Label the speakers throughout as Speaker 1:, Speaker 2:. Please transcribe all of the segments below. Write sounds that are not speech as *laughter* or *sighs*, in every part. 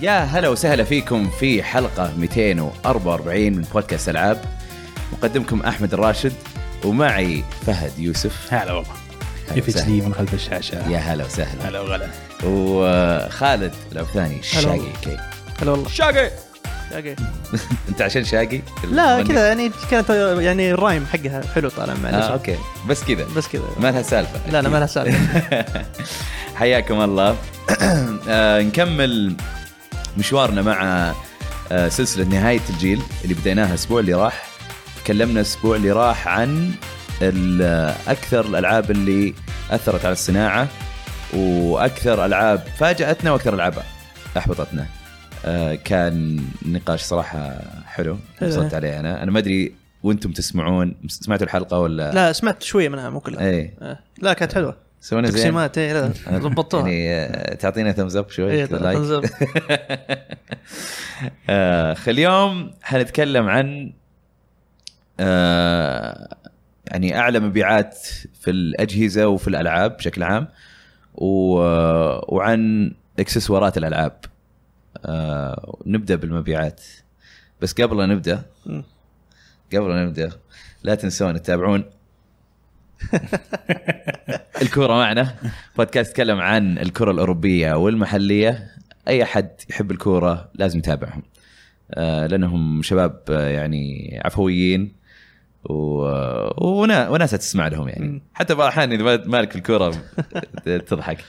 Speaker 1: يا هلا وسهلا فيكم في حلقة 244 من بودكاست ألعاب مقدمكم أحمد الراشد ومعي فهد يوسف
Speaker 2: هلا والله
Speaker 1: هلا
Speaker 2: اف اتش
Speaker 1: وسهلا.
Speaker 2: دي من خلف الشاشه
Speaker 1: يا أيوة، هلا وسهلا
Speaker 2: هلا وغلا
Speaker 1: وخالد العبثاني شاقي
Speaker 3: والله.
Speaker 1: كي
Speaker 3: هلا والله
Speaker 2: شاقي
Speaker 3: شاقي
Speaker 1: انت عشان شاقي
Speaker 3: لا
Speaker 1: المغني؟
Speaker 3: كذا يعني كانت يعني الرايم حقها حلو طالع
Speaker 1: آه
Speaker 3: معلش
Speaker 1: اوكي بس كذا
Speaker 3: بس كذا
Speaker 1: ما لها سالفة
Speaker 3: لا لا ما لها
Speaker 1: *laughs*
Speaker 3: سالفه
Speaker 1: حياكم الله *clears throat* آه، نكمل مشوارنا مع آه، سلسلة نهاية الجيل اللي بديناها الأسبوع اللي راح تكلمنا الأسبوع اللي راح عن ال- آه، أكثر الألعاب اللي أثرت على الصناعة وأكثر ألعاب فاجأتنا وأكثر ألعاب أحبطتنا آه، كان نقاش صراحة حلو
Speaker 3: حلو.
Speaker 1: وصلت عليه أنا أنا ما أدري وأنتم تسمعون سمعتوا الحلقة ولا
Speaker 3: لا سمعت شويه منها مو كلها
Speaker 1: إيه
Speaker 3: آه. لا كانت حلوه
Speaker 1: سوينا زين
Speaker 3: تقسيمات اي لا
Speaker 1: *laughs*
Speaker 3: ضبطوها إيه،
Speaker 1: يعني آه، تعطينا ثمز اب شوي
Speaker 3: اي
Speaker 1: كذا لايك. *laughs* آه، خ- اليوم حنتكلم عن آه، يعني اعلى مبيعات في الاجهزه وفي الالعاب بشكل عام و- آه، وعن اكسسوارات الالعاب آه، نبدا بالمبيعات بس قبل لا نبدا
Speaker 3: مم.
Speaker 1: قبل لا نبدا لا تنسون تتابعون الكرة معنا بودكاست يتكلم عن الكرة الأوروبية والمحلية أي أحد يحب الكورة لازم يتابعهم آه، لأنهم شباب آه، يعني عفويين و... آه، ونا... وناس تسمع لهم يعني
Speaker 3: مم.
Speaker 1: حتى بعض الأحيان إذا ما- مالك الكورة تضحك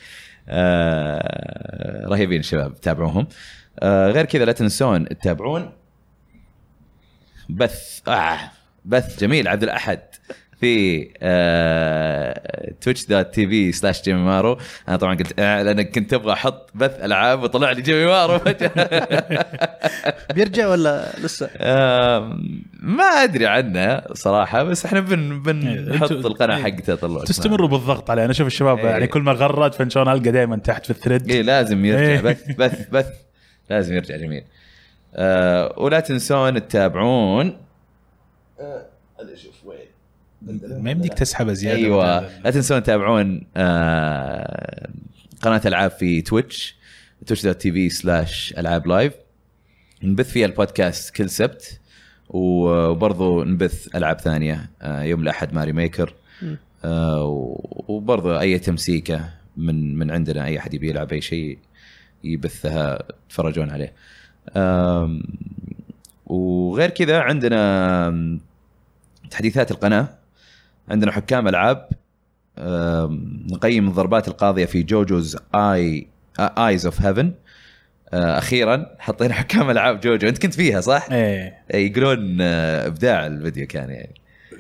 Speaker 1: آه، رهيبين الشباب تابعوهم آه، غير كذا لا تنسون تتابعون بث آه بث جميل عبد الاحد في آه تويتش دوت تي في سلاش جيمي مارو انا طبعا قلت آه لان كنت ابغى احط بث العاب وطلع لي جيمي مارو *laughs* فجاه
Speaker 3: بيرجع ولا لسه؟
Speaker 1: آه ما ادري عنه صراحه بس احنا بن بنحط
Speaker 2: إيه، أنتوا-
Speaker 1: القناه حقته طلع
Speaker 2: تستمروا بالضغط عليه انا اشوف الشباب
Speaker 1: إيه.
Speaker 2: يعني كل ما غرد فنشون القى دائما تحت في الثريد
Speaker 1: اي لازم يرجع
Speaker 2: إيه.
Speaker 1: بث بث بث لازم يرجع جميل آه ولا تنسون تتابعون
Speaker 2: ما يمديك تسحب زياده
Speaker 1: ايوه لا تنسون تتابعون آه، قناه العاب في تويتش تويتش دوت تي في سلاش العاب لايف نبث فيها البودكاست كل سبت وبرضو نبث العاب ثانيه آه، يوم الاحد ماري ميكر
Speaker 3: مم.
Speaker 1: آه، و- وبرضو اي تمسيكه من من عندنا اي احد يبي يلعب اي شيء يبثها تفرجون عليه آم، وغير كذا عندنا آم، تحديثات القناه عندنا حكام العاب آم، نقيم الضربات القاضيه في جوجوز آه، اي ايز اوف هيفن اخيرا آه، حطينا حكام العاب جوجو انت كنت فيها صح؟
Speaker 2: ايه
Speaker 3: إيه.
Speaker 1: يقولون آه، ابداع الفيديو كان يعني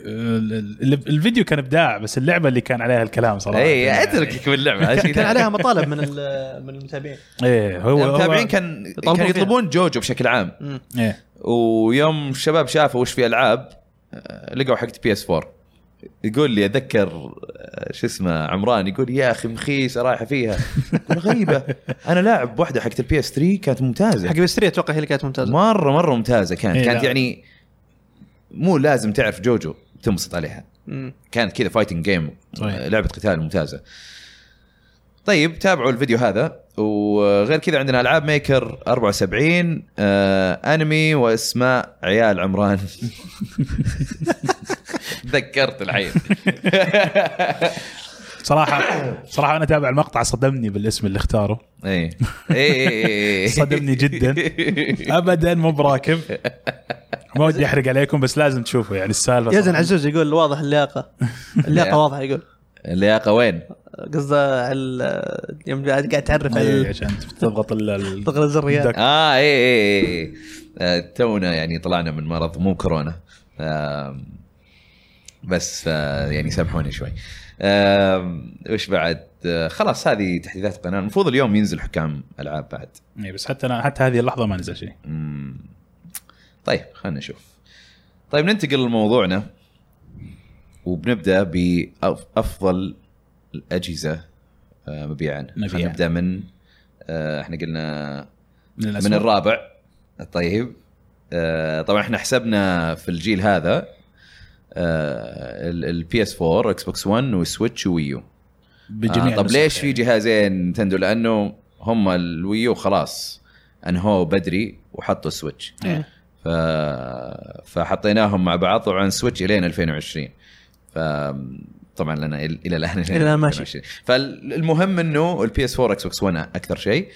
Speaker 2: ال- ال- الفيديو كان ابداع بس اللعبه اللي كان عليها الكلام صراحه
Speaker 1: اي
Speaker 2: يعني-
Speaker 1: اتركك باللعبه هذا شيء
Speaker 3: *laughs* كان
Speaker 1: ثاني.
Speaker 3: عليها مطالب
Speaker 1: *laughs*
Speaker 3: من ال- من المتابعين
Speaker 2: ايه هو هو-
Speaker 1: المتابعين كان
Speaker 3: يطلبون
Speaker 1: كانوا
Speaker 3: فيها.
Speaker 1: يطلبون جوجو بشكل عام
Speaker 3: مم.
Speaker 2: إيه.
Speaker 1: ويوم الشباب شافوا وش في العاب آه، لقوا حقت بي اس 4 يقول لي اتذكر آه، شو اسمه عمران يقول يا اخي مخيسه رايحه فيها يقول
Speaker 2: *laughs*
Speaker 1: غريبه انا لاعب واحده حقت البي اس 3 كانت ممتازه
Speaker 3: حق بيس 3 اتوقع هي اللي كانت ممتازه
Speaker 1: مره مره ممتازه كانت
Speaker 2: إيه،
Speaker 1: كانت
Speaker 2: لا.
Speaker 1: يعني مو لازم تعرف جوجو تنبسط عليها
Speaker 3: مم.
Speaker 1: كانت كذا فايتنج جيم
Speaker 2: صحيح.
Speaker 1: لعبه قتال ممتازه طيب تابعوا الفيديو هذا وغير كذا عندنا العاب ميكر 74 آه، انمي واسماء عيال
Speaker 2: *laughs*
Speaker 1: عمران تذكرت
Speaker 2: *laughs*
Speaker 1: العين
Speaker 2: صراحه صراحه انا تابع المقطع صدمني بالاسم اللي اختاره
Speaker 1: اي إيه، اي
Speaker 2: صدمني
Speaker 1: *laughs*
Speaker 2: جداً. ابدا مو براكب ما ودي احرق عليكم بس لازم تشوفوا يعني السالفه
Speaker 3: يزن
Speaker 2: صراحة.
Speaker 3: عزوز يقول واضح اللياقه
Speaker 1: *laughs*
Speaker 3: اللياقه واضحه يقول
Speaker 1: اللياقه وين؟
Speaker 3: قصده على ال- يوم قاعد قاعد تعرف
Speaker 2: إيه،
Speaker 3: على
Speaker 2: عشان تضغط ال- ال-
Speaker 3: تضغط الزريات.
Speaker 2: دك.
Speaker 1: اه اي اي اي آه، تونا يعني طلعنا من مرض مو كورونا آم، بس آه، يعني سامحوني شوي آم، وش بعد آه، خلاص هذه تحديثات القناه المفروض اليوم ينزل حكام العاب بعد
Speaker 2: إيه، بس حتى انا حتى هذه اللحظه ما نزل شيء
Speaker 1: مم. طيب خلينا نشوف طيب ننتقل لموضوعنا وبنبدا بافضل الاجهزه آه، مبيعا
Speaker 2: مبيعاً.
Speaker 1: خلينا نبدا من آه، احنا قلنا
Speaker 2: من, الأسفل.
Speaker 1: من الرابع طيب آه، طبعا احنا حسبنا في الجيل هذا آه، البي اس 4 اكس بوكس 1 والسويتش ويو
Speaker 2: بجميع
Speaker 1: آه، طب
Speaker 2: النسخ
Speaker 1: ليش في
Speaker 2: يعني.
Speaker 1: جهازين نتندو لانه هم الويو خلاص انهوه بدري وحطوا سويتش
Speaker 3: إيه.
Speaker 1: ف... فحطيناهم مع بعض طبعا سويتش الين 2020 ف طبعا لنا إل- الى الان
Speaker 3: إلى الآن ماشي.
Speaker 1: 2020. فالمهم انه البي اس 4 اكس بوكس 1 اكثر شيء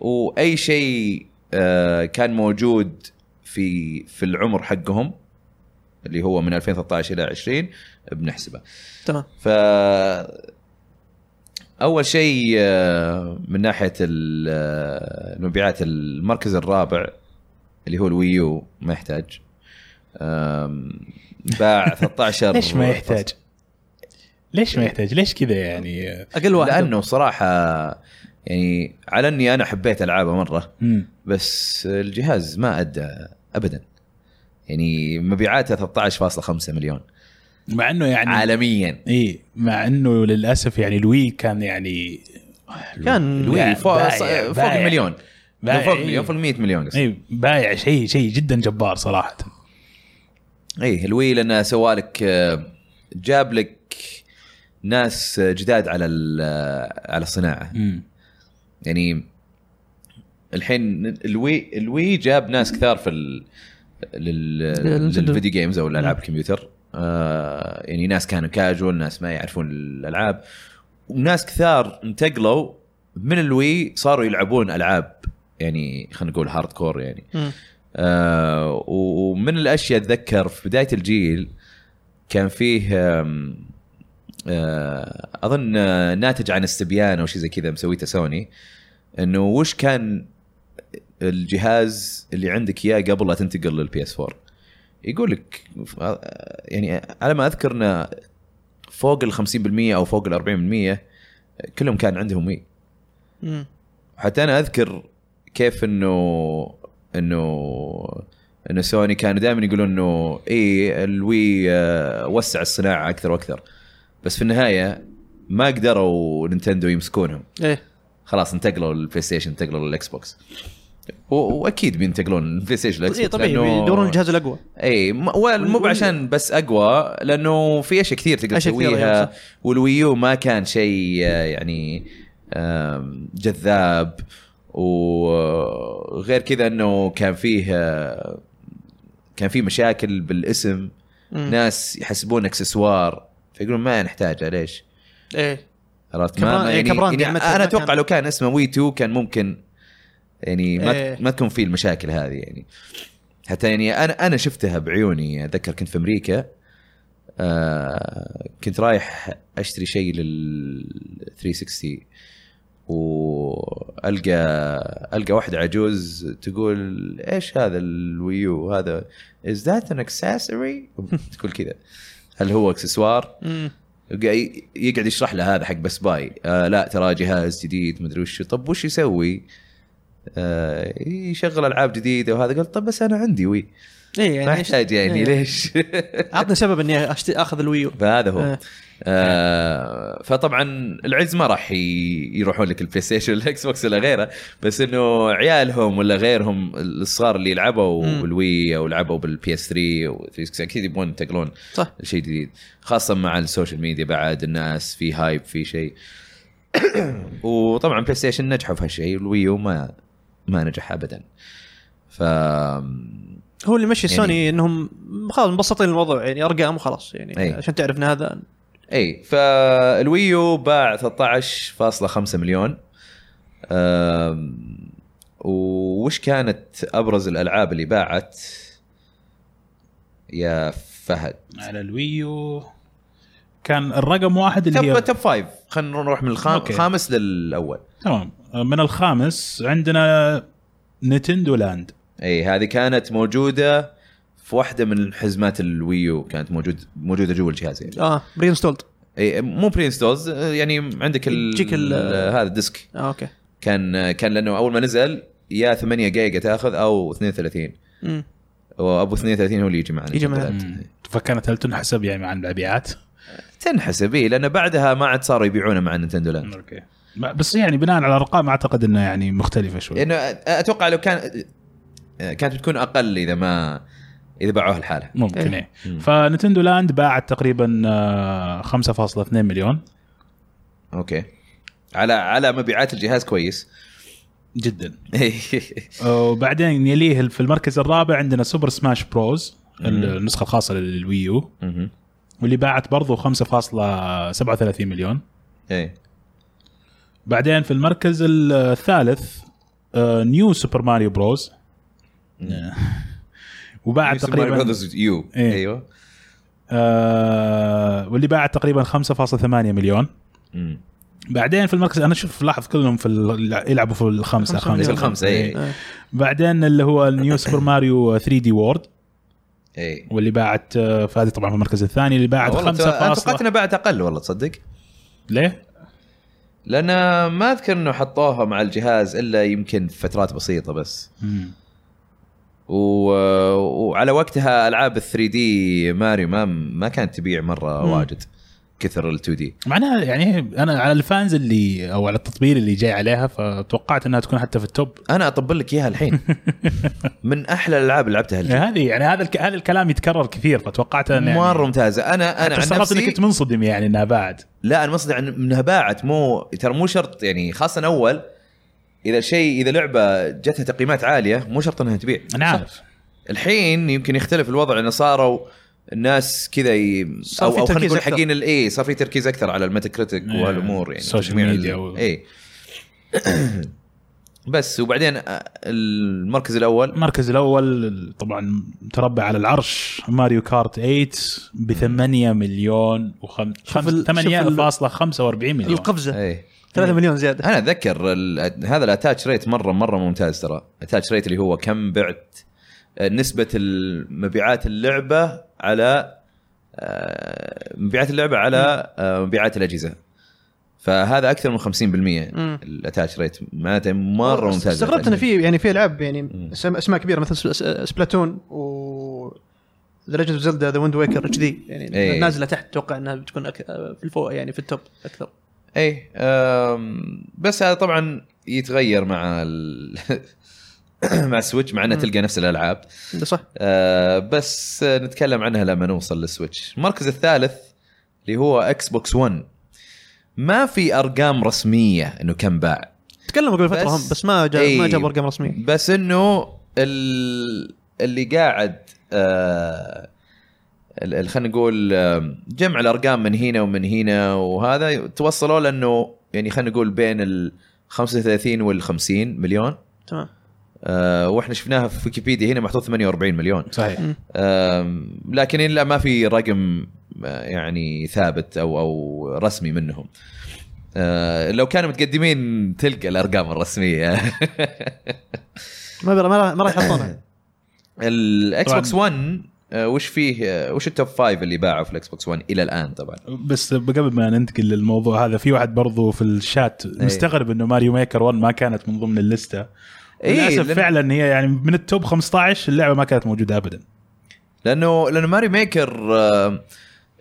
Speaker 1: واي شيء آه، كان موجود في في العمر حقهم اللي هو من 2013 الى 20 بنحسبه
Speaker 3: تمام
Speaker 1: ف اول شيء آه، من ناحيه ال- آه، المبيعات المركز الرابع اللي هو الويو ما يحتاج آم،
Speaker 2: *laughs*
Speaker 1: باع 13
Speaker 2: ليش ما يحتاج؟ ليش ما يحتاج؟ ليش كذا يعني؟
Speaker 3: اقل واحد
Speaker 1: لانه صراحه يعني على اني انا حبيت العابه مره
Speaker 2: مم.
Speaker 1: بس الجهاز ما ادى ابدا يعني مبيعاته 13.5 مليون
Speaker 2: مع انه يعني
Speaker 1: عالميا
Speaker 2: اي مع انه للاسف يعني الوي كان يعني
Speaker 3: كان
Speaker 1: الوي
Speaker 2: بايع-
Speaker 1: فوق
Speaker 2: بايع-
Speaker 1: فوق
Speaker 2: بايع.
Speaker 1: المليون
Speaker 2: بايع،
Speaker 1: فوق
Speaker 2: إيه.
Speaker 1: المليون فوق ال 100 مليون قصدي
Speaker 2: اي بايع شيء شيء جدا جبار صراحه
Speaker 1: ايه الوي لانه سوالك آه، جاب لك ناس آه، جداد على ال- آه، على الصناعه
Speaker 2: مم.
Speaker 1: يعني الحين الوي الوي جاب ناس كثار في ال لل
Speaker 3: للنتندو.
Speaker 1: للفيديو جيمز او الالعاب الكمبيوتر آه يعني ناس كانوا كاجوال ناس ما يعرفون الالعاب وناس كثار انتقلوا من الوي صاروا يلعبون العاب يعني خلينا نقول هارد كور يعني
Speaker 3: مم.
Speaker 1: آه، و- ومن الاشياء اتذكر في بدايه الجيل كان فيه آم، آه، اظن آه، ناتج عن استبيان او شيء زي كذا مسويته سوني انه وش كان الجهاز اللي عندك اياه قبل لا تنتقل للبي اس 4 يقول لك آه، يعني على ما اذكر انه فوق ال 50% او فوق ال 40% كلهم كان عندهم وي
Speaker 3: مم.
Speaker 1: حتى انا اذكر كيف انه انه انه سوني كانوا دائما يقولون انه اي الوي آه، وسع الصناعه اكثر واكثر بس في النهايه ما قدروا نينتندو يمسكونهم
Speaker 3: ايه
Speaker 1: خلاص انتقلوا للبلاي ستيشن انتقلوا للاكس بوكس و- واكيد بينتقلون للبلاي ستيشن والاكس
Speaker 3: إيه،
Speaker 1: بوكس
Speaker 3: طبيعي
Speaker 1: لأنه-
Speaker 3: يدورون الجهاز الاقوى
Speaker 1: اي إيه، م- وال- مو عشان بس اقوى لانه في اشياء كثير تقدر
Speaker 3: أشياء كثيرة، أيوة،
Speaker 1: تسويها
Speaker 3: صح.
Speaker 1: والويو ما كان شيء آه، يعني آم، جذاب وغير كذا انه كان فيه آه، كان فيه مشاكل بالاسم
Speaker 3: مم.
Speaker 1: ناس يحسبون اكسسوار فيقولون ما نحتاجه ليش
Speaker 3: ايه
Speaker 1: عرفت
Speaker 3: كبراند-
Speaker 1: ما ما- يعني,
Speaker 3: كبراند
Speaker 1: يعني
Speaker 3: يعني مثلاً
Speaker 1: انا
Speaker 3: ما
Speaker 1: اتوقع
Speaker 3: كان-
Speaker 1: لو كان اسمه وي 2 كان ممكن يعني ما
Speaker 3: إيه.
Speaker 1: ما تكون فيه المشاكل هذه يعني حتى يعني انا انا شفتها بعيوني اتذكر كنت في امريكا آه كنت رايح اشتري شيء لل 360 والقى القى واحده عجوز تقول ايش هذا الويو هذا از ذات ان اكسسوري *laughs* تقول كذا هل هو اكسسوار
Speaker 3: مم.
Speaker 1: يق- يقعد يشرح له هذا حق بس باي آه لا ترى جهاز جديد مدري وش طب وش يسوي؟ آه يشغل العاب جديده وهذا قال طب بس انا عندي وي
Speaker 3: ايه
Speaker 1: ما
Speaker 3: يعني إيش-
Speaker 1: يحتاج يعني
Speaker 3: إيه.
Speaker 1: ليش؟ *laughs*
Speaker 3: عطني سبب اني أشت- اخذ الويو
Speaker 1: فهذا هو
Speaker 3: إيه.
Speaker 1: آه فطبعا العز ما راح ي- يروحون لك البلاي ستيشن والاكس بوكس ولا غيره بس انه عيالهم ولا غيرهم الصغار اللي لعبوا
Speaker 3: مم.
Speaker 1: بالوي او لعبوا بالبي اس 3 و 360 اكيد يبغون ينتقلون
Speaker 3: صح
Speaker 1: شيء جديد خاصه مع السوشيال ميديا بعد الناس في هايب في شيء *coughs* وطبعا بلاي ستيشن نجحوا في هالشيء الويو ما ما نجح ابدا ف
Speaker 3: هو اللي مشي
Speaker 1: يعني-
Speaker 3: سوني انهم خلاص مبسطين الموضوع يعني ارقام وخلاص يعني
Speaker 1: إيه.
Speaker 3: عشان تعرف ان هذا
Speaker 1: اي فالويو باع 13.5 مليون أم، وش كانت ابرز الالعاب اللي باعت يا فهد
Speaker 2: على الويو كان الرقم واحد اللي
Speaker 1: توب
Speaker 2: هي
Speaker 1: توب فايف خلينا نروح من الخام-
Speaker 2: أوكي.
Speaker 1: الخامس للاول
Speaker 2: تمام من الخامس عندنا نتندو لاند
Speaker 1: اي هذه كانت موجوده في واحده من حزمات الويو كانت موجود موجوده جوا الجهاز يعني
Speaker 3: اه بري انستولد
Speaker 1: اي مو برينستوز يعني عندك ال
Speaker 3: يجيك ال-
Speaker 1: ال- هذا الديسك
Speaker 3: اه اوكي
Speaker 1: كان كان لانه اول ما نزل يا 8 جيجا تاخذ او 32
Speaker 3: مم.
Speaker 1: وابو 32 هو اللي يجي معنا
Speaker 3: يجي معنا.
Speaker 1: الجوالات.
Speaker 2: فكانت هل تنحسب يعني مع المبيعات؟
Speaker 1: تنحسب اي لان بعدها ما عاد صاروا يبيعونه مع نينتندو لاند
Speaker 2: اوكي ما- بس يعني بناء على الارقام اعتقد انها يعني مختلفه شوي
Speaker 1: لانه أ- اتوقع لو كان كانت بتكون اقل اذا ما اذا باعوها لحالها
Speaker 2: ممكن
Speaker 3: إيه.
Speaker 2: ايه
Speaker 1: مم.
Speaker 2: فنتندو لاند باعت تقريبا آه، 5.2 مليون
Speaker 1: اوكي على على مبيعات الجهاز كويس *laughs*
Speaker 2: جدا وبعدين يليه في المركز الرابع عندنا سوبر سماش بروز
Speaker 1: مم.
Speaker 2: النسخه الخاصه للويو
Speaker 1: مهم.
Speaker 2: واللي باعت برضه 5.37 مليون
Speaker 1: إيه.
Speaker 2: بعدين في المركز الثالث آه، نيو سوبر ماريو بروز وباع
Speaker 1: Super Mario
Speaker 2: تقريبا
Speaker 1: Brothers يو
Speaker 2: إيه.
Speaker 1: ايوه
Speaker 2: آه واللي باع تقريبا 5.8 مليون
Speaker 1: مم.
Speaker 2: بعدين في المركز انا شوف لاحظ كلهم في ال- يلعبوا في الخمسه
Speaker 3: خمسة
Speaker 1: بس
Speaker 2: خمسه
Speaker 3: مليون.
Speaker 1: الخمسه اي
Speaker 3: إيه.
Speaker 2: بعدين اللي هو النيو سوبر ماريو 3 دي وورد
Speaker 1: اي
Speaker 2: واللي باعت آه، فهذه طبعا في المركز الثاني اللي باعت
Speaker 1: إيه. والله تو- انا
Speaker 2: 5
Speaker 1: توقعت انها باعت اقل والله تصدق
Speaker 2: ليه؟
Speaker 1: لان ما اذكر انه حطوها مع الجهاز الا يمكن فترات بسيطه بس
Speaker 2: مم.
Speaker 1: و... وعلى وقتها العاب ال 3 دي ماريو ما ما كانت تبيع مره
Speaker 2: مم.
Speaker 1: واجد كثر ال 2 دي
Speaker 2: معناها يعني انا على الفانز اللي او على التطبيل اللي جاي عليها فتوقعت انها تكون حتى في التوب
Speaker 1: انا اطبل لك اياها
Speaker 2: *laughs*
Speaker 1: الحين من احلى الالعاب اللي لعبتها الجيل
Speaker 2: هذه يعني هذا الك... هذا الكلام يتكرر كثير فتوقعت انه يعني
Speaker 1: مره ممتازه انا انا
Speaker 2: حتى
Speaker 1: عن
Speaker 2: استغربت اني
Speaker 1: نفسي
Speaker 2: كنت منصدم يعني انها بعد
Speaker 1: لا انا مصدع انها باعت مو ترى مو شرط يعني خاصه اول اذا شيء اذا لعبه جتها تقييمات عاليه مو شرط انها تبيع
Speaker 2: انا عارف
Speaker 1: الحين يمكن يختلف الوضع لانه صاروا الناس كذا ي...
Speaker 3: صار
Speaker 1: او
Speaker 3: في
Speaker 1: او خلينا
Speaker 3: تركيز
Speaker 1: نقول
Speaker 3: أكثر.
Speaker 1: حقين الاي صار في تركيز اكثر على الميتا كريتيك
Speaker 2: إيه،
Speaker 1: وهالامور يعني
Speaker 2: السوشيال ميديا و-
Speaker 1: اي بس وبعدين آه، المركز الاول
Speaker 2: المركز الاول طبعا متربع على العرش ماريو كارت 8 ب 8 مليون وخم...
Speaker 3: شوف ال- شوف ال-
Speaker 2: 8.45 مليون
Speaker 3: القفزه
Speaker 1: اي
Speaker 3: 3 مليون زياده
Speaker 1: انا اتذكر ال- هذا الاتاتش ريت مره مره ممتاز ترى اتاتش ريت اللي هو كم بعت آه، نسبه المبيعات اللعبه على آه، مبيعات اللعبه على آه، مبيعات الاجهزه فهذا اكثر من 50%
Speaker 3: مم.
Speaker 1: الاتاتش ريت معناته مره ممتاز
Speaker 3: آه، استغربت ان في يعني في العاب يعني
Speaker 1: مم.
Speaker 3: اسم- اسماء كبيره مثل سبل- سبلاتون و ذا ليجند اوف زلدا ذا ويند ويكر كذي يعني
Speaker 1: إيه.
Speaker 3: نازله تحت اتوقع انها بتكون أك... في الفوق يعني في التوب اكثر
Speaker 1: اي إيه، آم، بس هذا طبعا يتغير مع ال... *coughs* مع السويتش مع انها
Speaker 3: مم.
Speaker 1: تلقى نفس الالعاب
Speaker 3: ده صح
Speaker 1: آه، بس آه، نتكلم عنها لما نوصل للسويتش المركز الثالث اللي هو اكس بوكس 1 ما في ارقام رسميه انه كم باع
Speaker 3: تكلموا قبل فتره
Speaker 1: بس-
Speaker 3: هم بس ما جا...
Speaker 1: إيه.
Speaker 3: ما جابوا ارقام رسميه
Speaker 1: بس انه ال... اللي قاعد آه، ال- ال- خلينا نقول آه، جمع الارقام من هنا ومن هنا وهذا توصلوا لانه يعني خلينا نقول بين ال 35 وال 50 مليون
Speaker 3: تمام
Speaker 1: آه، واحنا شفناها في ويكيبيديا هنا محطوط 48 مليون
Speaker 2: صحيح
Speaker 3: مم.
Speaker 1: أم، لكن الا ما في رقم آه، يعني ثابت او او رسمي منهم آه، لو كانوا متقدمين تلقى الارقام *laughs* الرسميه
Speaker 3: ما بر... ما راح- ما راح يحطونها
Speaker 1: الاكس
Speaker 2: طبعاً.
Speaker 1: بوكس 1 آه، وش فيه آه، وش التوب فايف اللي باعوا في الاكس بوكس 1 الى الان طبعا
Speaker 2: بس قبل ما ننتقل للموضوع هذا في واحد برضو في الشات مستغرب انه ماريو ميكر 1 ما كانت من ضمن الليسته
Speaker 1: إيه،
Speaker 2: للاسف
Speaker 1: لأن-
Speaker 2: فعلا هي يعني من التوب 15 اللعبه ما كانت موجوده ابدا
Speaker 1: لانه لانه ماري ميكر آه،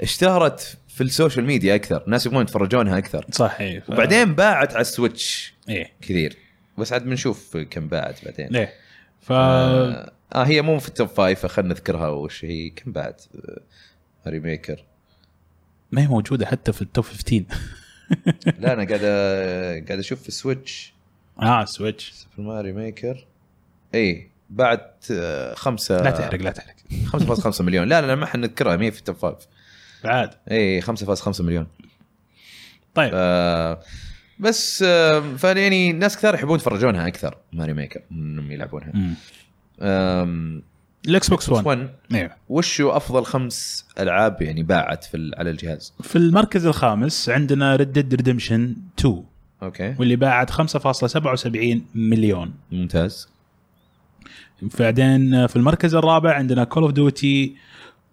Speaker 1: اشتهرت في السوشيال ميديا اكثر الناس يبغون يتفرجونها اكثر
Speaker 2: صحيح
Speaker 1: وبعدين باعت على السويتش
Speaker 2: ايه
Speaker 1: كثير بس عاد بنشوف كم باعت بعدين
Speaker 2: ليه ف
Speaker 1: آه آه، هي مو في التوب فايف فخلنا نذكرها وش هي كم بعد آه، هاري
Speaker 2: *laughs*
Speaker 1: ميكر
Speaker 2: ما هي موجوده حتى في التوب 15
Speaker 1: لا انا قاعد آه، قاعد اشوف في السويتش
Speaker 2: اه سويتش
Speaker 1: سوبر ماري ميكر اي إيه، بعد آه، خمسة
Speaker 2: لا تحرق لا تحرق
Speaker 1: 5.5 مليون لا لا لا ما حنذكرها ما هي في إيه، التوب فايف
Speaker 2: بعد
Speaker 1: اي 5.5 مليون
Speaker 2: طيب
Speaker 1: آه بس آه فيعني ناس كثار يحبون يتفرجونها اكثر ماري ميكر من انهم يلعبونها
Speaker 2: مم.
Speaker 1: آم،
Speaker 2: الاكس بوكس 1
Speaker 1: 1
Speaker 2: ايوه
Speaker 1: وش هو افضل خمس العاب يعني باعت في ال- على الجهاز
Speaker 2: في المركز الخامس عندنا ريد ديد ريدمشن 2
Speaker 1: اوكي
Speaker 2: واللي باعت 5.77 مليون
Speaker 1: ممتاز
Speaker 2: بعدين في المركز الرابع عندنا كول اوف ديوتي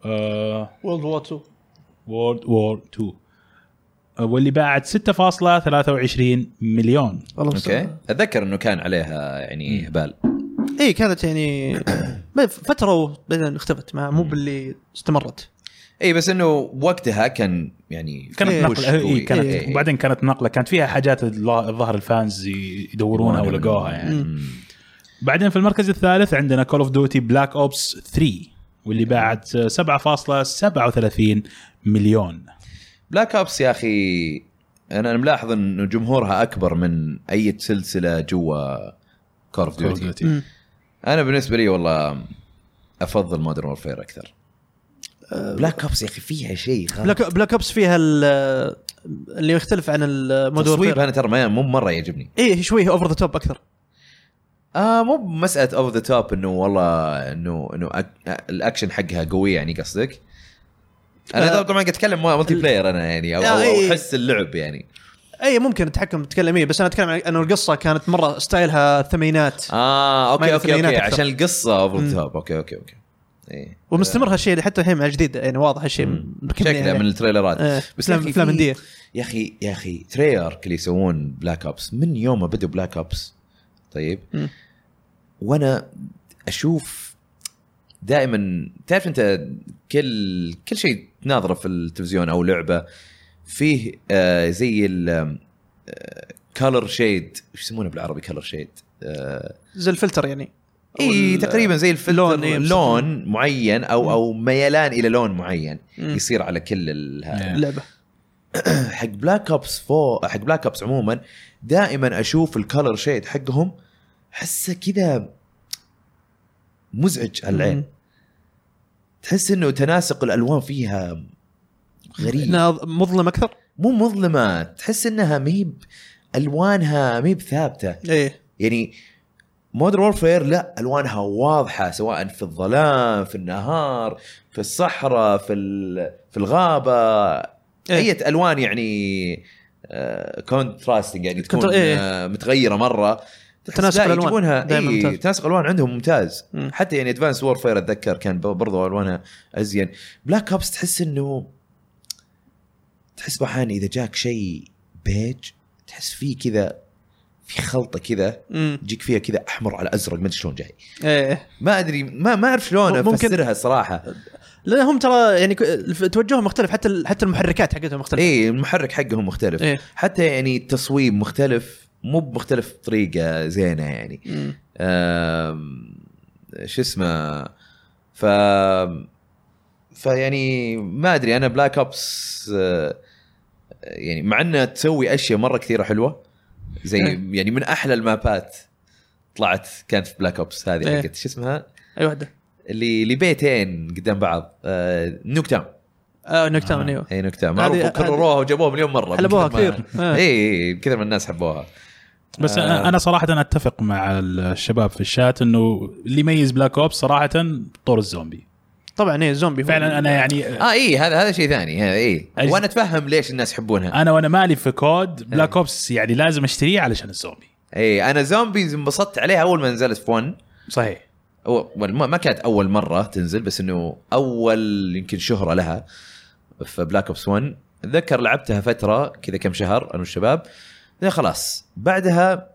Speaker 2: آه،
Speaker 3: وولد وور 2
Speaker 2: وورد وور 2 آه، واللي باعت 6.23 مليون
Speaker 3: والله مستغرب.
Speaker 1: اوكي اتذكر انه كان عليها يعني اهبال
Speaker 3: اي كانت يعني *coughs* ما- فتره وبعدين اختفت ما مو باللي استمرت
Speaker 1: اي بس انه وقتها كان يعني
Speaker 2: كانت
Speaker 1: في
Speaker 3: إيه.
Speaker 1: push
Speaker 2: نقله
Speaker 1: قوي.
Speaker 2: إيه كانت
Speaker 1: إيه.
Speaker 2: وبعدين كانت نقله كانت فيها حاجات الظ- الظهر الفانز يدورونها
Speaker 1: يبغونها
Speaker 2: ولقوها
Speaker 1: منهم.
Speaker 2: يعني
Speaker 1: مم.
Speaker 2: بعدين في المركز الثالث عندنا كول اوف ديوتي بلاك اوبس 3 واللي باعت 7.37 مليون
Speaker 1: بلاك اوبس يا اخي انا أنا ملاحظ انه جمهورها اكبر من اي سلسله جوا كول اوف
Speaker 2: Call of
Speaker 1: ديوتي
Speaker 2: Duty.
Speaker 3: مم.
Speaker 1: انا بالنسبه لي والله افضل مودرن وورفير اكثر
Speaker 2: آه.
Speaker 1: بلاك اوبس يا اخي فيها شيء خلاص.
Speaker 3: بلاك بلاك اوبس فيها ال- اللي يختلف عن المودور
Speaker 1: تصويبها انا ترى ما- مو مره يعجبني
Speaker 3: اي إيه، شوي اوفر ذا توب اكثر
Speaker 1: آه مو بمساله اوف ذا توب انه والله انه انه أك- الاكشن حقها قوي يعني قصدك انا
Speaker 3: آه.
Speaker 1: طبعا قاعد اتكلم مالتي بلاير انا يعني او,
Speaker 3: آه،
Speaker 1: أو,
Speaker 3: إيه.
Speaker 1: أو حس اللعب يعني
Speaker 3: اي إيه، ممكن التحكم تتكلم ايه بس انا اتكلم عن انه القصه كانت مره ستايلها الثمانينات
Speaker 1: اه
Speaker 3: ما
Speaker 1: اوكي اوكي
Speaker 3: الثمانينات
Speaker 1: اوكي
Speaker 3: أكثر.
Speaker 1: عشان القصه اوف
Speaker 3: مم.
Speaker 1: ذا توب اوكي اوكي اوكي ايه
Speaker 3: ومستمر هالشيء حتى الحين مع الجديد يعني واضح هالشيء
Speaker 1: مم.
Speaker 3: مكملين
Speaker 1: شكله
Speaker 3: عليه.
Speaker 1: من التريلرات
Speaker 3: إيه،
Speaker 1: بس
Speaker 3: أفلام-
Speaker 1: يا أخي
Speaker 3: أفلام
Speaker 1: في-
Speaker 3: هندية.
Speaker 1: يا اخي يا اخي تريارك اللي يسوون بلاك اوبس من يوم ما بدوا بلاك اوبس طيب
Speaker 3: مم.
Speaker 1: وانا اشوف دائما تعرف انت كل كل شيء تناظره في التلفزيون او لعبه فيه آه زي ال آه، كلر شيد وش يسمونه بالعربي كلر شيد آه
Speaker 3: زي الفلتر يعني
Speaker 1: اي
Speaker 3: وال-
Speaker 1: تقريبا زي
Speaker 3: لون،
Speaker 1: الفلتر
Speaker 3: إيه،
Speaker 1: لون معين
Speaker 3: مم.
Speaker 1: او او ميلان الى لون معين
Speaker 3: مم. نعم.
Speaker 1: يصير على كل ال- هذا.
Speaker 3: اللعبه
Speaker 1: حق بلاك اوبس 4 حق بلاك اوبس عموما دائما اشوف الكلر شيد حقهم حسه كذا مزعج على العين
Speaker 3: مم.
Speaker 1: تحس انه تناسق الالوان فيها غريب
Speaker 3: إنها مظلم اكثر
Speaker 1: مو مظلمه تحس انها مهيب الوانها مهيب ثابته
Speaker 3: ايه
Speaker 1: يعني مودرن وورفير لا الوانها واضحه سواء في الظلام في النهار في الصحراء في ال- في الغابه
Speaker 3: إيه.
Speaker 1: اي الوان يعني كونتراستنج يعني
Speaker 3: Contra-
Speaker 1: تكون
Speaker 3: إيه.
Speaker 1: آه، متغيره مره تحس
Speaker 3: تناسق
Speaker 1: لا،
Speaker 3: الألوان
Speaker 1: يجيبونها
Speaker 3: دايماً
Speaker 1: دائما
Speaker 3: ممتاز.
Speaker 1: إيه تناسق الالوان عندهم ممتاز
Speaker 3: مم.
Speaker 1: حتى يعني ادفانس وورفير اتذكر كان برضو الوانها ازين بلاك اوبس تحس انه تحس بحان اذا جاك شيء بيج تحس فيه كذا في خلطه كذا
Speaker 3: مم.
Speaker 1: يجيك فيها كذا احمر على ازرق ما ادري شلون جاي
Speaker 3: ايه
Speaker 1: ما ادري ما ما اعرف شلون
Speaker 3: ممكن-
Speaker 1: افسرها صراحه
Speaker 3: لانهم ترى يعني ك- توجههم مختلف حتى ال- حتى المحركات حقتهم مختلفه
Speaker 1: اي إيه، المحرك حقهم مختلف
Speaker 3: إيه.
Speaker 1: حتى يعني التصويب مختلف مو بمختلف بطريقه زينه يعني
Speaker 3: مم.
Speaker 1: أم، شو اسمه ف فيعني ما ادري انا بلاك اوبس آه، يعني مع انها تسوي اشياء مره كثيره حلوه زي
Speaker 3: إيه.
Speaker 1: يعني من احلى المابات طلعت كانت في بلاك اوبس
Speaker 3: إيه.
Speaker 1: هذه حقت شو اسمها
Speaker 3: اي واحده
Speaker 1: اللي اللي بيتين قدام بعض إيه، أه، نوكتام
Speaker 3: آه نكتة
Speaker 2: آه.
Speaker 3: ايوه
Speaker 1: اي نكته معروفه
Speaker 3: هذه-
Speaker 1: كرروها وجابوها مليون مره من
Speaker 3: حلبوها
Speaker 1: كثر ما-
Speaker 3: كثير. آه.
Speaker 1: اي اي من كثر ما الناس حبوها
Speaker 2: بس
Speaker 1: آه.
Speaker 2: آه. انا صراحه أنا اتفق مع الشباب في الشات انه اللي يميز بلاك اوبس صراحه طور الزومبي
Speaker 3: طبعا ايه زومبي هو.
Speaker 2: فعلا انا يعني
Speaker 1: اه اي هذا هذا شيء ثاني هذا اي
Speaker 2: أجل-
Speaker 1: وانا اتفهم ليش الناس يحبونها
Speaker 2: انا وانا مالي في كود بلاك اوبس يعني لازم اشتريه علشان الزومبي
Speaker 1: اي انا إيه، زومبيز انبسطت عليها اول ما نزلت في 1
Speaker 2: صحيح
Speaker 1: أو- well، ما ما كانت اول مره تنزل بس انه اول يمكن شهره لها في بلاك اوبس 1 اتذكر لعبتها فتره كذا كم شهر انا والشباب بعدين خلاص بعدها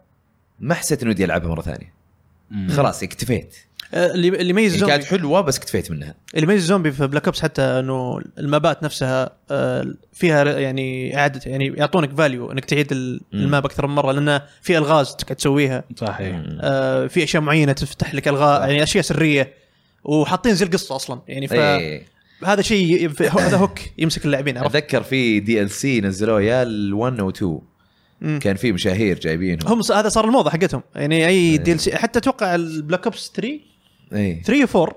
Speaker 1: ما حسيت اني ودي العبها مره ثانيه خلاص اكتفيت
Speaker 3: آه، اللي اللي يميز
Speaker 1: يعني كانت
Speaker 3: الزومبي
Speaker 1: حلوه بس اكتفيت منها
Speaker 3: اللي يميز الزومبي في بلاك اوبس حتى انه المابات نفسها آه، فيها يعني اعاده يعني يعطونك فاليو انك تعيد ال-
Speaker 1: مم.
Speaker 3: الماب اكثر من مره لانه في الغاز تقعد تسويها
Speaker 2: صحيح
Speaker 3: آه، في اشياء معينه تفتح لك الغاز يعني اشياء سريه وحاطين زي القصه اصلا يعني فهذا
Speaker 1: إيه.
Speaker 3: شيء ي- هذا هوك يمسك اللاعبين عرفت؟
Speaker 1: اتذكر في دي ال سي نزلوه يا ال1 و 2
Speaker 3: مم.
Speaker 1: كان في مشاهير جايبينهم
Speaker 3: هم ص- هذا صار الموضه حقتهم يعني اي
Speaker 1: إيه.
Speaker 3: دي سي حتى اتوقع البلاك اوبس 3
Speaker 1: اي
Speaker 3: 3 و 4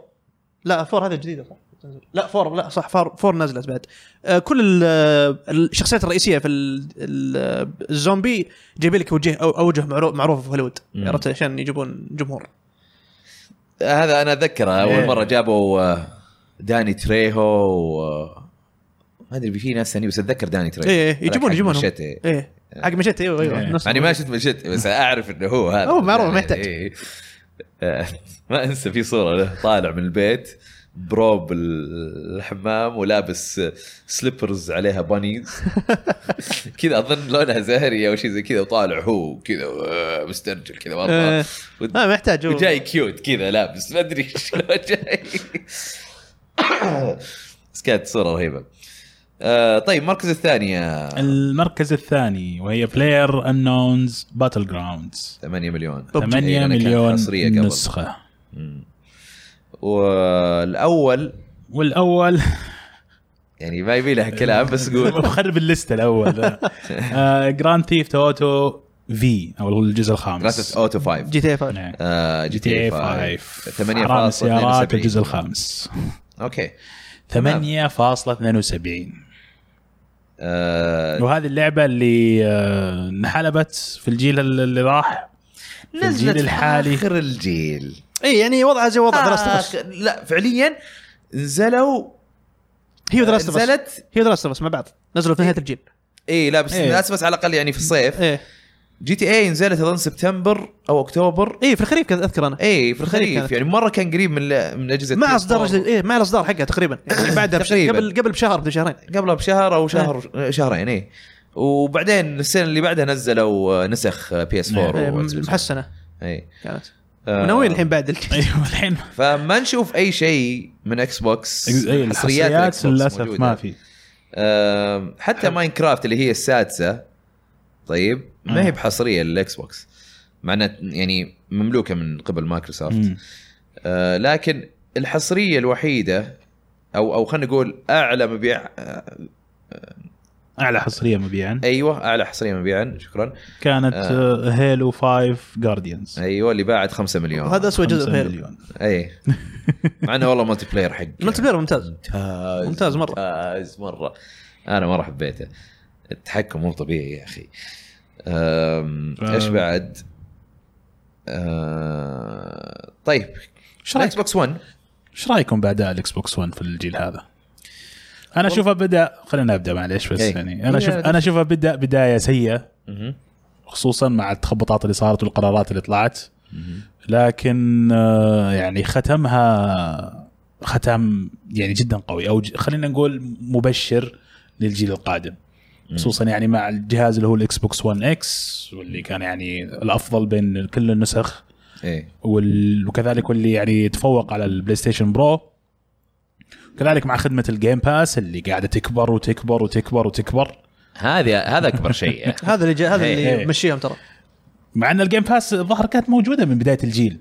Speaker 3: لا 4 هذه جديده صح؟ تنزل. لا 4 لا صح 4 4 نزلت بعد آه، كل ال- آه، الشخصيات الرئيسيه في ال- ال- آه، الزومبي جايبين لك وجه أو اوجه معرو- معروفه في هوليوود
Speaker 1: مم.
Speaker 3: عرفت عشان يجيبون جمهور
Speaker 1: هذا انا اتذكره
Speaker 2: إيه.
Speaker 1: اول مره جابوا آه، داني تريهو و آه، ما ادري في ناس ثانيه بس اتذكر داني تريهو
Speaker 3: إيه، إيه، يجيبون-
Speaker 1: طيب. حق
Speaker 3: يجيبونهم.
Speaker 1: مشيتي.
Speaker 3: ايه حق مشيت ايوه ايوه
Speaker 2: إيه.
Speaker 3: نفس
Speaker 1: يعني ما شفت مشيتي بس اعرف انه هو هذا
Speaker 3: هو معروف،
Speaker 1: يعني
Speaker 3: ما يحتاج.
Speaker 1: إيه. آه، ما انسى في صوره له طالع من البيت بروب الحمام ولابس سليبرز عليها بانيز *laughs* كذا اظن لونها زهري او شيء زي كذا وطالع هو كذا آه، مسترجل كذا
Speaker 3: إيه.
Speaker 1: مره وت-
Speaker 3: ما محتاج هو.
Speaker 1: وجاي كيوت كذا لابس ما ادري *laughs* شلون جاي بس كانت صوره رهيبه آه طيب المركز الثاني يا
Speaker 2: المركز الثاني وهي بلاير انونز باتل جراوندز
Speaker 1: 8 مليون
Speaker 3: طب
Speaker 2: 8
Speaker 1: إيه، لأنها كانت
Speaker 2: مليون
Speaker 1: حصريه قبل
Speaker 2: نسخه
Speaker 1: والاول
Speaker 2: والاول
Speaker 1: يعني
Speaker 2: *laughs*
Speaker 1: ما يبي لها كلام بس قول
Speaker 2: آه، بخرب الليسته الاول جراند ثيف اوتو في او الجزء الخامس
Speaker 1: ثلاثة اوتو 5
Speaker 3: جي تي إيه اي 5
Speaker 2: نعم.
Speaker 1: آه، جي تي إيه اي 5
Speaker 2: حرام
Speaker 1: 8.72
Speaker 2: السيارات الجزء الخامس
Speaker 1: نعم. اوكي
Speaker 2: 8.72
Speaker 1: أه. آه،
Speaker 2: وهذه اللعبه اللي آه، انحلبت في الجيل ال- اللي راح في الجيل
Speaker 1: نزلت
Speaker 2: الحالي *laughs*
Speaker 1: اخر الجيل
Speaker 3: اي يعني وضعها زي
Speaker 1: آه،
Speaker 3: وضع دراسه بس
Speaker 1: آخر- لا فعليا نزلوا
Speaker 3: هي ودراسه بس
Speaker 1: نزلت
Speaker 3: هي ودراسه بس مع بعض نزلوا في نهايه الجيل
Speaker 1: اي لا بس
Speaker 2: إيه.
Speaker 1: ناس بس على الاقل يعني في الصيف
Speaker 3: ايه
Speaker 1: جي تي اي نزلت اظن سبتمبر او اكتوبر
Speaker 3: اي إيه، في الخريف كذا اذكر انا
Speaker 1: اي في
Speaker 3: الخريف
Speaker 1: الخريف
Speaker 3: كانت.
Speaker 1: يعني مره كان قريب من ل- من اجهزه
Speaker 3: مع
Speaker 1: PS4.
Speaker 3: اصدار جديد ايه مع الاصدار حقها تقريبا يعني بعدها بش...
Speaker 1: تقريباً.
Speaker 3: قبل قبل بشهر بشهرين
Speaker 1: قبلها بشهر او شهر
Speaker 3: إيه.
Speaker 1: شهرين اي وبعدين السنه اللي بعدها نزلوا نسخ بي اس
Speaker 3: إيه،
Speaker 1: 4
Speaker 3: محسنه
Speaker 1: اي
Speaker 3: كانت
Speaker 1: آه،
Speaker 3: ناويين الحين بعد
Speaker 2: *laughs*
Speaker 3: الج-
Speaker 2: ايوه الحين
Speaker 1: فما نشوف اي شيء من اكس بوكس
Speaker 2: أي
Speaker 1: حصريات الإكس
Speaker 2: إيه، أيوة، الحصريات
Speaker 1: بوكس
Speaker 2: للاسف
Speaker 1: أيوة، موجودة.
Speaker 2: ما في
Speaker 1: آم، حتى ماينكرافت اللي هي السادسه طيب ما هي
Speaker 3: إيه.
Speaker 2: آه.
Speaker 1: بحصريه للاكس بوكس مع انها يعني مملوكه من قبل
Speaker 3: إيه.
Speaker 1: مايكروسوفت
Speaker 2: مم.
Speaker 1: آه لكن الحصريه الوحيده او او خلينا نقول اعلى مبيع آه،
Speaker 2: اعلى حصريه مبيعا
Speaker 1: ايوه اعلى حصريه مبيعا شكرا
Speaker 2: كانت
Speaker 1: آه.
Speaker 2: آه، هيلو 5 جارديانز
Speaker 1: ايوه اللي باعت 5 مليون
Speaker 3: *laughs* وهذا اسوء جزء
Speaker 2: 5
Speaker 3: في هيلو.
Speaker 2: مليون
Speaker 1: اي مع انه والله ملتي بلاير
Speaker 3: *laughs*
Speaker 1: حق
Speaker 3: الملتي بلاير ممتاز
Speaker 1: ممتاز
Speaker 3: ممتاز مرة.
Speaker 1: ممتاز مره انا مره حبيته التحكم مو طبيعي يا اخي أم،
Speaker 2: ف-
Speaker 3: آه.
Speaker 1: ايش بعد؟ أه، طيب
Speaker 2: ايش رايك
Speaker 1: الاكس بوكس 1
Speaker 2: ايش رايكم باداء الاكس بوكس 1 في الجيل هذا؟ انا اشوفه بدا خلينا ابدا معليش بس
Speaker 1: إيه.
Speaker 2: يعني انا اشوف
Speaker 1: إيه.
Speaker 2: انا اشوفه بدا بدايه سيئه
Speaker 1: مهم.
Speaker 2: خصوصا مع التخبطات اللي صارت والقرارات اللي طلعت لكن آه، يعني ختمها ختم يعني جدا قوي او ج- خلينا نقول مبشر للجيل القادم خصوصا يعني مع الجهاز اللي هو الاكس بوكس 1 اكس واللي كان يعني الافضل بين كل النسخ
Speaker 1: ايه
Speaker 2: وال... وكذلك واللي يعني تفوق على البلاي ستيشن برو كذلك مع خدمه الجيم باس اللي قاعده تكبر وتكبر وتكبر وتكبر
Speaker 1: هذا هذا اكبر
Speaker 3: *laughs*
Speaker 1: شيء
Speaker 3: هذا اللي جا... هذا
Speaker 1: إيه،
Speaker 2: إيه.
Speaker 3: اللي مشيهم ترى
Speaker 2: مع ان الجيم باس الظاهر كانت موجوده من بدايه الجيل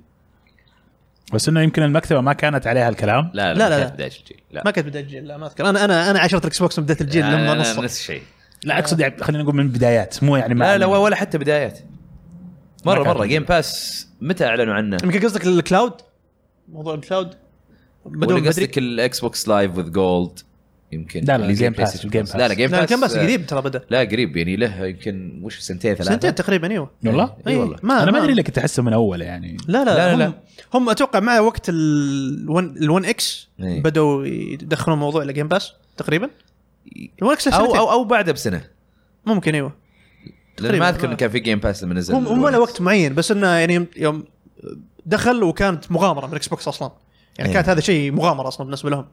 Speaker 2: بس انه يمكن المكتبه ما كانت عليها الكلام
Speaker 1: لا
Speaker 3: لا، لا،
Speaker 1: كانت
Speaker 3: لا.
Speaker 1: بداية الجيل لا
Speaker 3: ما كنت بدايه الجيل لا ما اذكر انا انا انا عاشرت الاكس بوكس من بدايه الجيل
Speaker 1: أنا-
Speaker 3: لما
Speaker 1: أنا
Speaker 3: نص
Speaker 1: آه، نفس الشيء
Speaker 2: لا اقصد يعني خلينا نقول من البدايات مو يعني مع
Speaker 1: لا لا ولا حتى بدايات مره
Speaker 2: ما كان
Speaker 1: مره جيم باس متى اعلنوا عنه؟
Speaker 3: يمكن قصدك الكلاود موضوع الكلاود
Speaker 1: ولا
Speaker 3: بدون بدري
Speaker 1: قصدك الاكس بوكس لايف وذ جولد يمكن
Speaker 2: لا، لا،
Speaker 1: اللي زي
Speaker 2: Game
Speaker 1: بلاي
Speaker 2: Pass،
Speaker 1: ستيشن
Speaker 2: Game
Speaker 1: بلس.
Speaker 2: Pass.
Speaker 1: لا لا جيم
Speaker 3: لا
Speaker 1: باس
Speaker 3: كان بس قريب ترى بدا
Speaker 1: لا قريب يعني له يمكن وش سنتين ثلاثه
Speaker 3: سنتين تقريبا ايوه
Speaker 2: والله
Speaker 1: إي
Speaker 3: إيه،
Speaker 1: والله.
Speaker 2: انا ما ادري لك كنت احسه من اول يعني
Speaker 3: لا لا
Speaker 1: لا،
Speaker 3: لا,
Speaker 1: لا،
Speaker 3: لا, هم, هم اتوقع مع وقت ال1 اكس
Speaker 1: إيه.
Speaker 3: بدوا يدخلون موضوع الجيم باس تقريبا ال1 اكس
Speaker 1: او او او بعدها بسنه
Speaker 3: ممكن ايوه
Speaker 1: لان ما
Speaker 3: تقريباً.
Speaker 1: اذكر انه كان في جيم باس لما نزل
Speaker 3: هم هم له وقت معين بس انه يعني يوم دخل وكانت مغامره من اكس بوكس اصلا يعني
Speaker 1: إيه.
Speaker 3: كانت هذا شيء مغامره اصلا بالنسبه لهم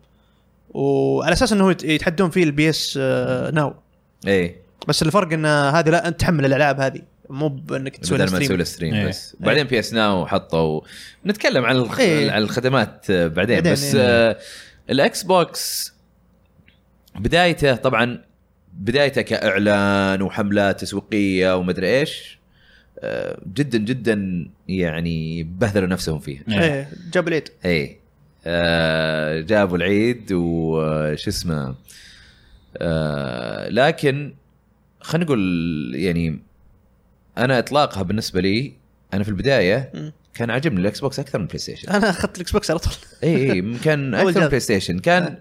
Speaker 3: وعلى اساس انه يت- يتحدون فيه البي اس آه، ناو
Speaker 1: اي
Speaker 3: بس الفرق ان هذه لا انت تحمل الالعاب هذه مو بانك تسوي لها
Speaker 1: بدل ما تسوي
Speaker 3: ستريم
Speaker 1: له ستريم
Speaker 2: إيه.
Speaker 1: بس بعدين بي اس ناو حطوا نتكلم عن الخ...
Speaker 3: إيه.
Speaker 1: عن الخدمات آه، بعدين,
Speaker 3: بعدين،
Speaker 1: بس
Speaker 3: إيه.
Speaker 1: آه الاكس بوكس بدايته طبعا بدايته كاعلان وحملات تسويقيه ومدري ايش آه، جدا جدا يعني بهذلوا نفسهم فيها
Speaker 2: إيه.
Speaker 3: ايه جاب العيد
Speaker 1: اي إيه. آه جابوا العيد وش اسمه آه لكن خلينا نقول يعني انا اطلاقها بالنسبه لي انا في البدايه
Speaker 3: مم. آه.
Speaker 1: كان عاجبني الاكس بوكس اكثر من بلاي ستيشن
Speaker 3: انا اخذت الاكس بوكس على طول
Speaker 1: اي اي
Speaker 3: *laughs*
Speaker 1: كان
Speaker 3: أول
Speaker 1: اكثر من
Speaker 3: جهاز.
Speaker 1: بلاي ستيشن كان
Speaker 3: آه.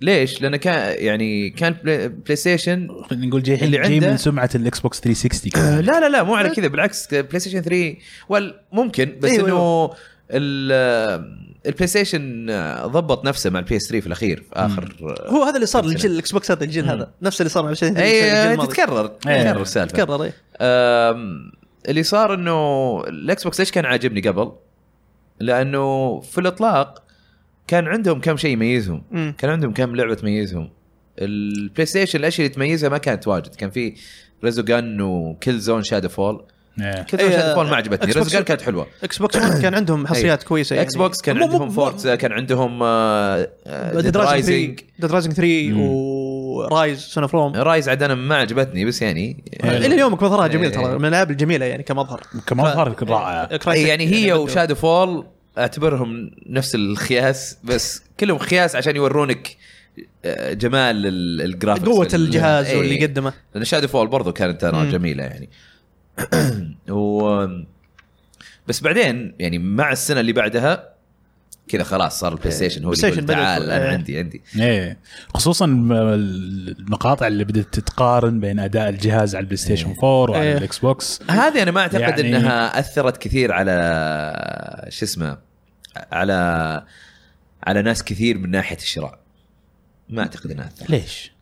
Speaker 1: ليش؟ لانه كان يعني كان بلاي بلاي ستيشن
Speaker 2: خلينا نقول جاي
Speaker 1: اللي
Speaker 2: اللي جاي
Speaker 1: عنده-
Speaker 2: من سمعه الاكس بوكس 360
Speaker 1: آه،
Speaker 2: كمان.
Speaker 1: لا لا لا مو على كذا بالعكس بلاي ستيشن 3 وال ممكن بس
Speaker 3: أيوة،
Speaker 1: انه ال- البلاي ستيشن آه، ضبط نفسه مع البي اس 3 في الاخير في اخر آه،
Speaker 3: هو هذا اللي صار
Speaker 1: كم سنة؟
Speaker 3: للجيل الاكس بوكس هذا الجيل هذا نفس اللي صار مع الجيل الجيل
Speaker 1: اي
Speaker 3: الماضي.
Speaker 1: تتكرر
Speaker 2: إيه.
Speaker 1: تتكرر السالفه
Speaker 3: تكرر اي
Speaker 1: آم، اللي صار انه الاكس بوكس ليش كان عاجبني قبل؟ لانه في الاطلاق كان عندهم كم شيء يميزهم
Speaker 3: مم.
Speaker 1: كان عندهم كم لعبه تميزهم البلاي ستيشن الاشياء اللي تميزها ما كانت واجد كان في ريزوغان وكل زون شادو فول
Speaker 2: إيه.
Speaker 1: كل زون
Speaker 3: إيه،
Speaker 1: شادو فول ما عجبتني
Speaker 3: Xbox-
Speaker 1: ريزوغان كانت حلوه
Speaker 3: اكس بوكس One كان عندهم يعني. حصريات كويسه
Speaker 1: اكس بوكس أمم. كان عندهم فورتزا كان عندهم آه،
Speaker 3: ديد رايزنج
Speaker 1: رايزنج
Speaker 3: 3 ديد رايزنج 3
Speaker 2: مم.
Speaker 3: ورايز سون اوف روم
Speaker 1: رايز عاد انا ما عجبتني بس يعني
Speaker 2: إيه.
Speaker 3: الى اليوم مظهرها جميل
Speaker 1: إيه.
Speaker 3: ترى من الالعاب الجميله يعني كمظهر
Speaker 2: كمان ظهر رائع
Speaker 1: أي
Speaker 3: كرايسيس
Speaker 1: يعني هي
Speaker 3: بدو-
Speaker 1: وشادو فول اعتبرهم نفس الخياس بس كلهم خياس عشان يورونك آه، جمال ال- الجرافيكس
Speaker 3: قوه الجهاز واللي
Speaker 1: قد
Speaker 3: قدمه
Speaker 1: لان شادو فول برضو كانت ترى
Speaker 3: مم.
Speaker 1: جميله يعني *clears throat* و بس بعدين يعني مع السنه اللي بعدها كذا خلاص صار البلاي ستيشن هو اللي
Speaker 3: بلاي
Speaker 1: يقول
Speaker 3: ستيشن بدأ
Speaker 1: تعال
Speaker 3: يدخل.
Speaker 1: انا
Speaker 3: إيه.
Speaker 1: عندي عندي
Speaker 2: ايه خصوصا الم- المقاطع اللي بدات تتقارن بين اداء الجهاز على البلاي ستيشن 4 وعلى
Speaker 3: إيه.
Speaker 2: الاكس بوكس
Speaker 1: هذه انا ما اعتقد يعني...
Speaker 2: يعني-
Speaker 1: انها اثرت كثير على شو اسمه على على ناس كثير من ناحيه الشراء ما اعتقد انها اثرت
Speaker 2: ليش؟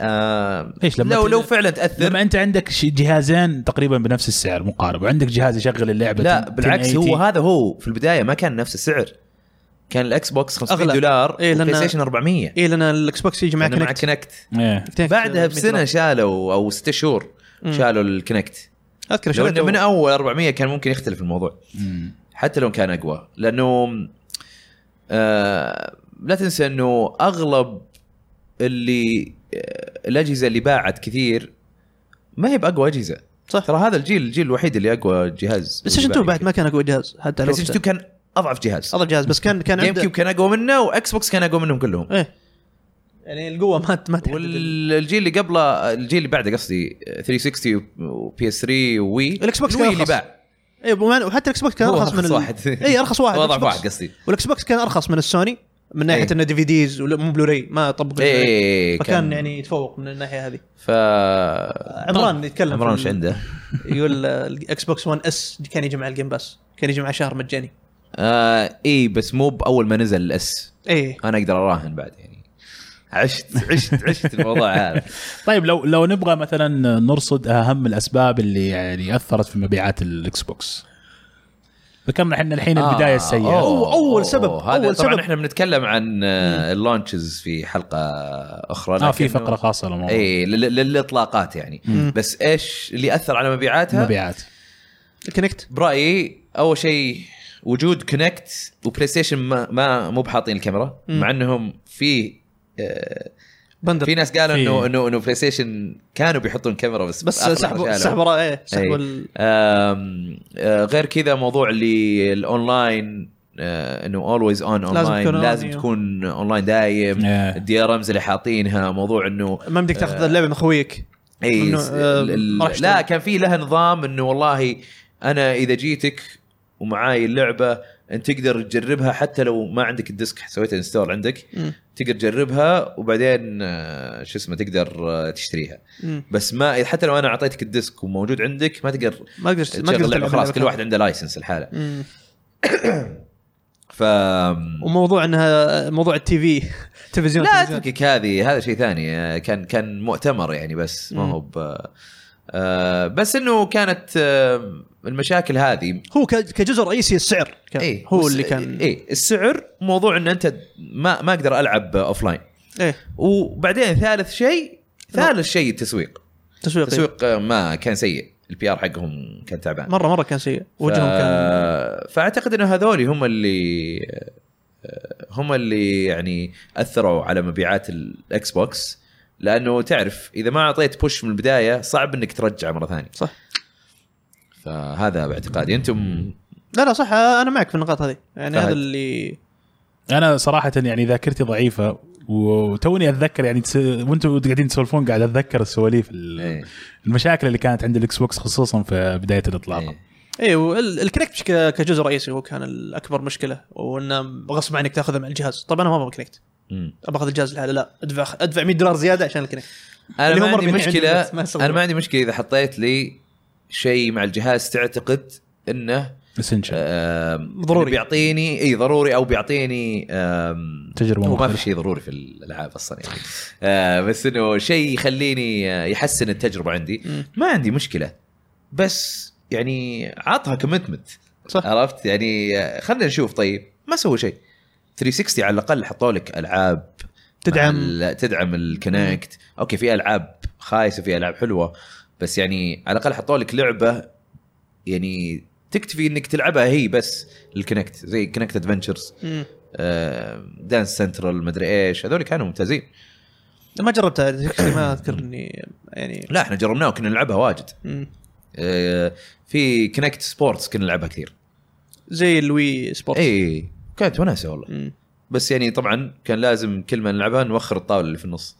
Speaker 1: آه...
Speaker 2: ليش لما
Speaker 1: لو
Speaker 2: ت-
Speaker 1: لو فعلا تاثر
Speaker 2: لما انت عندك ش- جهازين تقريبا بنفس السعر مقارب وعندك جهاز يشغل اللعبه
Speaker 1: لا
Speaker 2: 10-
Speaker 1: بالعكس هو
Speaker 2: 1080.
Speaker 1: هذا هو في البدايه ما كان نفس السعر كان الاكس بوكس 500
Speaker 3: أغلى.
Speaker 1: دولار
Speaker 3: إيه، لأن-
Speaker 1: والبلاي ستيشن 400
Speaker 3: اي لان الاكس بوكس يجي معك
Speaker 1: لأنه مع
Speaker 3: كونكت
Speaker 1: كونكت
Speaker 2: ايه
Speaker 3: كونكت
Speaker 1: بعدها
Speaker 3: 100
Speaker 1: بسنه
Speaker 3: دولار.
Speaker 1: شالوا او ست شهور
Speaker 3: مم.
Speaker 1: شالوا الكونكت
Speaker 3: اذكر
Speaker 1: لو انه
Speaker 3: شريته
Speaker 1: من اول 400 كان ممكن يختلف الموضوع
Speaker 2: مم.
Speaker 1: حتى لو كان اقوى لانه آه لا تنسى انه اغلب اللي آه الاجهزه اللي باعت كثير ما هي باقوى اجهزه
Speaker 3: صح.
Speaker 1: ترى هذا الجيل الجيل الوحيد اللي اقوى جهاز
Speaker 3: بس ستيشن 2 بعد ما كان اقوى جهاز حتى على
Speaker 1: بلاي ستيشن 2
Speaker 3: وقته
Speaker 1: كان اضعف جهاز
Speaker 3: اضعف جهاز بس كان كان
Speaker 1: جيم
Speaker 3: عنده
Speaker 1: كيوب كان اقوى منه واكس بوكس كان اقوى منهم كلهم
Speaker 3: ايه يعني القوه ما ما تحدد ال-
Speaker 1: والجيل اللي قبله الجيل اللي بعده قصدي 360 وبي اس 3 ووي
Speaker 3: الإكس بوكس كان
Speaker 1: الوي اللي
Speaker 3: أرخص.
Speaker 1: باع
Speaker 3: ايه وما- وحتى الاكس بوكس كان
Speaker 1: هو
Speaker 3: ارخص من
Speaker 1: أرخص
Speaker 3: ال-
Speaker 1: واحد.
Speaker 3: اي
Speaker 1: *laughs*
Speaker 3: ارخص واحد
Speaker 1: واضح
Speaker 3: الإكس بوكس.
Speaker 1: واحد قصدي
Speaker 3: والاكس بوكس كان ارخص من السوني من ناحيه
Speaker 1: إيه.
Speaker 3: انه دي في ديز ولا- مو بلوراي ما طبق
Speaker 1: إيه،
Speaker 3: البلوراي.
Speaker 1: إيه، إيه،
Speaker 3: فكان
Speaker 1: كان-
Speaker 3: يعني يتفوق من الناحيه هذه
Speaker 1: ف
Speaker 3: عمران يتكلم
Speaker 1: عمران
Speaker 3: في
Speaker 1: وش
Speaker 3: ال-
Speaker 1: عنده؟
Speaker 3: يقول آه، الاكس بوكس 1 اس كان يجي مع الجيم باس كان يجي مع شهر مجاني
Speaker 1: آه اي بس مو باول ما نزل الاس
Speaker 3: ايه
Speaker 1: انا اقدر اراهن بعد يعني عشت عشت عشت الموضوع هذا
Speaker 2: طيب لو لو نبغى مثلا نرصد اهم الاسباب اللي يعني اثرت في مبيعات الاكس بوكس ذكرنا احنا الحين
Speaker 1: آه،
Speaker 2: البدايه السيئه
Speaker 1: أوه،
Speaker 3: أول- أول
Speaker 1: أوه،
Speaker 3: سبب،
Speaker 1: هذا
Speaker 3: أول
Speaker 1: طبعا
Speaker 3: سبب.
Speaker 1: احنا بنتكلم عن آه، اللونشز في حلقه اخرى
Speaker 2: اه في
Speaker 1: لكنه- إيه.
Speaker 2: فقره خاصه للموضوع
Speaker 1: اي لل- للاطلاقات يعني
Speaker 3: مم.
Speaker 1: بس ايش اللي اثر على مبيعاتها؟
Speaker 2: مبيعات
Speaker 3: الكونكت
Speaker 1: برايي اول شيء وجود كونكت وبلاي ستيشن ما, ما مو بحاطين الكاميرا
Speaker 3: مم.
Speaker 1: مع انهم في آه، في
Speaker 3: بندر
Speaker 1: ناس قالوا
Speaker 2: في-
Speaker 1: انه انه انه بلاي ستيشن كانوا بيحطون كاميرا بس
Speaker 3: بس
Speaker 1: آخر
Speaker 3: سحبوا
Speaker 1: شالوا.
Speaker 3: سحبوا را- ايه
Speaker 1: إيه.
Speaker 3: سحبوا ال-
Speaker 1: آم، آه، غير كذا موضوع اللي الاونلاين آه، انه اولويز اون
Speaker 3: لازم
Speaker 1: اونلاين
Speaker 3: تكون on،
Speaker 1: لازم
Speaker 3: أيوه.
Speaker 1: تكون اونلاين دايم
Speaker 2: إيه.
Speaker 1: الدي ار امز اللي حاطينها موضوع انه
Speaker 3: ما بدك
Speaker 1: آه.
Speaker 3: تاخذ اللعبه من خويك
Speaker 1: اي
Speaker 3: ممنوع،
Speaker 1: س-
Speaker 3: آه،
Speaker 1: ال- ال-
Speaker 3: ما راح
Speaker 1: لا
Speaker 3: يشتغل.
Speaker 1: كان في لها نظام انه والله انا اذا جيتك ومعاي اللعبه انت تقدر تجربها حتى لو ما عندك الديسك سويتها انستول عندك
Speaker 3: مم.
Speaker 1: تقدر تجربها وبعدين آه، شو اسمه تقدر آه، تشتريها
Speaker 3: مم.
Speaker 1: بس ما حتى لو انا اعطيتك الديسك وموجود عندك ما تقدر
Speaker 3: ما تقدر ما
Speaker 1: تشغل
Speaker 3: تقدر
Speaker 1: اللعبه
Speaker 3: تلعب
Speaker 1: خلاص
Speaker 3: اللعبة
Speaker 1: كل واحد عنده لايسنس الحالة
Speaker 3: مم.
Speaker 1: ف
Speaker 3: وموضوع انها موضوع التي في *laughs* تلفزيون
Speaker 1: لا
Speaker 3: تلفزيون.
Speaker 1: اتركك هذه هذا شيء ثاني آه، كان كان مؤتمر يعني بس ما
Speaker 3: مم.
Speaker 1: هو ب... آه، بس انه كانت آه، المشاكل هذه
Speaker 3: هو ك- كجزء رئيسي السعر كان
Speaker 1: إيه
Speaker 3: هو
Speaker 1: بس-
Speaker 3: اللي كان
Speaker 1: إيه السعر موضوع ان انت ما ما اقدر العب اوف لاين
Speaker 3: ايه
Speaker 1: وبعدين ثالث شيء
Speaker 3: نعم.
Speaker 1: ثالث شيء التسويق
Speaker 3: تسويق إيه. تسويق
Speaker 1: التسويق آه، ما كان سيء البي ار حقهم كان تعبان
Speaker 3: مره مره كان سيء وجههم كان
Speaker 1: فاعتقد انه آه، هذول هم اللي آه، هم اللي يعني اثروا على مبيعات الاكس بوكس لانه تعرف اذا ما اعطيت بوش من البدايه صعب انك ترجع مره ثانيه
Speaker 3: صح
Speaker 1: فهذا باعتقادي انتم
Speaker 3: لا لا صح انا معك في النقاط هذه يعني
Speaker 1: فهد.
Speaker 3: هذا اللي
Speaker 2: انا صراحه يعني ذاكرتي ضعيفه وتوني اتذكر يعني تس... وانتم قاعدين تسولفون قاعد اتذكر السواليف ال-
Speaker 1: إيه.
Speaker 2: المشاكل اللي كانت عند الاكس بوكس خصوصا في بدايه الاطلاق
Speaker 1: إيه.
Speaker 3: اي والكنكت كجزء رئيسي هو كان الاكبر مشكله وانه غصب عنك تاخذه مع الجهاز طبعا انا ما ابغى كنكت
Speaker 1: مم.
Speaker 3: ابغى اخذ الجهاز لحاله لا ادفع ادفع 100 دولار زياده عشان الكنكت
Speaker 1: انا
Speaker 3: اللي
Speaker 1: ما
Speaker 3: هم
Speaker 1: عندي
Speaker 3: 40
Speaker 1: مشكله
Speaker 3: عندي بس ما يسوون.
Speaker 1: انا ما عندي مشكله اذا حطيت لي شيء مع الجهاز تعتقد انه
Speaker 2: اسنشل
Speaker 1: آه. آم،
Speaker 3: ضروري.
Speaker 1: إنه بيعطيني اي ضروري او بيعطيني آم،
Speaker 2: تجربة
Speaker 1: هو ما
Speaker 2: مختلفة.
Speaker 1: في شيء ضروري في الالعاب اصلا يعني آه، بس انه شيء يخليني آه، يحسن التجربه عندي
Speaker 3: مم.
Speaker 1: ما عندي مشكله بس يعني عطها كوميتمنت
Speaker 3: صح.
Speaker 1: عرفت يعني آه، خلينا نشوف طيب ما سووا شيء 360 على الاقل حطوا لك العاب
Speaker 3: تدعم.
Speaker 1: مع ال- تدعم الكونكت اوكي في العاب خايسه في العاب حلوه بس يعني على الاقل حطوا لك لعبه يعني تكتفي انك تلعبها هي بس الكونكت زي كونكت ادفنتشرز
Speaker 3: مم.
Speaker 1: دانس سنترال آه، مدري ايش هذول كانوا ممتازين
Speaker 3: ما جربتها ما اذكر اني يعني
Speaker 1: لا احنا جربناه وكنا نلعبها واجد
Speaker 3: مم.
Speaker 1: آه، في كونكت سبورتس كنا نلعبها كثير إيه.
Speaker 3: زي الوي سبورت
Speaker 1: اي كانت وناسه والله
Speaker 3: مم.
Speaker 1: بس يعني طبعا كان لازم كل ما نلعبها نوخر الطاوله اللي في النص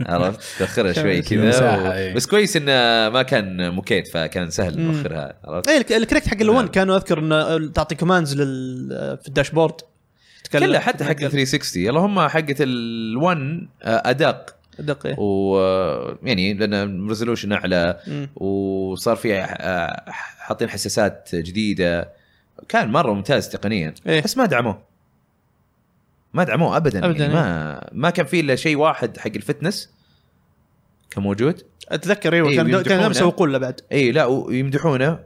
Speaker 1: عرفت تاخرها شوي كذا
Speaker 2: مساحة،
Speaker 1: و...
Speaker 2: إي.
Speaker 1: بس كويس انه ما كان مكيت فكان سهل
Speaker 3: مم. إيه،
Speaker 1: نوخرها عرفت
Speaker 3: اي الك- الكريكت حق
Speaker 1: نعم.
Speaker 3: ال1 كانوا اذكر انه تعطي كوماندز لل في الداشبورد تتكلم-
Speaker 1: كلا حتى حق ال 360 اللهم حقه ال1 ادق
Speaker 3: دقيقه
Speaker 1: آه، و يعني لان ريزولوشن اعلى
Speaker 3: مم.
Speaker 1: وصار في آه، حاطين حساسات جديده كان مره ممتاز تقنيا
Speaker 3: إيه.
Speaker 1: بس ما دعموه ما دعموه ابدا, أبداً
Speaker 3: أبداً، إيه.
Speaker 1: يعني ما ما كان في الا شيء واحد حق الفتنس كان موجود
Speaker 3: اتذكر ايوه
Speaker 1: إيه،
Speaker 3: كان دو-
Speaker 1: ويمدحونه.
Speaker 3: كان يسوقون له بعد
Speaker 1: اي لا ويمدحونه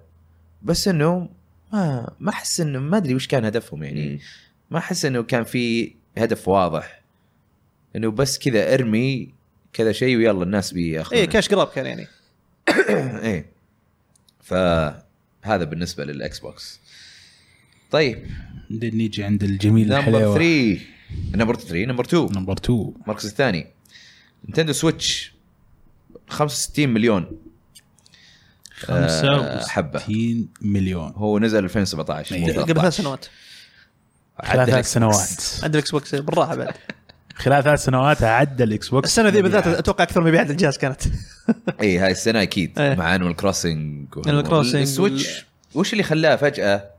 Speaker 1: بس انه ما ما احس انه ما ادري وش كان هدفهم
Speaker 3: إيه.
Speaker 1: يعني ما احس انه كان في هدف واضح انه بس كذا ارمي كذا شيء ويلا الناس بياخذونه
Speaker 3: اي كاش جراب كان يعني
Speaker 1: اي إيه. فهذا بالنسبه للاكس بوكس طيب
Speaker 2: بعدين نيجي عند الجميل
Speaker 1: نمبر
Speaker 2: الحلاوه
Speaker 1: 3 نمبر 3 نمبر 2
Speaker 2: نمبر 2
Speaker 1: المركز الثاني نينتندو سويتش 65 مليون آه، حبة.
Speaker 2: 65 مليون
Speaker 1: هو نزل 2017 مو
Speaker 2: إيه.
Speaker 3: قبل ثلاث
Speaker 1: 13.
Speaker 3: سنوات
Speaker 1: عدى
Speaker 2: خلال ثلاث
Speaker 1: الإكس بوكس.
Speaker 2: سنوات
Speaker 3: عند الاكس بوكس بالراحه بعد
Speaker 2: خلال ثلاث سنوات عدى الاكس بوكس
Speaker 3: السنه ذي بالذات اتوقع اكثر مبيعات الجهاز كانت
Speaker 1: اي هاي السنه اكيد
Speaker 3: إيه.
Speaker 1: مع انيمال كروسنج و-
Speaker 3: Animal Crossing
Speaker 1: السويتش وش اللي خلاه فجاه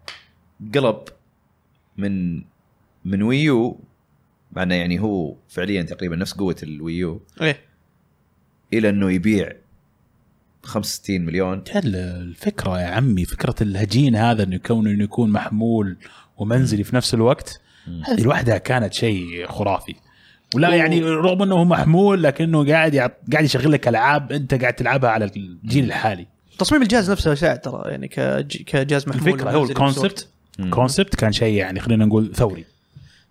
Speaker 1: قلب من من ويو مع انه يعني هو فعليا تقريبا نفس قوه الويو
Speaker 3: ايه
Speaker 1: الى انه يبيع 65 مليون
Speaker 2: تعال الفكره يا عمي فكره الهجين هذا انه كونه انه يكون محمول ومنزلي في نفس الوقت
Speaker 1: مم.
Speaker 2: هذه لوحدها كانت شيء خرافي ولا يعني رغم انه محمول لكنه قاعد يعط- قاعد يشغل لك العاب انت قاعد تلعبها على الجيل الحالي
Speaker 3: تصميم الجهاز نفسه شائع ترى يعني كج- كجهاز محمول
Speaker 2: الفكره هو
Speaker 3: ومنزلي
Speaker 2: الكونسبت
Speaker 1: مم.
Speaker 2: الكونسبت كان شيء يعني خلينا نقول ثوري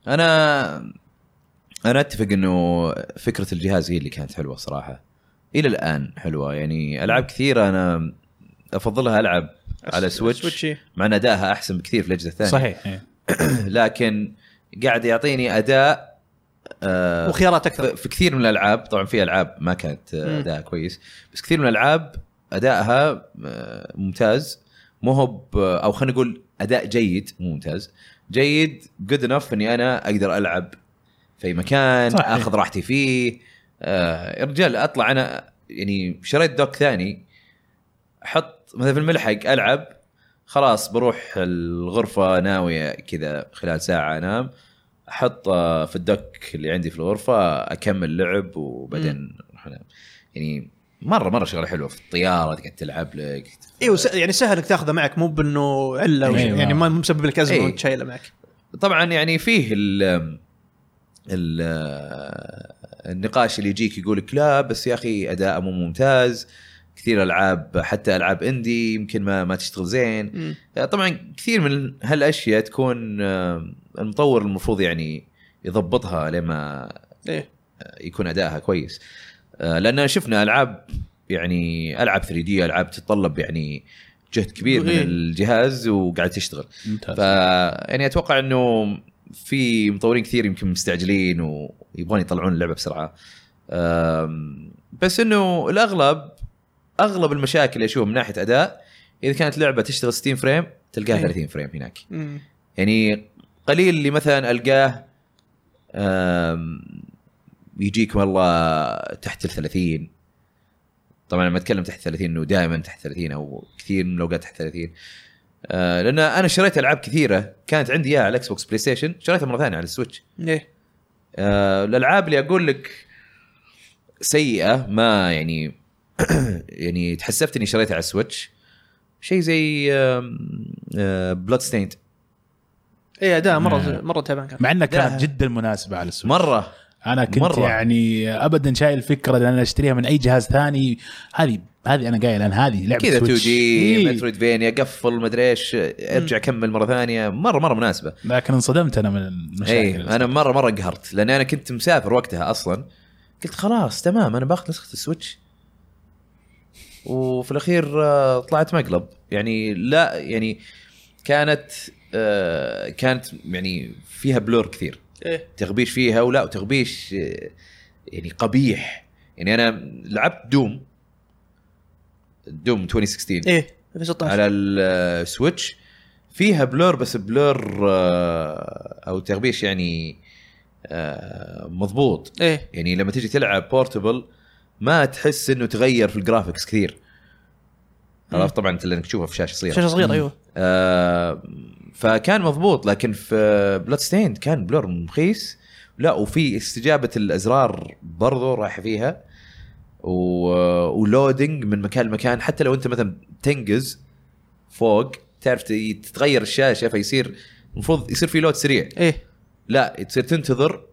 Speaker 1: انا انا اتفق انه فكره الجهاز هي اللي كانت حلوه صراحه الى الان حلوه يعني العاب كثيره انا افضلها العب
Speaker 3: بصورة.
Speaker 1: على سويتش.
Speaker 3: إيه.
Speaker 1: مع ان ادائها احسن بكثير في الاجهزه الثانيه
Speaker 2: صحيح إيه.
Speaker 1: لكن قاعد يعطيني اداء آه،
Speaker 3: وخيارات
Speaker 1: ف-
Speaker 3: اكثر
Speaker 1: في كثير من الالعاب طبعا في العاب ما كانت
Speaker 3: مم.
Speaker 1: آه، اداءها كويس بس كثير من الالعاب ادائها آه، ممتاز مو هو ب- او خلينا نقول اداء جيد مو ممتاز جيد جود انف اني انا اقدر العب في أي مكان
Speaker 2: صحيح.
Speaker 1: اخذ راحتي فيه آه، يا رجال اطلع انا يعني شريت دوك ثاني احط مثلا في الملحق العب خلاص بروح الغرفه ناويه كذا خلال ساعه انام احط آه، في الدك اللي عندي في الغرفه اكمل لعب وبعدين أروح أنام. يعني مره مره شغله حلوه في الطياره تقعد تلعب لك
Speaker 3: ايوه س- يعني سهل انك تاخذه معك مو بانه عله وش-
Speaker 2: أيوة.
Speaker 3: يعني ما مسبب لك ازمه
Speaker 1: إيه.
Speaker 3: وانت شايله معك
Speaker 1: طبعا يعني فيه ال ال النقاش اللي يجيك يقول لك لا بس يا اخي اداءه مو ممتاز كثير العاب حتى العاب اندي يمكن ما ما تشتغل زين
Speaker 3: مم.
Speaker 1: طبعا آه، كثير من هالاشياء تكون آه، المطور المفروض يعني يضبطها لما
Speaker 3: ايه
Speaker 1: يكون ادائها كويس آه، لان شفنا العاب يعني العاب 3 دي العاب تتطلب يعني جهد كبير من
Speaker 3: إيه.
Speaker 1: الجهاز وقاعد تشتغل ف
Speaker 2: ممتاز
Speaker 1: يعني اتوقع انه في مطورين كثير يمكن مستعجلين ويبغون يطلعون اللعبه بسرعه آم، بس انه الاغلب اغلب المشاكل اللي اشوفها من ناحيه اداء اذا كانت لعبه تشتغل 60 فريم تلقاها
Speaker 3: إيه.
Speaker 1: 30 فريم هناك
Speaker 3: مم.
Speaker 1: يعني قليل اللي مثلا القاه آم، يجيك والله تحت ال 30 طبعا لما اتكلم تحت 30 انه دائما تحت 30 او كثير من الاوقات تحت 30 آه، لان انا شريت العاب كثيره كانت عندي اياها على الاكس بوكس بلاي ستيشن شريتها مره ثانيه على السويتش
Speaker 3: ايه
Speaker 1: آه، الالعاب اللي اقول لك سيئه ما يعني *clears throat* يعني تحسفت اني شريتها على السويتش شيء زي آه، بلود ستيند
Speaker 3: ايه اداء مره
Speaker 2: نعم.
Speaker 3: مره تعبان كان
Speaker 2: مع انها كانت
Speaker 1: لا.
Speaker 2: جدا مناسبه على السوق
Speaker 1: مره
Speaker 2: انا كنت
Speaker 1: مرة.
Speaker 2: مرة. يعني ابدا شايل فكره ان انا اشتريها من اي جهاز ثاني هذه هذه انا قايل انا هذه لعبه
Speaker 1: كذا 2
Speaker 2: سويتش.
Speaker 1: دي
Speaker 2: إيه.
Speaker 1: مترويد فينيا قفل مدري ايش ارجع كمل مره ثانيه مره مره مناسبه
Speaker 2: لكن انصدمت انا من
Speaker 1: اي
Speaker 2: المشاكل
Speaker 1: انا مره مره قهرت لان انا كنت مسافر وقتها اصلا قلت خلاص تمام انا باخذ نسخه السويتش وفي الاخير آه، طلعت مقلب يعني لا يعني كانت آه، كانت يعني فيها بلور كثير
Speaker 3: ايه
Speaker 1: تغبيش فيها ولا وتغبيش آه، يعني قبيح يعني انا لعبت دوم دوم 2016
Speaker 3: ايه في 16
Speaker 1: على السويتش فيها بلور بس بلور آه، او تغبيش يعني آه، مضبوط
Speaker 3: ايه
Speaker 1: يعني لما تيجي تلعب بورتبل ما تحس انه تغير في الجرافكس كثير عرفت طبعا انت لانك تشوفها في شاشه صغيره
Speaker 3: شاشه صغيره ايوه
Speaker 1: آه، فكان مضبوط لكن في بلاد ستيند كان بلور مخيس لا وفي استجابه الازرار برضو رايح فيها و... ولودنج من مكان لمكان حتى لو انت مثلا تنقز فوق تعرف ت- تتغير الشاشه فيصير المفروض يصير في لود سريع
Speaker 3: ايه
Speaker 1: لا تصير تنتظر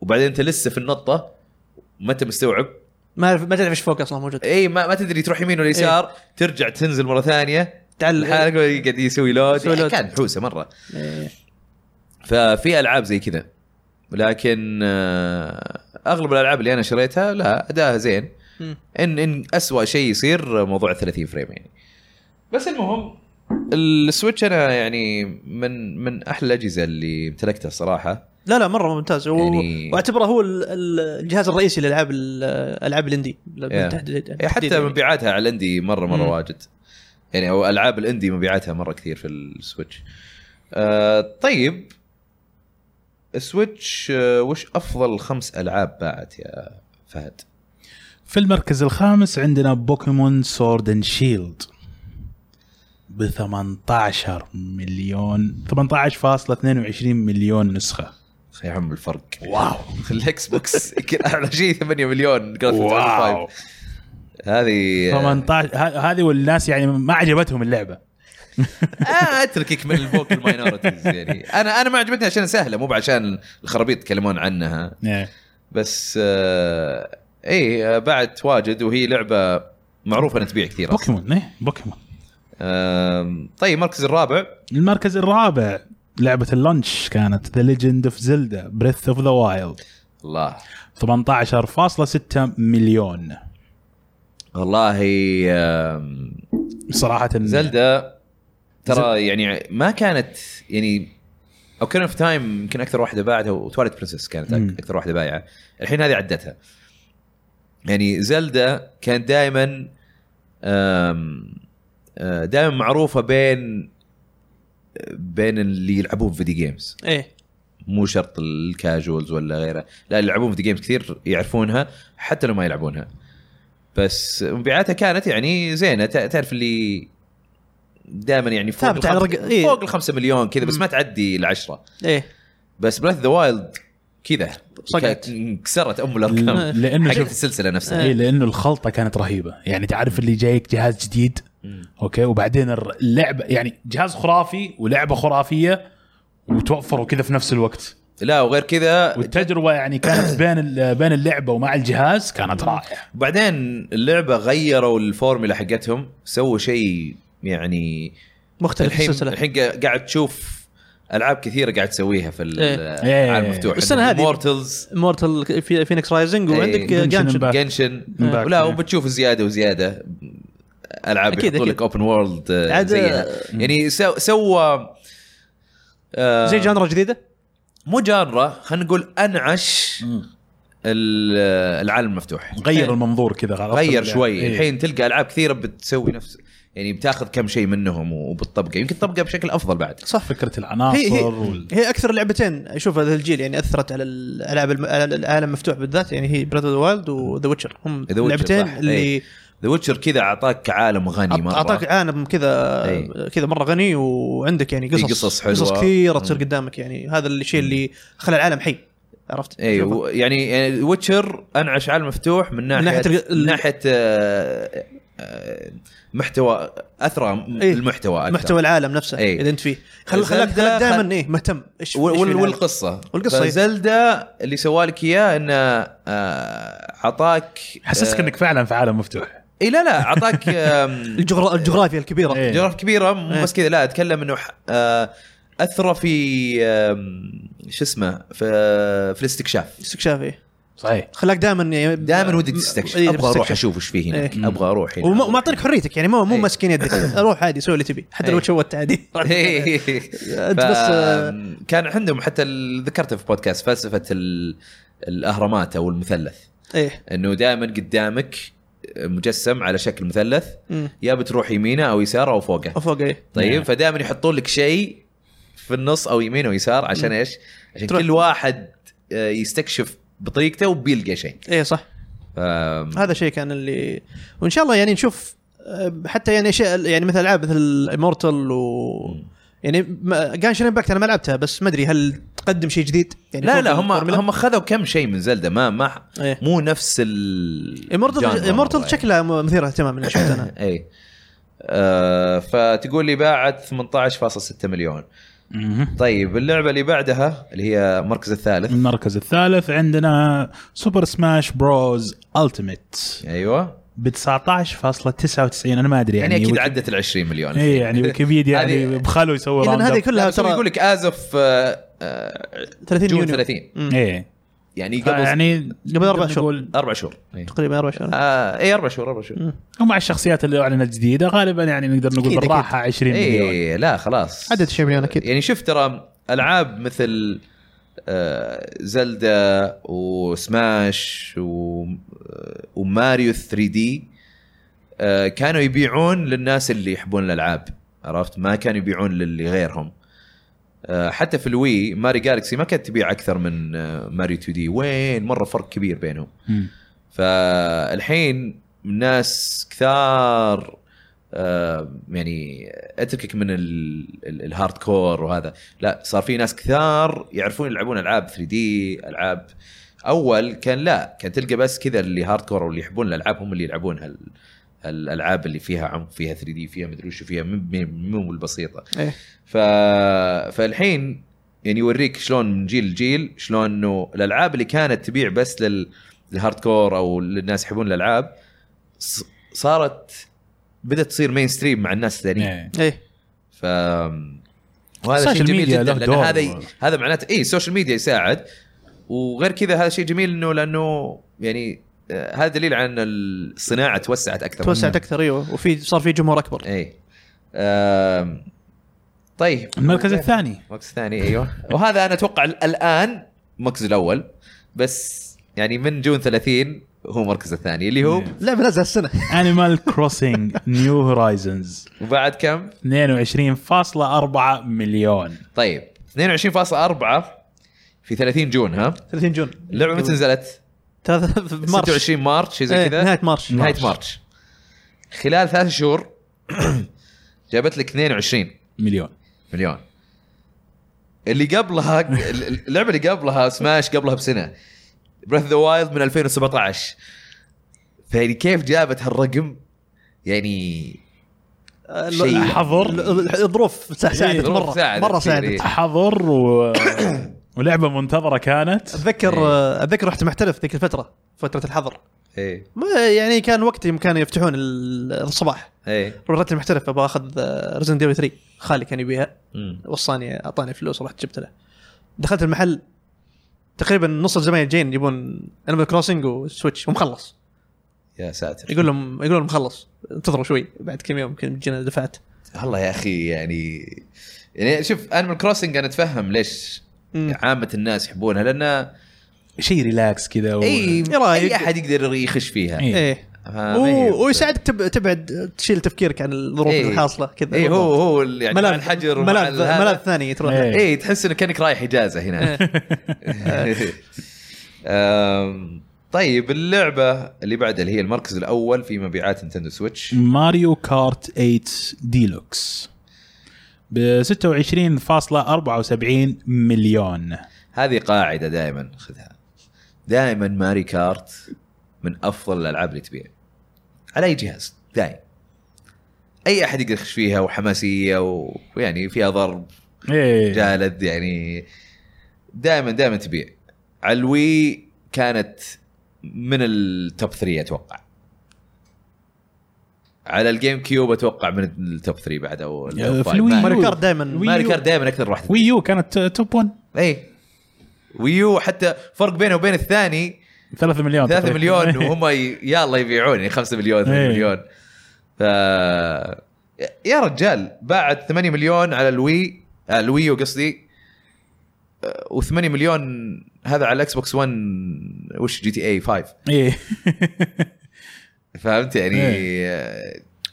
Speaker 1: وبعدين انت لسه في النطه ما انت مستوعب
Speaker 3: ما ما تعرف ايش فوق اصلا موجود
Speaker 1: اي إيه، ما, ما تدري تروح يمين ولا يسار ترجع تنزل مره ثانيه
Speaker 3: تعال
Speaker 1: لحالك قاعد يسوي لود
Speaker 3: يسوي
Speaker 1: يعني
Speaker 3: لود.
Speaker 1: كان حوسه مره
Speaker 3: إيه.
Speaker 1: ففي العاب زي كذا لكن آه، اغلب الالعاب اللي انا شريتها لا اداها زين
Speaker 3: مم.
Speaker 1: ان ان اسوء شيء يصير موضوع 30 فريم يعني بس المهم السويتش انا يعني من من احلى الاجهزه اللي امتلكتها الصراحه
Speaker 3: لا لا مره ممتاز و...
Speaker 1: يعني-
Speaker 3: يعني... واعتبره هو ال- ال- الجهاز الرئيسي للالعاب ال- الالعاب الاندي بالتحديد
Speaker 1: يعني حتى
Speaker 3: يعني.
Speaker 1: مبيعاتها على الاندي مره مره
Speaker 3: مم.
Speaker 1: واجد يعني او العاب الاندي مبيعاتها مره كثير في السويتش آه طيب السويتش آه وش افضل خمس العاب باعت يا فهد
Speaker 2: في المركز الخامس عندنا بوكيمون سورد اند شيلد ب 18 مليون 18.22 مليون نسخه
Speaker 1: يا عم الفرق *laughs*
Speaker 2: واو
Speaker 1: الاكس بوكس يمكن اعلى شيء 8 مليون جرافيك
Speaker 2: واو
Speaker 1: 5 هذه
Speaker 2: 18 ه- هذه والناس يعني ما عجبتهم اللعبه
Speaker 1: آه اتركك من الفوك الماينورتيز يعني انا انا ما عجبتني عشان سهله مو عشان الخرابيط يتكلمون عنها
Speaker 2: إيه.
Speaker 1: بس آه اي بعد واجد وهي لعبه معروفه انها تبيع كثير اصلا
Speaker 2: بوكيمون ايه بوكيمون
Speaker 1: آم، طيب المركز الرابع
Speaker 2: المركز الرابع لعبه اللانش كانت ذا ليجند اوف زلدا بريث اوف ذا وايلد
Speaker 1: الله
Speaker 2: 18.6 مليون
Speaker 1: والله آم،
Speaker 2: صراحه
Speaker 1: زلدا ترى يعني ما كانت يعني اوكرين اوف تايم يمكن اكثر واحده باعتها وتواليت برنسس كانت
Speaker 2: مم.
Speaker 1: أك- اكثر واحده بايعه الحين هذه عدتها يعني زلدا كانت دائما دائما معروفه آه، بين بين اللي يلعبون فيديو جيمز
Speaker 3: ايه
Speaker 1: مو شرط الكاجوالز ولا غيره لا اللي يلعبون فيديو جيمز كثير يعرفونها حتى لو ما يلعبونها بس مبيعاتها كانت يعني زينه تع- تعرف اللي دائما يعني فوق
Speaker 3: ثابت على
Speaker 1: الخمس-
Speaker 3: رق- إيه.
Speaker 1: فوق الخمسة مليون كذا بس
Speaker 3: مم.
Speaker 1: ما تعدي العشرة
Speaker 3: ايه
Speaker 1: بس بريث ذا وايلد كذا
Speaker 3: صقعت.
Speaker 1: ك- انكسرت ام الارقام
Speaker 2: لانه
Speaker 1: حقت
Speaker 2: شوف
Speaker 1: السلسله
Speaker 3: إيه.
Speaker 1: نفسها
Speaker 2: اي لانه الخلطه إيه، كانت رهيبه يعني تعرف اللي جايك جهاز جديد
Speaker 1: مم.
Speaker 2: اوكي وبعدين الر- اللعبه يعني جهاز خرافي ولعبه خرافيه وتوفروا كذا في نفس الوقت
Speaker 1: لا وغير كذا
Speaker 2: والتجربه
Speaker 1: *coughs*
Speaker 2: يعني كانت بين ال- بين اللعبه ومع الجهاز كانت رائعه
Speaker 1: بعدين اللعبه غيروا الفورمولا حقتهم سووا شيء يعني
Speaker 3: مختلف
Speaker 1: الحين
Speaker 3: السلسله
Speaker 1: الحين قا- قاعد تشوف العاب كثيره قاعد تسويها في ال-
Speaker 3: إيه.
Speaker 2: إيه.
Speaker 1: العالم آه، المفتوح
Speaker 3: السنة هذه.
Speaker 1: مورتلز
Speaker 3: مورتال في فينيكس رايزنج
Speaker 1: إيه.
Speaker 3: وعندك
Speaker 2: Genshin
Speaker 3: جانشن
Speaker 2: Impact.
Speaker 1: جنشن
Speaker 2: إيه.
Speaker 1: لا وبتشوف زياده وزياده العاب
Speaker 3: أكيد،
Speaker 1: يحطوا لك
Speaker 3: أكيد.
Speaker 1: اوبن وورلد
Speaker 3: عاد- آه،
Speaker 1: زيها يعني سو- سوى آه،
Speaker 3: زي جانرا جديده
Speaker 1: مو جانرا خلينا نقول انعش ال- العالم المفتوح
Speaker 2: غير المنظور كذا عرفت؟
Speaker 1: إيه. غير شوي
Speaker 2: إيه.
Speaker 1: الحين تلقى العاب كثيره بتسوي نفس يعني بتاخذ كم شيء منهم وبالطبقه يمكن طبقه بشكل افضل بعد
Speaker 3: صح
Speaker 2: فكره
Speaker 1: آه،
Speaker 3: هي هي,
Speaker 2: العناصر وال...
Speaker 3: هي اكثر لعبتين اشوف هذا الجيل يعني اثرت على الالعاب الم- على العالم المفتوح بالذات يعني هي براذر وايلد وذا ويتشر هم
Speaker 1: The Witcher،
Speaker 3: لعبتين
Speaker 1: صح. إيه.
Speaker 3: اللي
Speaker 1: ذا ويتشر كذا اعطاك عالم غني مره
Speaker 3: اعطاك عالم
Speaker 1: إيه.
Speaker 3: كذا كذا مره غني وعندك يعني
Speaker 1: في
Speaker 3: قصص
Speaker 1: قصص حلوة.
Speaker 3: قصص كثيره تصير
Speaker 1: مم.
Speaker 3: قدامك يعني هذا الشيء اللي خلى العالم حي عرفت؟
Speaker 1: اي
Speaker 3: شوفه.
Speaker 1: و- يعني يعني ويتشر انعش على المفتوح من ناحيه من ناحيه,
Speaker 3: من ناحية ال-
Speaker 1: من ناحية آه، آه، محتوى اثرى م-
Speaker 3: إيه.
Speaker 1: المحتوى اكثر
Speaker 3: محتوى العالم نفسه
Speaker 1: إيه.
Speaker 3: اذا انت فيه خل خلاك
Speaker 1: زلدة
Speaker 3: خلاك
Speaker 1: خل-
Speaker 3: دائما ايه مهتم ايش
Speaker 1: وال-
Speaker 3: إيش في
Speaker 1: وال-
Speaker 3: العالم.
Speaker 1: والقصه
Speaker 3: والقصة، إيه.
Speaker 1: زلدا اللي سوالك اياه انه آه، اعطاك
Speaker 2: حسسك انك فعلا في عالم مفتوح
Speaker 1: اي لا لا اعطاك آم،
Speaker 3: *laughs* الجغرا- الجغرافيا الكبيره
Speaker 2: إيه.
Speaker 1: جغرافيا كبيره مو
Speaker 3: إيه.
Speaker 1: بس كذا لا اتكلم انه ح- آه، اثرى في آم، شو اسمه في في الاستكشاف
Speaker 3: استكشافي
Speaker 2: صحيح
Speaker 3: إيه؟ خلاك دائما
Speaker 1: دائما
Speaker 3: إيه،
Speaker 1: ودك تستكشف ابغى اروح اشوف ايش في هناك
Speaker 2: إيه.
Speaker 1: ابغى اروح هنا
Speaker 3: وما اعطيك حريتك يعني مو مو
Speaker 1: إيه. *coughs*
Speaker 3: ماسكين يدك روح عادي سوي اللي تبي حتى لو
Speaker 1: إيه.
Speaker 3: تشوت عادي
Speaker 1: *laughs* إيه.
Speaker 3: *laughs* أنت
Speaker 1: ف-
Speaker 3: بس-
Speaker 1: كان عندهم حتى ال- ذكرته في بودكاست فلسفه ال- الاهرامات او المثلث
Speaker 3: ايه
Speaker 1: انه دائما قدامك مجسم على شكل مثلث
Speaker 3: مم.
Speaker 1: يا بتروح يمينه او يساره او فوقه
Speaker 3: فوق ايه
Speaker 1: طيب
Speaker 2: نعم.
Speaker 1: فدائما يحطون لك شيء في النص او يمين او يسار عشان ايش؟ عشان
Speaker 3: تروح.
Speaker 1: كل واحد آه، يستكشف بطريقته وبيلقى شيء
Speaker 3: ايه صح
Speaker 1: ف...
Speaker 3: هذا شيء كان اللي وان شاء الله يعني نشوف آه، حتى يعني اشياء يعني مثل العاب مثل امورتل و يعني كان شير امباكت انا ما لعبتها بس ما ادري هل تقدم شيء جديد يعني
Speaker 1: لا
Speaker 3: فوق
Speaker 1: لا هم
Speaker 3: الفورمولا؟
Speaker 1: هم خذوا كم شيء من زلدة ما ما
Speaker 3: ايه
Speaker 1: مو نفس ال
Speaker 3: امورتل
Speaker 1: genre
Speaker 3: امورتل
Speaker 1: مرة
Speaker 3: شكلها م- مثير اهتمام اللي شفت انا
Speaker 1: *laughs* يعني. اي آه فتقول لي باعت 18.6 مليون
Speaker 2: مهم.
Speaker 1: طيب اللعبه اللي بعدها اللي هي المركز الثالث
Speaker 2: المركز الثالث عندنا سوبر سماش بروز التيميت
Speaker 1: ايوه
Speaker 2: ب 19.99 انا ما ادري
Speaker 1: يعني,
Speaker 2: يعني
Speaker 1: اكيد
Speaker 2: ويك-
Speaker 1: عدت ال 20 مليون
Speaker 2: اي
Speaker 1: *laughs*
Speaker 2: يعني ويكيبيديا
Speaker 1: هذه-
Speaker 2: يعني بخاله يسوي
Speaker 3: لان هذه
Speaker 2: round up.
Speaker 1: لا
Speaker 3: كلها
Speaker 1: بس هو يقول
Speaker 3: ترى
Speaker 1: لك آه، از اوف
Speaker 3: 30
Speaker 1: جون
Speaker 3: يونيو
Speaker 1: 30
Speaker 3: مم.
Speaker 2: ايه
Speaker 1: يعني قبل
Speaker 2: يعني
Speaker 3: قبل أربع شهور.
Speaker 2: نقول
Speaker 1: اربع شهور اي
Speaker 3: تقريبا 24
Speaker 1: آه اي اربع شهور اربع شهور
Speaker 3: مم.
Speaker 2: ومع الشخصيات اللي اعلنت جديده غالبا يعني نقدر
Speaker 3: أكيد،
Speaker 2: نقول
Speaker 3: أكيد.
Speaker 2: بالراحه 20
Speaker 1: إيه،
Speaker 2: مليون
Speaker 1: اي لا خلاص
Speaker 3: عدد شيء مليون اكيد
Speaker 1: يعني شوف ترى العاب مثل آه، زلدا وسماش و... آه، وماريو 3 دي آه، كانوا يبيعون للناس اللي يحبون الالعاب عرفت ما كانوا يبيعون للي غيرهم آه، حتى في الوي ماري جالكسي ما كانت تبيع اكثر من آه، ماريو 2 دي وين مره فرق كبير بينهم
Speaker 2: مم.
Speaker 1: فالحين ناس كثار آه، يعني اتركك من ال- ال- الهارد كور وهذا لا صار في ناس كثار يعرفون يلعبون العاب 3 دي العاب اول كان لا كان تلقى بس كذا اللي هارد كور واللي يحبون الالعاب هم اللي يلعبون هال الالعاب اللي فيها عمق فيها 3 دي فيها مدري وشو فيها مو- مو مو البسيطه
Speaker 3: إيه.
Speaker 1: ف... فالحين يعني يوريك شلون من جيل لجيل شلون انه الالعاب اللي كانت تبيع بس لل... للهارد كور او للناس يحبون الالعاب ص... صارت بدات تصير مين ستريم مع الناس الثانيين
Speaker 2: إيه.
Speaker 3: ايه
Speaker 1: ف وهذا شيء
Speaker 2: السوشيال
Speaker 1: جميل
Speaker 2: ميديا
Speaker 1: جدا لان
Speaker 2: له دور.
Speaker 1: هذا هذا معناته اي السوشيال ميديا يساعد وغير كذا هذا شيء جميل انه لانه يعني آه، هذا دليل على ان الصناعه توسعت اكثر
Speaker 3: توسعت اكثر ايوه وفي صار في جمهور اكبر
Speaker 1: اي آم، طيب
Speaker 3: إيه.
Speaker 2: المركز الثاني
Speaker 1: المركز الثاني ايوه وهذا انا اتوقع ال- الان المركز الاول بس يعني من جون 30 هو المركز الثاني اللي هو
Speaker 2: نعم.
Speaker 3: لعبه نازله السنه
Speaker 2: انيمال
Speaker 1: *laughs*
Speaker 2: كروسنج نيو هورايزنز
Speaker 1: وبعد كم
Speaker 2: 22.4 مليون
Speaker 1: طيب 22.4 في 30 جون ها
Speaker 3: 30 جون
Speaker 1: اللعبه متى نزلت؟
Speaker 3: ثلاثة في مارس
Speaker 1: 26 مارس شيء زي
Speaker 3: إيه،
Speaker 1: كذا
Speaker 3: نهايه مارس
Speaker 1: نهايه مارس خلال ثلاث شهور جابت لك 22
Speaker 2: مليون
Speaker 1: مليون اللي قبلها اللعبه اللي قبلها سماش قبلها بسنه بريث ذا وايلد من 2017 فيعني كيف جابت هالرقم يعني
Speaker 3: آه، ال-
Speaker 1: شيء.
Speaker 3: حظر
Speaker 1: إيه.
Speaker 3: ال- الظروف سا- ساعدت
Speaker 1: الظروف
Speaker 3: مره
Speaker 1: ساعدت
Speaker 3: مره
Speaker 1: كثير،
Speaker 3: ساعدت
Speaker 1: إيه.
Speaker 2: حظر
Speaker 1: *coughs*
Speaker 2: و... ولعبه منتظره كانت
Speaker 3: اتذكر
Speaker 1: إيه.
Speaker 3: آه، اتذكر رحت محترف ذيك الفتره فتره الحظر
Speaker 1: ايه
Speaker 3: ما يعني كان وقتي كانوا يفتحون ال- الصباح
Speaker 1: ايه
Speaker 3: رحت المحترف ابغى اخذ ريزن ديفل 3 خالي كان يبيها
Speaker 1: مم.
Speaker 3: وصاني اعطاني فلوس رحت جبت له دخلت المحل تقريبا نص الزباين جايين يبون انيمال كروسنج وسويتش ومخلص
Speaker 1: يا ساتر
Speaker 3: يقول لهم يقول لهم مخلص انتظروا شوي بعد كم يوم يمكن تجينا دفعات
Speaker 1: والله يا اخي يعني يعني شوف انيمال كروسنج انا اتفهم ليش
Speaker 3: مم.
Speaker 1: عامه الناس يحبونها لان
Speaker 2: شيء ريلاكس كذا و...
Speaker 1: اي
Speaker 3: إيه رأيك؟
Speaker 1: اي احد يقدر يخش فيها
Speaker 2: إيه.
Speaker 3: ايه
Speaker 1: فما آه، هي-
Speaker 3: و- ويساعدك تب- تبعد تشيل تفكيرك عن الظروف
Speaker 1: إيه.
Speaker 3: الحاصله كذا
Speaker 1: اي هو هو ال- يعني مع
Speaker 3: ملاذ
Speaker 1: الحجر ومع
Speaker 3: ملاذ
Speaker 1: ال- هذا.
Speaker 3: ملاذ ثاني تروح
Speaker 2: إيه.
Speaker 1: اي تحس انك كانك رايح اجازه هنا *laughs* أم، طيب اللعبه اللي بعدها اللي هي المركز الاول في مبيعات نينتندو سويتش
Speaker 2: ماريو كارت 8 ديلوكس ب 26.74 مليون
Speaker 1: هذه قاعده دائما خذها دائما ماري كارت من افضل الالعاب اللي تبيع على اي جهاز دائما اي احد يقدر يخش فيها وحماسيه و- ويعني فيها ضرب
Speaker 2: ايه
Speaker 1: جالد يعني دائما دائما تبيع على الوي كانت من التوب 3 اتوقع على الجيم كيوب اتوقع من التوب 3 بعد او ال
Speaker 2: في
Speaker 1: top five.
Speaker 2: الوي
Speaker 1: ما-
Speaker 3: ماريو
Speaker 2: يو.
Speaker 3: كارت دائما
Speaker 2: وي
Speaker 1: ماري
Speaker 2: يو.
Speaker 1: كارت دائما اكثر واحد
Speaker 2: وي يو كانت توب 1
Speaker 1: اي ويو إيه. حتى فرق بينه وبين الثاني
Speaker 2: 3 مليون
Speaker 1: 3
Speaker 2: تقريباً. *laughs*
Speaker 1: مليون وهم ي- يلا يبيعون يعني 5 مليون 8
Speaker 2: إيه.
Speaker 1: مليون ف يا رجال باعت 8 مليون على الوي آه، الويو قصدي و8 مليون
Speaker 2: إيه.
Speaker 1: هذا على الاكس بوكس 1 وش جي تي اي 5
Speaker 2: ايه
Speaker 1: إيه فهمت يعني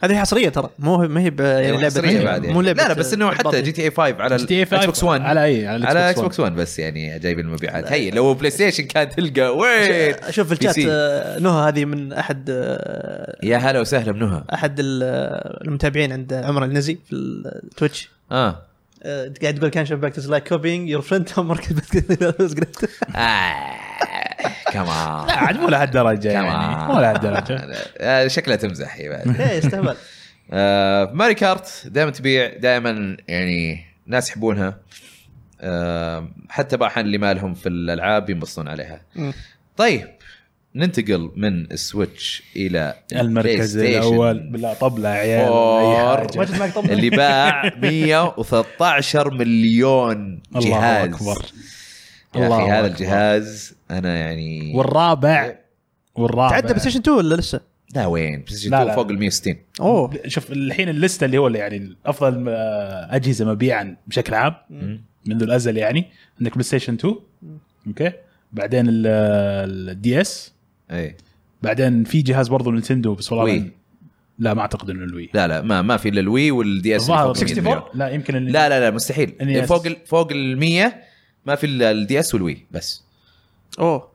Speaker 3: هذه حصريه ترى مو ما هي ب- يعني
Speaker 1: إيه، حصرية
Speaker 3: لعبه
Speaker 1: بعد يعني.
Speaker 3: مو لعبه
Speaker 1: لا لا بس انه حتى جي تي اي 5
Speaker 2: *laughs*
Speaker 1: على
Speaker 2: GTA
Speaker 1: الاكس بوكس 1
Speaker 2: إيه على اي على
Speaker 1: على
Speaker 2: الاكس
Speaker 1: اكس
Speaker 2: بوكس
Speaker 1: بوكس 1 بس يعني جايب المبيعات هي لو بلاي ستيشن كان تلقى وين
Speaker 3: شوف في
Speaker 1: إيه. بي
Speaker 3: الشات
Speaker 1: سي.
Speaker 3: آه، نهى هذه من احد آه،
Speaker 1: يا هلا وسهلا بنهى
Speaker 3: احد ال- آه، المتابعين عند عمر النزي في التويتش
Speaker 1: اه
Speaker 3: آه، قاعد يقول كان شباب باكتس لايك كوبينج يور *laughs* فريند *laughs*
Speaker 1: آه، كمان
Speaker 2: لا عاد مو لهالدرجه يعني
Speaker 1: كمان
Speaker 2: مو لهالدرجه
Speaker 1: *laughs* آه، شكلها تمزح هي بعد
Speaker 3: ايه استهبال
Speaker 1: آه، ماري كارت دائما تبيع دائما يعني ناس يحبونها آه، حتى باحا اللي ما لهم في الالعاب ينبسطون عليها
Speaker 3: مم.
Speaker 1: طيب ننتقل من السويتش الى
Speaker 2: المركز
Speaker 1: البلاي ستيشن
Speaker 2: الاول بلا طبله يا عيال أي
Speaker 1: فور.
Speaker 2: حاجة.
Speaker 3: ماجد معك
Speaker 2: *laughs*
Speaker 3: طبعا
Speaker 1: اللي باع 113 مليون
Speaker 2: الله
Speaker 1: جهاز
Speaker 2: اكبر
Speaker 1: يا
Speaker 2: الله
Speaker 1: اخي هذا
Speaker 2: أكبر.
Speaker 1: الجهاز انا يعني
Speaker 2: والرابع والرابع
Speaker 3: تعدى بلاي ستيشن 2 ولا لسه؟
Speaker 1: لا وين بلاي ستيشن
Speaker 2: لا،
Speaker 1: 2
Speaker 2: لا.
Speaker 1: فوق ال 160
Speaker 3: اوه
Speaker 2: شوف الحين الليسته اللي هو اللي يعني افضل آه، اجهزه مبيعا بشكل عام منذ الازل يعني عندك بلاي ستيشن 2 اوكي بعدين الدي اس
Speaker 1: اي
Speaker 2: بعدين في جهاز برضه نينتندو بس والله
Speaker 1: إيه. وي.
Speaker 2: أنا- لا ما اعتقد انه الوي
Speaker 1: لا لا ما ما في الا الوي والدي اس
Speaker 2: الظاهر
Speaker 1: 64
Speaker 2: لا يمكن ال-
Speaker 1: لا لا لا مستحيل يعني
Speaker 2: NES.
Speaker 1: فوق ال فوق ال 100 ما في الا الدي اس والوي بس
Speaker 3: اوه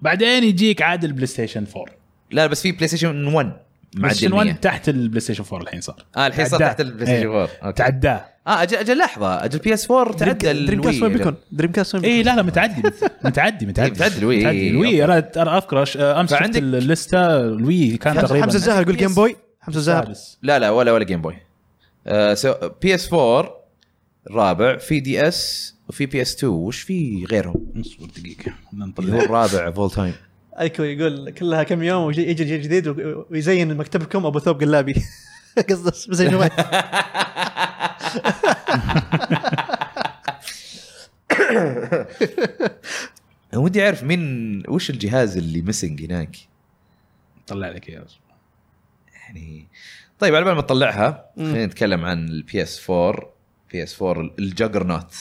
Speaker 2: بعدين يجيك عاد البلاي ستيشن 4
Speaker 1: لا بس في بلاي ستيشن 1
Speaker 2: بلاي
Speaker 1: مع
Speaker 2: ستيشن 1
Speaker 1: 1
Speaker 2: تحت البلاي ستيشن 4 الحين صار
Speaker 1: اه الحين صار
Speaker 2: تعداه.
Speaker 1: تحت البلاي ستيشن
Speaker 2: إيه.
Speaker 1: 4 اوكي
Speaker 2: تعداه
Speaker 1: اه اجل اجل لحظه اجل بي اس 4 تعدى الوي
Speaker 3: دريم كاست وين
Speaker 1: أجل.
Speaker 3: بيكون؟ دريم كاست وين
Speaker 1: إيه،
Speaker 2: اي إيه، لا لا متعدي متعدي متعدي
Speaker 1: متعدي الوي.
Speaker 2: الوي انا انا اذكر أش- امس شفت
Speaker 1: فعندك-
Speaker 2: الليسته الوي كان
Speaker 3: بيكون؟
Speaker 2: تقريبا
Speaker 3: حمزه الزاهر يقول جيم بوي حمزه الزاهر
Speaker 2: سادس.
Speaker 1: لا لا ولا آه، ولا جيم بوي بي اس 4 رابع في دي اس وفي بي اس 2 وش في
Speaker 2: *laughs*
Speaker 1: غيرهم؟
Speaker 2: اصبر دقيقه خلنا
Speaker 1: اللي هو
Speaker 2: نطلع
Speaker 1: الرابع فول تايم
Speaker 3: ايكو يقول كلها كم يوم ويجي يجي جيل جديد و- ويزين مكتبكم ابو ثوب قلابي *laughs* قصده زي نوايا
Speaker 1: ودي اعرف مين وش الجهاز اللي مسنج هناك؟
Speaker 2: طلع لك اياه
Speaker 1: يعني طيب على بال ما تطلعها
Speaker 3: مم.
Speaker 1: خلينا نتكلم عن البي اس 4 بي اس 4 الجاجرنوت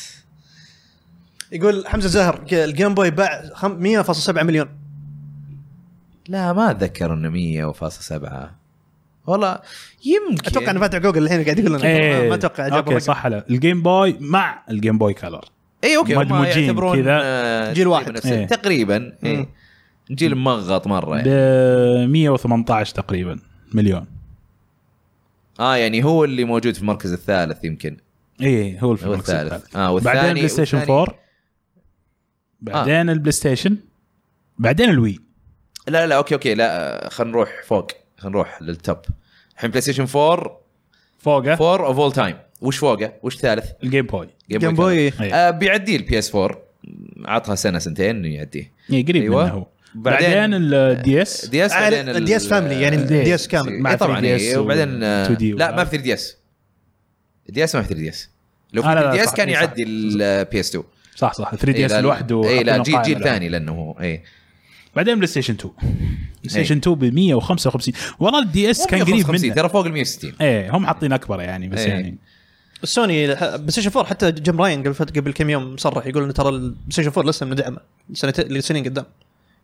Speaker 3: يقول حمزه الزاهر ك- الجيم بوي باع خم- 100.7 مليون
Speaker 1: لا ما اتذكر انه 100.7 والله يمكن
Speaker 3: اتوقع انا فاتح جوجل الحين قاعد يقول لنا ما-
Speaker 2: إيه.
Speaker 3: ما اتوقع جاب
Speaker 2: اوكي
Speaker 3: الرقم.
Speaker 2: صح لا الجيم بوي مع الجيم بوي كلر
Speaker 1: اي اوكي إيه، هم
Speaker 2: مدموجين
Speaker 1: يعتبرون
Speaker 2: كذا.
Speaker 1: آه،
Speaker 3: جيل واحد.
Speaker 1: تقريبا نفس-
Speaker 2: إيه.
Speaker 1: تقريبا إيه.
Speaker 3: مم.
Speaker 1: جيل مغط مره يعني.
Speaker 2: ب 118 تقريبا مليون
Speaker 1: اه يعني هو اللي موجود في المركز الثالث يمكن
Speaker 2: ايه هو الفيلم
Speaker 1: والثالث.
Speaker 2: الثالث
Speaker 1: آه، والثاني- آه.
Speaker 2: بعدين بلاي ستيشن
Speaker 1: والثاني-
Speaker 2: 4 بعدين البلاي ستيشن بعدين الوي
Speaker 1: لا لا اوكي اوكي لا خلينا نروح فوق خلينا نروح للتوب الحين بلاي ستيشن 4
Speaker 2: فوقه
Speaker 1: 4 اوف اول تايم وش فوقه؟ وش ثالث؟
Speaker 2: الجيم بوي
Speaker 3: جيم بوي إيه.
Speaker 1: كلر. آه بيعديه البي اس 4 عطها سنه سنتين يعديه
Speaker 2: إيه، قريب
Speaker 1: أيوة.
Speaker 2: أيوة. منه هو
Speaker 1: بعدين-
Speaker 2: بعدين الدي اس
Speaker 1: دي اس
Speaker 3: آه،
Speaker 1: بعدين
Speaker 3: ال DS family، يعني ال
Speaker 2: DS
Speaker 1: آه،
Speaker 3: كامل.
Speaker 2: مع
Speaker 1: إيه، طبعا
Speaker 2: 3DS
Speaker 1: إيه، وبعدين آه،
Speaker 2: 2D
Speaker 1: لا ما
Speaker 2: وهذا.
Speaker 1: في 3 دي اس دي اس ما في 3 دي اس لو في
Speaker 2: آه، لا،
Speaker 1: 3
Speaker 2: لا،
Speaker 1: دي اس
Speaker 2: صح،
Speaker 1: كان
Speaker 2: إيه، صح.
Speaker 1: يعدي البي اس 2
Speaker 2: صح صح 3 دي اس لوحده
Speaker 1: اي إيه، لا
Speaker 2: حطينا
Speaker 1: جيل
Speaker 2: قائمة
Speaker 1: جيل
Speaker 2: له.
Speaker 1: ثاني إيه. لانه هو إيه. اي
Speaker 2: بعدين بلاي ستيشن 2 بلاي ستيشن 2 ب 155 والله الدي اس كان قريب
Speaker 1: 155
Speaker 2: منه
Speaker 1: ترى فوق ال 160
Speaker 2: ايه هم حاطين اكبر يعني بس
Speaker 1: إيه.
Speaker 2: يعني
Speaker 3: السوني بلاي ستيشن 4 حتى جيم راين قبل فت- قبل كم يوم صرح يقول انه ترى البلاي ستيشن 4 لسه مدعمه سنتين لسنين قدام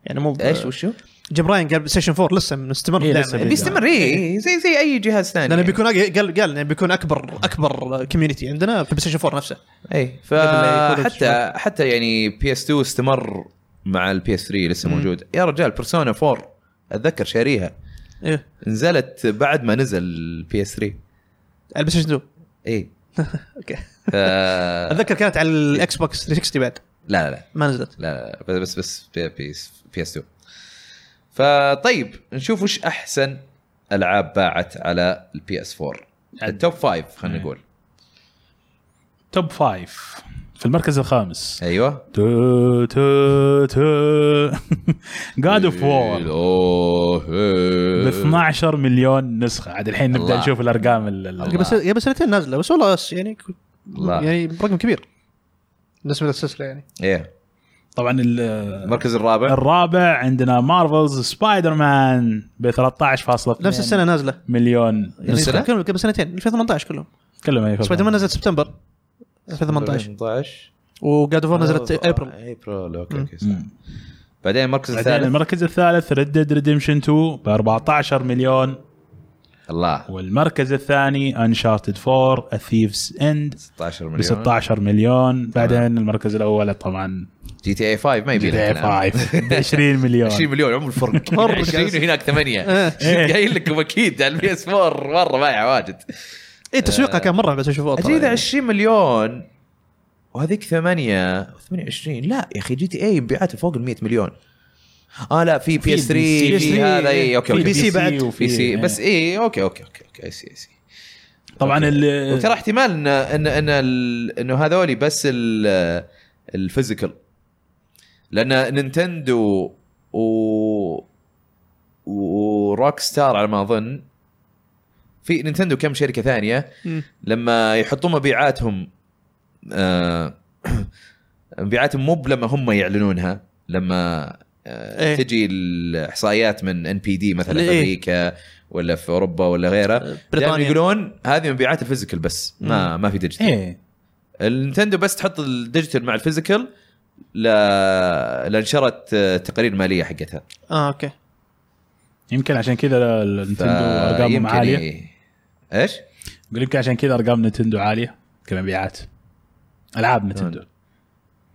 Speaker 3: يعني مو ب-
Speaker 1: ايش وشو؟
Speaker 3: جيم راين قال بلاي ستيشن 4 لسه مستمر
Speaker 2: إيه،
Speaker 3: دعمه
Speaker 2: لسه بيدعم.
Speaker 3: يعني.
Speaker 1: بيستمر
Speaker 2: إيه.
Speaker 1: اي زي زي اي جهاز ثاني
Speaker 3: لانه
Speaker 1: يعني.
Speaker 3: بيكون أق- قال قال انه بيكون اكبر اكبر كوميونتي عندنا في بلاي ستيشن 4 نفسه
Speaker 1: اي
Speaker 3: لا يكون
Speaker 1: فحتى
Speaker 3: شوي.
Speaker 1: إيه، حتى يعني بي اس 2 استمر مع البي اس 3 لسه موجود يا رجال بيرسونا 4 اتذكر شاريها
Speaker 3: ايه
Speaker 1: نزلت بعد ما نزل البي اس 3
Speaker 3: على البلاي ستيشن 2
Speaker 1: اي
Speaker 3: اوكي
Speaker 1: إيه. ف...
Speaker 3: *laughs*
Speaker 1: لا
Speaker 3: اتذكر كانت على
Speaker 1: إيه.
Speaker 3: الاكس بوكس 360 بعد
Speaker 1: لا لا
Speaker 3: ما نزلت
Speaker 1: لا لا بس بس بس بي بي اس 2 فطيب نشوف وش احسن العاب باعت على البي اس 4 التوب فايف خلينا نقول
Speaker 2: توب فايف في المركز الخامس
Speaker 1: ايوه
Speaker 2: تو تو تو *laughs* جاد اوف
Speaker 1: إيه.
Speaker 2: وور
Speaker 1: اوه
Speaker 2: ب
Speaker 1: إيه.
Speaker 2: 12 مليون نسخه عاد الحين نبدا
Speaker 1: الله.
Speaker 2: نشوف الارقام ال- ال-
Speaker 1: الله.
Speaker 3: قبل قبل سنتين نازله بس والله بس يعني
Speaker 1: الله.
Speaker 3: يعني رقم كبير بالنسبه للسلسله يعني
Speaker 1: ايه
Speaker 2: طبعا ال-
Speaker 1: المركز الرابع
Speaker 2: الرابع عندنا مارفلز سبايدر مان ب 13.2
Speaker 3: نفس السنه نازله
Speaker 2: مليون
Speaker 3: يعني
Speaker 1: يعني السنة؟
Speaker 3: كلهم قبل سنتين 2018 كلهم
Speaker 2: تكلم أي
Speaker 3: سبايدر مان نزلت سبتمبر 2018
Speaker 1: 18
Speaker 3: وجاد اوف نزلت ابريل
Speaker 1: آه، ابريل اوكي اوكي صح
Speaker 2: مم.
Speaker 1: بعدين المركز
Speaker 2: بعدين
Speaker 1: الثالث
Speaker 2: المركز الثالث ريد ديد ريديمشن 2 ب 14 مليون
Speaker 1: الله
Speaker 2: والمركز الثاني انشارتد 4 اثيفز اند
Speaker 1: 16
Speaker 2: ب
Speaker 1: مليون
Speaker 2: 16 مليون
Speaker 1: آه.
Speaker 2: بعدين المركز الاول طبعا
Speaker 1: جي تي اي 5 ما يبي لك نعم.
Speaker 2: GTA
Speaker 1: الآن. *laughs*
Speaker 2: 5 ب 20 مليون
Speaker 1: 20 مليون عمر *laughs* الفرق
Speaker 3: مرة
Speaker 1: 20
Speaker 3: جالس.
Speaker 1: وهناك 8
Speaker 3: إيه.
Speaker 1: قايل لكم اكيد على البي اس 4 مره بايع واجد يعني.
Speaker 3: اي تسويقها إيه،
Speaker 1: آه.
Speaker 3: كان مره بس يعني. اشوفه
Speaker 1: ادري اذا 20 مليون وهذيك 8 28 لا يا اخي جي تي اي مبيعاته فوق ال 100 مليون اه لا في بي اس 3
Speaker 2: في
Speaker 1: في
Speaker 2: PS3
Speaker 1: هذا إيه، اي اوكي
Speaker 2: في
Speaker 1: اوكي
Speaker 3: بي سي بعد.
Speaker 1: بي
Speaker 2: وفي-
Speaker 1: سي بس إيه، اي اوكي اوكي اوكي اوكي اي سي اي سي
Speaker 2: طبعا ال-
Speaker 1: وترى احتمال ان ان ان ال- انه هذولي بس ال- الفيزيكال لان نينتندو و وروك ستار على ما اظن في نينتندو كم شركه ثانيه
Speaker 3: مم.
Speaker 1: لما يحطوا مبيعاتهم آه، *clears throat* مبيعاتهم مو لما هم يعلنونها لما آه،
Speaker 3: إيه.
Speaker 1: تجي الاحصائيات من ان بي دي مثلا في
Speaker 3: إيه.
Speaker 1: امريكا ولا في اوروبا ولا غيره دائما
Speaker 3: بريطانيا.
Speaker 1: يقولون هذه مبيعات الفيزيكال بس ما ما في ديجيتال
Speaker 2: ايه
Speaker 1: النتندو بس تحط الديجيتال مع الفيزيكال لا لانشرت آه، تقارير ماليه حقتها
Speaker 3: اه اوكي
Speaker 2: يمكن عشان كذا نتندو ارقامهم
Speaker 1: فيمكن
Speaker 2: عاليه
Speaker 1: إيه. ايش؟
Speaker 2: يقول يمكن عشان كذا ارقام نتندو عاليه كمبيعات
Speaker 1: آه.
Speaker 2: العاب نتندو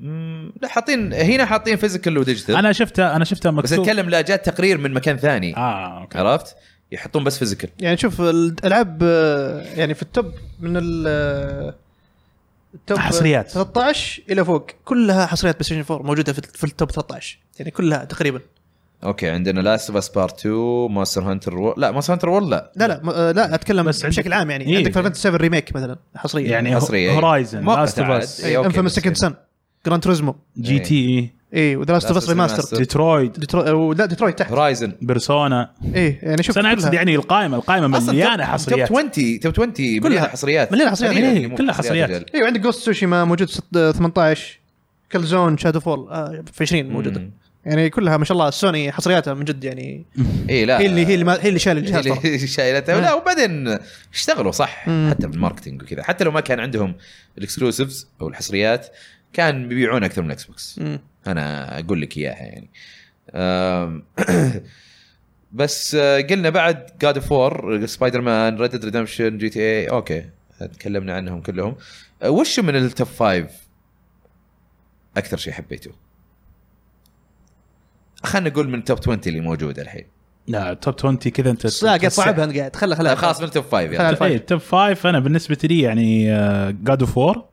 Speaker 1: مم، لا حاطين هنا حاطين فيزيكال وديجيتال
Speaker 2: انا شفتها انا شفتها
Speaker 1: بس
Speaker 2: مكتوب
Speaker 1: اتكلم لا جات تقرير من مكان ثاني آه.
Speaker 2: اه اوكي
Speaker 1: عرفت؟ يحطون بس فيزيكال
Speaker 3: يعني شوف الالعاب آه، يعني في التوب من ال آه، التوب
Speaker 2: حصريات.
Speaker 3: 13 الى فوق كلها حصريات بلاي ستيشن 4 موجوده في في التوب 13 يعني كلها تقريبا
Speaker 1: اوكي عندنا لاست اوف اس بارت 2 ماستر هانتر وورلد لا ماستر هانتر وورلد لا
Speaker 3: لا لا م- آه، لا اتكلم
Speaker 2: بس
Speaker 3: بس
Speaker 2: عندك-
Speaker 3: بشكل عام يعني
Speaker 2: إيه.
Speaker 3: إيه؟ عندك فانتسي 7 ريميك مثلا حصريه
Speaker 2: يعني
Speaker 1: حصرية، إيه.
Speaker 2: هورايزن
Speaker 1: مؤقتة
Speaker 2: لاست اوف
Speaker 1: عاد.
Speaker 2: اس
Speaker 1: إيه، أوكي،
Speaker 3: انفيم
Speaker 1: بس
Speaker 3: سكند
Speaker 1: يعني.
Speaker 3: سن جران توريزمو
Speaker 2: جي تي اي
Speaker 3: اي وذا لاست اوف
Speaker 1: Last
Speaker 3: اس
Speaker 1: of Us
Speaker 3: ريماستر
Speaker 1: Remastered.
Speaker 2: ديترويد
Speaker 3: ديترو... لا ديترويت تحت
Speaker 1: هورايزن
Speaker 2: بيرسونا
Speaker 3: اي يعني شوف
Speaker 2: بس انا اقصد
Speaker 3: كلها.
Speaker 2: يعني القائمه القائمه مليانه حصريات
Speaker 1: توب 20 توب 20 مليانه حصريات
Speaker 3: مليانة حصريات،
Speaker 1: تقريباً
Speaker 2: إيه،
Speaker 1: اللي مو يعني.
Speaker 2: كلها حصريات.
Speaker 1: رجال.
Speaker 3: ايوه عندك جوست سوشيما موجود ست- آه، 18 كل زون شادو فول آه في 20 موجوده
Speaker 1: مم.
Speaker 3: يعني كلها ما شاء الله سوني حصرياتها من جد يعني
Speaker 1: اي إيه، لا
Speaker 3: هي
Speaker 2: إيه،
Speaker 3: اللي هي اللي ما- هي اللي شال
Speaker 1: هي
Speaker 3: الجهاز ترى.
Speaker 1: *laughs* اللي شايلتها لا وبعدين اشتغلوا صح
Speaker 3: مم.
Speaker 1: حتى بالماركتينج وكذا حتى لو ما كان عندهم الاكسكلوسيفز او الحصريات كان بيبيعون اكثر من الاكس بوكس
Speaker 3: مم.
Speaker 1: انا اقول لك اياها يعني أم، *clears throat* بس آه، قلنا بعد جاد اوف وور سبايدر مان ريد ديد ريدمشن جي تي اي اوكي تكلمنا عنهم كلهم آه، وش من التوب فايف اكثر شيء حبيته؟ خلينا نقول من توب 20 اللي موجوده الحين
Speaker 2: لا توب 20 كذا انت
Speaker 3: لا قاعد صعبها انت قاعد خلها خلها
Speaker 1: خلاص من توب فايف
Speaker 3: خلاص.
Speaker 1: يعني
Speaker 3: الفايف.
Speaker 2: توب 5 انا بالنسبه لي يعني جاد اوف وور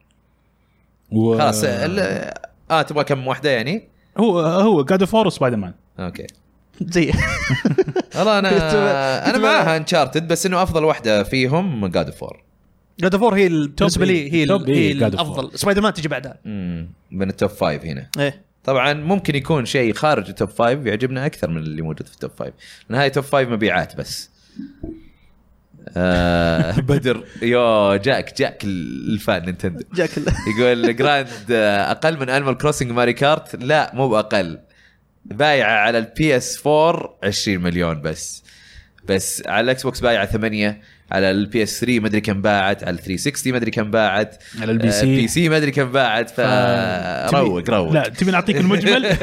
Speaker 1: خلاص
Speaker 2: آه.
Speaker 1: ال- اه تبغى كم واحده يعني؟
Speaker 2: هو هو جاد اوف وور وسبايدر مان
Speaker 1: اوكي
Speaker 3: زي
Speaker 1: والله
Speaker 3: كنت-
Speaker 1: انا انا
Speaker 3: كنت-
Speaker 1: معاها انشارتد بس انه افضل واحده فيهم جاد اوف وور
Speaker 3: جاد اوف وور هي ال- بالنسبه لي هي ال-
Speaker 2: توب
Speaker 3: هي
Speaker 2: إيه، God of War.
Speaker 3: الافضل سبايدر مان تجي بعدها
Speaker 1: مم، من التوب فايف هنا
Speaker 3: ايه
Speaker 1: طبعا ممكن يكون شيء خارج التوب فايف يعجبنا اكثر من اللي موجود في التوب فايف لان هاي توب فايف مبيعات بس آه *laughs* بدر يو جاك جاك الفان نينتندو
Speaker 3: جاك ال-
Speaker 1: يقول جراند آه، اقل من انيمال كروسنج ماري كارت لا مو باقل بايعه على البي اس 4 20 مليون بس بس على الاكس بوكس بايعه 8 على البي اس 3 ما ادري كم باعت على ال 360 ما ادري كم باعت
Speaker 2: على البي سي.
Speaker 1: بي سي ما ادري كم باعت ف
Speaker 2: آه، تبي-
Speaker 1: آه، روق روق
Speaker 2: لا تبي نعطيك
Speaker 1: *laughs*
Speaker 2: المجمل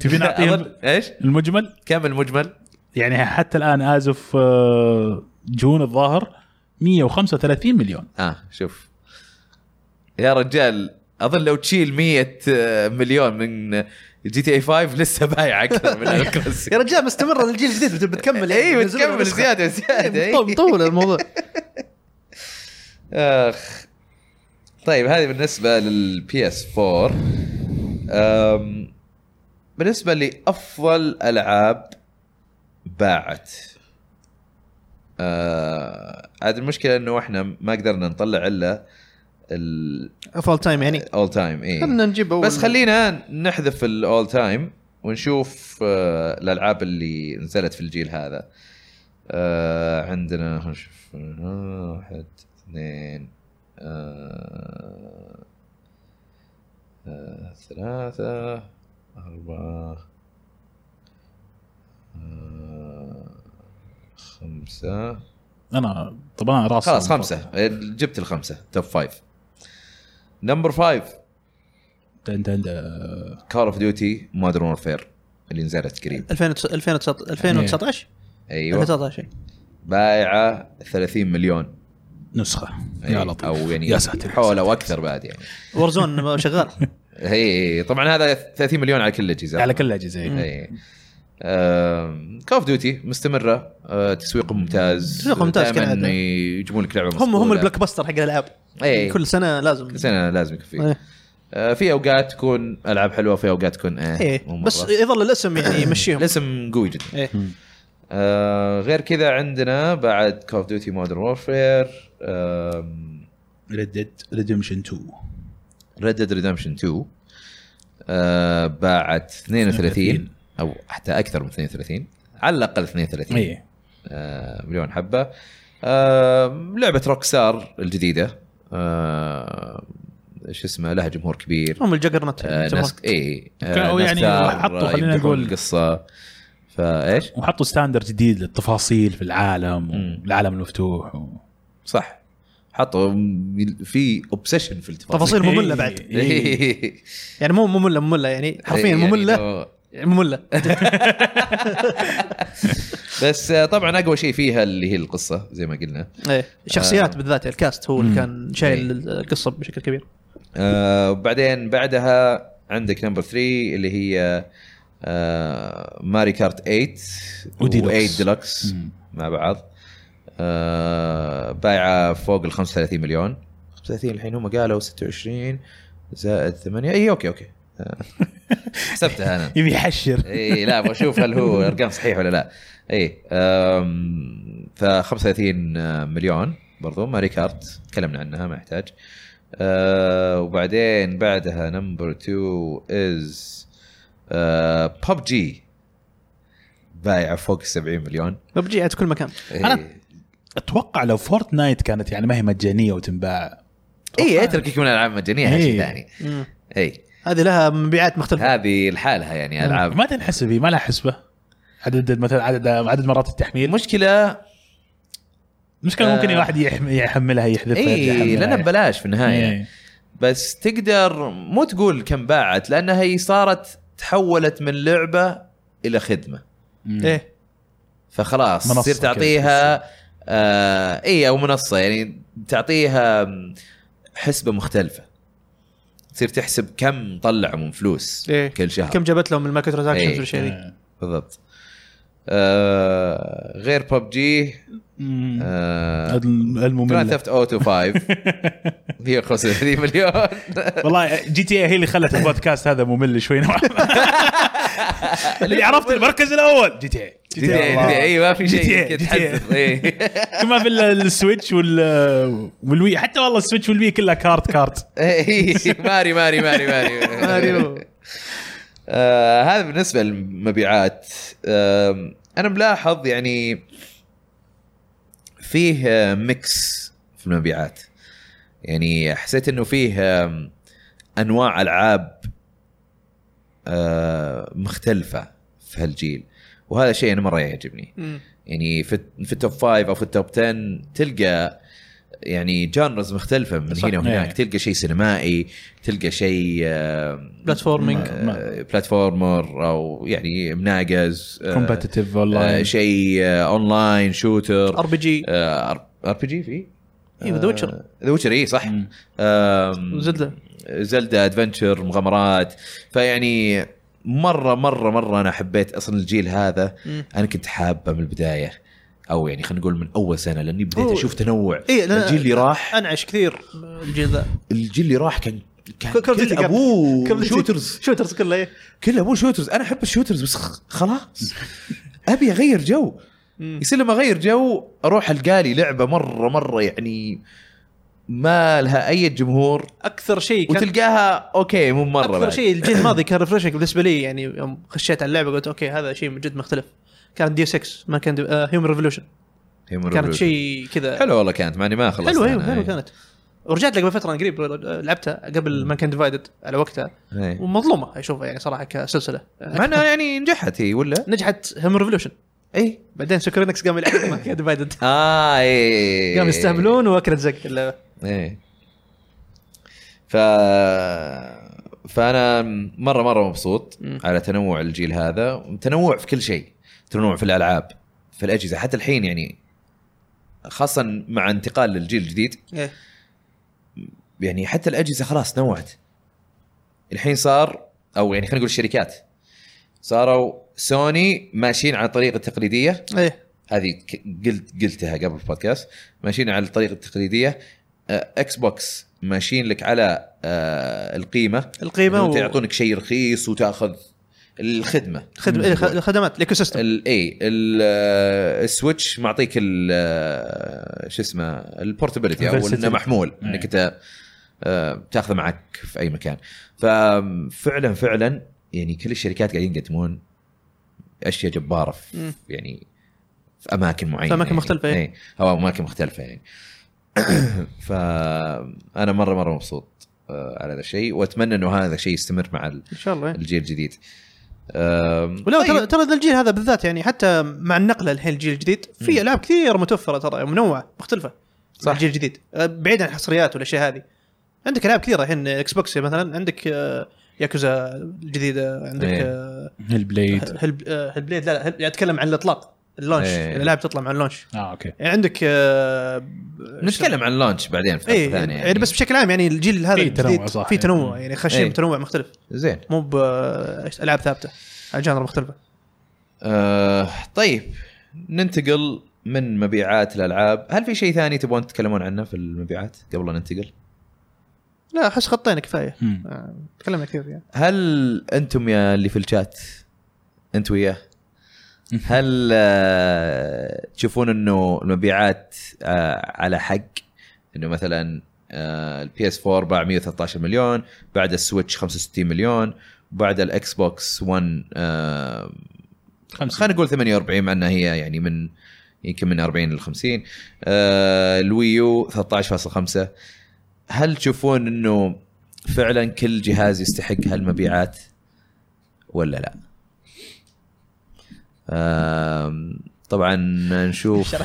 Speaker 2: تبي
Speaker 1: أظن-
Speaker 2: نعطيهم
Speaker 1: ايش؟
Speaker 2: المجمل
Speaker 1: كم المجمل؟
Speaker 2: يعني حتى الان ازف آه، جون الظاهر 135 مليون
Speaker 1: اه شوف يا رجال اظن لو تشيل 100 آه، مليون من جي تي اي 5 لسه بايع اكثر من
Speaker 2: *laughs*
Speaker 1: Animal Crossing.
Speaker 3: يا رجال مستمره الجيل الجديد بت- بتكمل يعني
Speaker 1: اي
Speaker 3: بينزلوا
Speaker 1: إيه، بتكمل
Speaker 3: نسخة.
Speaker 1: زياده زياده
Speaker 3: إيه،
Speaker 1: إيه.
Speaker 3: مطول *laughs* الموضوع
Speaker 1: اخ طيب هذه بالنسبه للبي اس 4 أم، بالنسبه لافضل العاب باعت آه، عاد المشكله انه احنا ما قدرنا نطلع الا الاول
Speaker 3: افضل تايم يعني
Speaker 1: تايم اي
Speaker 3: خلينا نجيب اول
Speaker 1: إيه. بس خلينا نحذف الاول تايم ونشوف آه، الالعاب اللي نزلت في الجيل هذا آه، عندنا خلنا نشوف آه، واحد اثنين آه، آه، ثلاثة أربعة آه، خمسة
Speaker 2: انا طبعا راسي
Speaker 1: خلاص خمسة جبت الخمسة توب فايف نمبر فايف
Speaker 2: نتندو
Speaker 1: كول اوف ديوتي مودرن وورفير اللي نزلت قريب إيه.
Speaker 3: 2019 2019
Speaker 1: ايوه
Speaker 3: 2019
Speaker 1: بايعه 30 مليون
Speaker 2: نسخه
Speaker 1: أي،
Speaker 2: يا لطيف
Speaker 1: او يعني
Speaker 2: يا ساتر
Speaker 1: حول او اكثر بعد يعني إيه،
Speaker 3: وورزون *laughs* شغال
Speaker 1: هي طبعا هذا 30 مليون على كل إيه. الاجهزه
Speaker 2: على كل الاجهزه
Speaker 1: اي كول اوف ديوتي مستمره آه، تسويق ممتاز
Speaker 3: تسويق ممتاز
Speaker 1: دائماً
Speaker 3: كالعادة.
Speaker 1: يجيبون لك لعبه
Speaker 3: هم هم
Speaker 1: مصقولة.
Speaker 3: البلاك باستر حق الالعاب
Speaker 1: اي إيه. كل
Speaker 3: كل سنه لازم
Speaker 1: سنه لازم يكون فيه
Speaker 3: إيه.
Speaker 1: آه، في اوقات تكون العاب حلوه في اوقات تكون ايه, مو
Speaker 2: إيه،
Speaker 3: ايه
Speaker 1: مرة.
Speaker 3: بس يظل الاسم يعني يمشيهم
Speaker 1: الاسم قوي جدا
Speaker 3: إيه.
Speaker 1: آه غير كذا عندنا بعد كول اوف ديوتي مودرن وورفير
Speaker 2: ريد ديد ريدمشن 2
Speaker 1: ريد ديد ريدمشن 2 آه باعت 32 او حتى اكثر من 32 على الاقل 32
Speaker 2: اي
Speaker 1: آه، مليون حبه آه، لعبه روكسار الجديده آه، ايش اسمه لها جمهور كبير
Speaker 3: هم الجاجرنت
Speaker 1: آه، ناس آه، اي
Speaker 2: كانوا يعني حطوا، خلينا نقول-
Speaker 1: القصه فايش
Speaker 2: وحطوا ستاندر جديد للتفاصيل في العالم
Speaker 1: مم.
Speaker 2: والعالم المفتوح و...
Speaker 1: صح حطوا م- في اوبسيشن في التفاصيل
Speaker 3: تفاصيل ممله بعد
Speaker 2: إيه.
Speaker 1: *laughs*
Speaker 3: يعني مو ممله ممله يعني حرفيا
Speaker 1: يعني
Speaker 3: ممله
Speaker 1: لو-
Speaker 3: ممله
Speaker 1: بس آه، طبعا اقوى شيء فيها اللي هي القصه زي ما قلنا
Speaker 3: ايه الشخصيات بالذات الكاست هو
Speaker 2: مم.
Speaker 3: اللي كان شايل
Speaker 1: آه. إيه.
Speaker 3: القصه بشكل كبير
Speaker 1: آه، وبعدين بعدها عندك نمبر 3 اللي هي آه، ماري كارت 8
Speaker 2: وديلوكس.
Speaker 1: و8 ديلوكس
Speaker 2: مم.
Speaker 1: مع بعض آه، بايعه فوق ال 35 مليون 35 الحين هم قالوا 26 زائد 8 اي اوكي اوكي
Speaker 2: *laughs*
Speaker 1: آه، حسبتها انا
Speaker 2: يبي يحشر
Speaker 1: اي إيه، لا ابغى اشوف هل هو ارقام صحيح ولا لا إيه، اي ف 35 مليون برضو ماري كارت تكلمنا عنها ما يحتاج آه، وبعدين بعدها نمبر 2 از أه، جي بايعه فوق 70 مليون
Speaker 3: ببجي في كل مكان
Speaker 1: إيه.
Speaker 2: أنا- اتوقع لو فورتنايت كانت يعني ما هي مجانيه وتنباع
Speaker 1: اي اتركك إيه، من الالعاب المجانيه هذا شيء
Speaker 2: إيه.
Speaker 1: ثاني
Speaker 3: مم.
Speaker 1: اي
Speaker 3: هذه لها مبيعات مختلفه
Speaker 1: هذه لحالها يعني العاب
Speaker 2: ما تنحسب هي، ما لها حسبه عدد مثلا عدد عدد مرات التحميل
Speaker 1: المشكله
Speaker 2: مش كان ممكن
Speaker 1: آه.
Speaker 2: الواحد يحم- يحملها يحذفها
Speaker 1: اي
Speaker 2: يحملها،
Speaker 1: لانها إيه، ببلاش في النهايه
Speaker 2: إيه.
Speaker 1: بس تقدر مو تقول كم باعت لانها هي صارت تحولت من لعبه الى خدمه
Speaker 2: مم.
Speaker 3: ايه
Speaker 1: فخلاص
Speaker 2: منصة
Speaker 1: تصير
Speaker 2: كذا
Speaker 1: تعطيها آه اي او منصه يعني تعطيها حسبه مختلفه تصير تحسب كم طلعوا من فلوس
Speaker 3: إيه.
Speaker 1: كل شهر
Speaker 3: كم جابت لهم المايكرو
Speaker 1: إيه.
Speaker 3: ترانزاكشنز والشيء ذي
Speaker 2: آه.
Speaker 1: بالضبط آه غير ببجي
Speaker 2: مم.
Speaker 1: آه
Speaker 2: الم-
Speaker 1: جراند
Speaker 2: المملة
Speaker 1: ثيفت اوتو 5 135 مليون
Speaker 2: والله جي تي اي هي اللي خلت البودكاست هذا ممل شوي *laughs* نوعا ما. اللي عرفت المركز الاول جي تي اي
Speaker 1: جي تي اي ما في
Speaker 2: GTA.
Speaker 1: شيء يتحسب إيه.
Speaker 2: كما في ال- السويتش وال- والوي حتى والله السويتش والوي كلها كارت كارت
Speaker 1: إيه، ماري ماري ماري ماري
Speaker 3: ماريو
Speaker 1: آه، هذا بالنسبه للمبيعات آم، انا ملاحظ يعني فيه آه، ميكس في المبيعات يعني حسيت انه فيه آم، انواع العاب آه، مختلفه في هالجيل وهذا شيء انا مره يعجبني
Speaker 3: مم.
Speaker 1: يعني في في التوب 5 او في التوب 10 تلقى يعني جانرز مختلفة من
Speaker 2: صح.
Speaker 1: هنا وهناك
Speaker 2: إيه.
Speaker 1: تلقى شيء سينمائي تلقى شيء آه،
Speaker 3: بلاتفورمينج
Speaker 2: ما-
Speaker 1: آه، بلاتفورمر او يعني مناقز آه،
Speaker 2: كومبتتف
Speaker 1: آه،
Speaker 2: والله
Speaker 1: شيء آه، اونلاين شوتر
Speaker 3: ار بي جي
Speaker 1: ار بي جي في آه،
Speaker 3: ايوه ذا ويتشر
Speaker 1: ذا ويتشر اي إيه، صح
Speaker 2: إيه،
Speaker 1: آه،
Speaker 2: مم.
Speaker 1: آم،
Speaker 3: وزلدة.
Speaker 1: زلدة ادفنتشر مغامرات فيعني مره مره مره انا حبيت اصلا الجيل هذا
Speaker 3: مم.
Speaker 1: انا كنت حابه من البدايه او يعني خلينا نقول من اول سنه لاني بديت
Speaker 3: هو-
Speaker 1: اشوف تنوع
Speaker 3: إيه، لأن-
Speaker 1: الجيل اللي راح
Speaker 3: انعش كثير الجيل ذا
Speaker 1: الجيل اللي راح كان كان
Speaker 3: كل- كل
Speaker 1: كل
Speaker 3: دقيقة-
Speaker 1: ابوه
Speaker 3: كل-
Speaker 1: شوترز
Speaker 3: شوترز كله ايه
Speaker 1: كل ابوه شوترز انا احب الشوترز بس خ- خلاص
Speaker 3: *laughs*
Speaker 1: ابي اغير جو
Speaker 3: مم.
Speaker 1: يصير لما اغير جو اروح القى لي لعبه مره مره يعني ما لها اي جمهور
Speaker 3: اكثر شيء كان
Speaker 1: وتلقاها اوكي مو مره
Speaker 3: اكثر
Speaker 1: بعد.
Speaker 3: شيء الجيل
Speaker 1: *laughs*
Speaker 3: الماضي كان ريفرشنج بالنسبه لي يعني يوم خشيت على اللعبه قلت اوكي هذا شيء من جد مختلف كان دي 6 ما كان هيومن ريفولوشن
Speaker 1: هيومن
Speaker 3: كانت
Speaker 1: ريفولوشن.
Speaker 3: شيء كذا
Speaker 1: حلو إيه. والله كانت معني ما خلصت
Speaker 3: حلو ايوه حلو كانت ورجعت لها قبل فتره قريب لعبتها قبل ما كان ديفايدد على وقتها
Speaker 1: كانت
Speaker 3: ومظلومه اشوفها يعني صراحه
Speaker 1: *laughs*
Speaker 3: كسلسله
Speaker 1: إيه. مع انها يعني نجحت هي ولا؟
Speaker 3: نجحت هيومن ريفولوشن
Speaker 1: اي
Speaker 3: بعدين سكرينكس قام يلعب ما كان ديفايدد
Speaker 1: اه اي
Speaker 3: قام
Speaker 1: إيه.
Speaker 3: يستهبلون واكلت زق اللعبه
Speaker 1: ايه ف فانا مره مره مبسوط
Speaker 3: مم.
Speaker 1: على تنوع الجيل هذا تنوع في كل شيء تنوع في الالعاب في الاجهزه حتى الحين يعني خاصه مع انتقال للجيل الجديد
Speaker 3: إيه.
Speaker 1: يعني حتى الاجهزه خلاص نوعت الحين صار او يعني خلينا نقول الشركات صاروا سوني ماشيين على الطريقه التقليديه
Speaker 3: ايه
Speaker 1: هذه ك- قلت قلتها قبل البودكاست ماشيين على الطريقه التقليديه آه، اكس بوكس ماشيين لك على آه، القيمه
Speaker 3: القيمه
Speaker 1: إنهم
Speaker 3: و...
Speaker 1: يعطونك شيء رخيص وتاخذ الخدمه
Speaker 3: خدم... إيه خ- خدمات الايكو سيستم
Speaker 1: الاي إيه، آه، السويتش معطيك ال- آه، شو اسمه البورتبيلتي او
Speaker 2: Versatility.
Speaker 1: انه محمول
Speaker 3: إيه.
Speaker 2: أي.
Speaker 1: انك انت آه، تاخذه معك في اي مكان ففعلا فعلا يعني كل الشركات قاعدين يقدمون اشياء جباره في
Speaker 3: مم.
Speaker 1: يعني في اماكن معينه
Speaker 3: في أماكن
Speaker 1: يعني.
Speaker 3: مختلفة، إيه.
Speaker 1: إيه، او اماكن مختلفه يعني *coughs* فانا مره مره مبسوط آه، على هذا الشيء واتمنى انه هذا الشيء يستمر مع ال-
Speaker 3: ان شاء الله إيه.
Speaker 1: الجيل الجديد أم،
Speaker 3: ولا
Speaker 1: طيب.
Speaker 3: ترى ترى ذا الجيل هذا بالذات يعني حتى مع النقله الحين الجيل الجديد
Speaker 1: مم.
Speaker 3: في العاب كثير متوفره ترى منوعه مختلفه
Speaker 1: صح.
Speaker 3: صح الجيل الجديد أه، بعيد عن الحصريات والاشياء هذه عندك العاب كثيره الحين اكس بوكس مثلا عندك آه، ياكوزا الجديده عندك
Speaker 1: إيه.
Speaker 3: آه،
Speaker 2: البليد
Speaker 3: هل آه، هل بليد لا لا هل- اتكلم عن الاطلاق اللونش
Speaker 1: إيه.
Speaker 3: الالعاب تطلع مع اللونش
Speaker 2: اه اوكي
Speaker 3: يعني عندك آه،
Speaker 1: نتكلم عن اللانش بعدين في
Speaker 3: اي
Speaker 1: حلقه ثانيه
Speaker 3: يعني بس بشكل عام يعني الجيل هذا
Speaker 2: في تنوع
Speaker 3: الجديد
Speaker 2: صح،
Speaker 3: في
Speaker 2: يعني.
Speaker 3: تنوع يعني خشين
Speaker 1: إيه.
Speaker 3: بتنوع مختلف
Speaker 1: زين
Speaker 3: مو بالعاب ثابته اجانب مختلفه
Speaker 1: آه طيب ننتقل من مبيعات الالعاب هل في شيء ثاني تبون تتكلمون عنه في المبيعات قبل لا ننتقل
Speaker 3: لا احس خطينا كفايه
Speaker 2: مم.
Speaker 3: آه، تكلمنا كثير يعني
Speaker 1: هل انتم يا اللي في الشات انت وياه هل آه، تشوفون انه المبيعات آه، على حق آه، انه مثلا البي اس 4 باع 113 مليون بعد السويتش 65 مليون بعد الاكس بوكس 1 آه،
Speaker 2: خمسة
Speaker 1: خلينا نقول 48 مع انها هي يعني من يمكن من 40 ل 50 آه، الويو 13.5 هل تشوفون انه فعلا كل جهاز يستحق هالمبيعات ولا لا؟ آم، طبعا
Speaker 2: *laughs*
Speaker 1: نشوف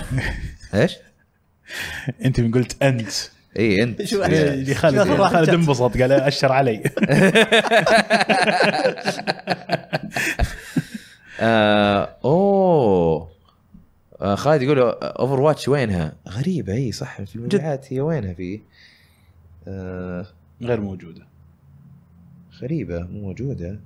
Speaker 1: ايش؟
Speaker 2: انت من قلت انت
Speaker 1: اي انت
Speaker 3: شو
Speaker 1: إيه.
Speaker 2: اللي خالد
Speaker 3: شو راح
Speaker 2: خالد
Speaker 3: جت؟
Speaker 2: انبسط قال اشر علي *laughs*
Speaker 1: آه، اوه آه، خالد يقول اوفر واتش وينها؟ غريبه اي صح في المبيعات هي وينها في؟ آه،
Speaker 2: غير موجوده
Speaker 1: غريبة مو موجودة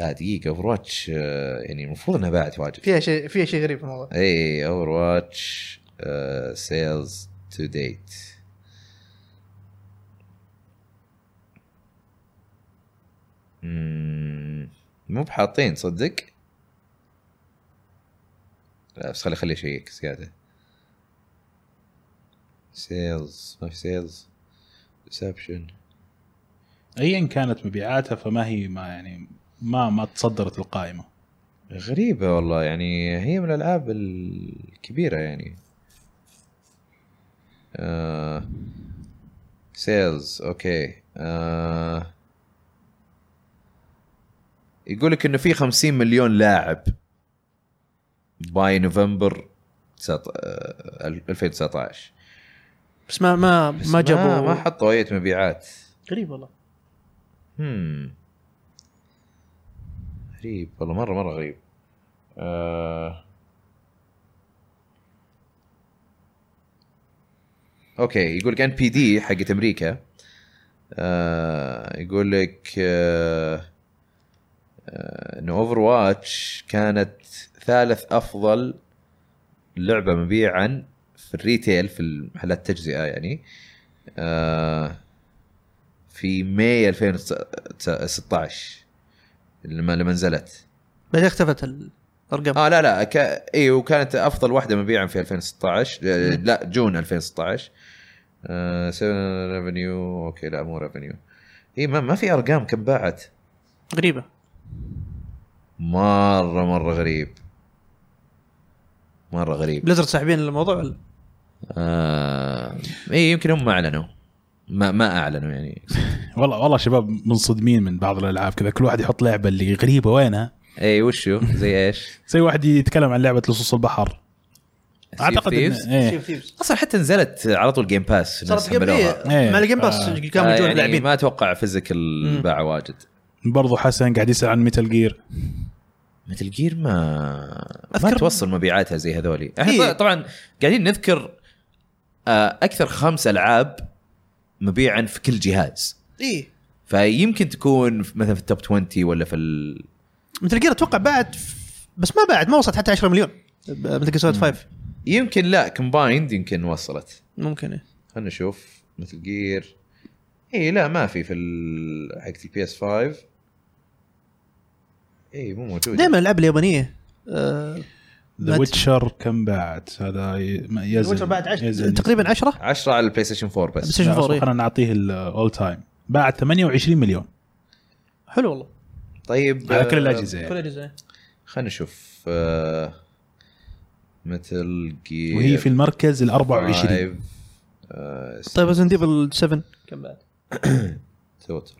Speaker 1: لا دقيقة اوفر واتش يعني المفروض انها باعت واجد
Speaker 3: فيها شيء فيها شيء غريب في الموضوع
Speaker 1: اي اوفر واتش uh, سيلز تو ديت Hmm, مو بحاطين صدق لا بس خلي خلي اشيك زيادة سيلز ما في سيلز ريسبشن
Speaker 2: ايا كانت مبيعاتها فما هي ما يعني ما ما تصدرت القائمه
Speaker 1: غريبة والله يعني هي من الألعاب الكبيرة يعني آه سيلز اوكي آه يقول لك انه في 50 مليون لاعب باي نوفمبر 19 آه، 2019
Speaker 3: بس ما ما
Speaker 1: بس
Speaker 3: ما جابوا
Speaker 1: ما حطوا اي مبيعات
Speaker 3: غريب والله
Speaker 1: هم. غريب والله مره مره غريب آه... اوكي يقول لك ان بي دي حقت امريكا آه... يقول لك آه... آه... ان اوفر واتش كانت ثالث افضل لعبه مبيعا في الريتيل في محلات التجزئه يعني آه... في ماي 2016 لما لما نزلت
Speaker 3: بعدين اختفت الارقام
Speaker 1: اه لا لا ك... اي وكانت افضل واحده مبيعا في 2016 آه، لا جون 2016 آه ريفنيو اوكي لا مو ريفنيو اي ما, ما في ارقام كم باعت
Speaker 3: غريبه
Speaker 1: مره مره غريب مره غريب
Speaker 3: بليزرد ساحبين الموضوع ولا؟
Speaker 1: آه اي يمكن هم ما اعلنوا ما ما اعلنوا يعني
Speaker 2: والله والله شباب منصدمين من بعض الالعاب كذا كل واحد يحط لعبه اللي غريبه وينها
Speaker 1: اي إيه، وشو زي ايش؟
Speaker 2: زي واحد يتكلم عن لعبه لصوص البحر اعتقد إن-
Speaker 3: Sea
Speaker 2: إيه.
Speaker 3: of Thieves.
Speaker 1: اصلا حتى نزلت على طول جيم باس الناس
Speaker 3: صارت جيم
Speaker 1: حملوها
Speaker 2: إيه.
Speaker 3: مع الجيم باس
Speaker 2: آه.
Speaker 1: آه،
Speaker 3: كانوا يجون
Speaker 1: يعني
Speaker 3: لاعبين
Speaker 1: ما اتوقع فيزيكال
Speaker 3: مم.
Speaker 1: باع واجد
Speaker 2: برضو حسن قاعد يسال عن ميتال جير
Speaker 1: مثل جير ما ما
Speaker 3: أذكر-
Speaker 1: توصل مبيعاتها زي هذولي احنا
Speaker 3: إيه.
Speaker 1: طبعا قاعدين نذكر آه، اكثر خمس العاب مبيعا في كل جهاز
Speaker 3: اي
Speaker 1: فيمكن تكون في- مثلا في التوب 20 ولا في ال...
Speaker 3: مثل جير اتوقع بعد ف- بس ما بعد ما وصلت حتى 10 مليون مثل جير سوليد 5
Speaker 1: يمكن لا كومبايند يمكن وصلت
Speaker 3: ممكن إيه.
Speaker 1: خلينا نشوف مثل جير اي لا ما في في ال... حق البي اس 5 اي مو موجود
Speaker 3: دائما الالعاب اليابانيه آه،
Speaker 2: ذا
Speaker 3: Mad-
Speaker 2: ويتشر كم بعد هذا ي- ما- يزن
Speaker 3: ويتشر بعد عشر-
Speaker 2: يزن.
Speaker 3: تقريبا 10
Speaker 1: 10 على البلاي ستيشن 4 بس
Speaker 3: بس- Playstation 4 إيه.
Speaker 2: خلينا نعطيه الاول تايم باعت 28 مليون
Speaker 3: حلو والله
Speaker 1: طيب
Speaker 2: على كل
Speaker 1: آه،
Speaker 2: الاجهزه
Speaker 3: كل
Speaker 2: يعني.
Speaker 3: اجزاء
Speaker 1: خلينا نشوف آه مثل جير
Speaker 2: وهي في المركز ال 24
Speaker 1: 5 آه
Speaker 3: طيب ريزنت ايفل 7 كم بعد؟ *laughs*
Speaker 1: توتال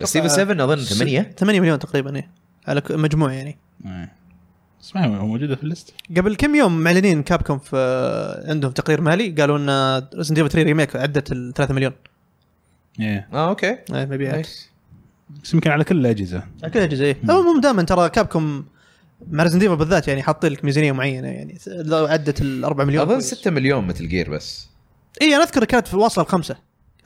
Speaker 1: بس ايفل 7 اظن 8
Speaker 3: 8 مليون تقريبا ايه على ك- مجموع يعني
Speaker 2: إيه. بس ما هي موجوده في الليست
Speaker 3: قبل كم يوم معلنين كابكم في آه، عندهم تقرير مالي قالوا آه، ان ريزنت ايفل 3 ريميك عدت ال 3 مليون
Speaker 2: إيه.
Speaker 1: اه اوكي
Speaker 3: آه، مبيعات
Speaker 1: نايس
Speaker 2: بس يمكن على كل الاجهزه
Speaker 3: على كل الاجهزه ايه هو مو دائما ترى كابكم مع ريزنت ايفل بالذات يعني حاطين لك ميزانيه معينه يعني لو عدت ال 4 مليون
Speaker 1: اظن 6 مليون مثل جير بس
Speaker 3: اي انا اذكر كانت في واصله الخمسه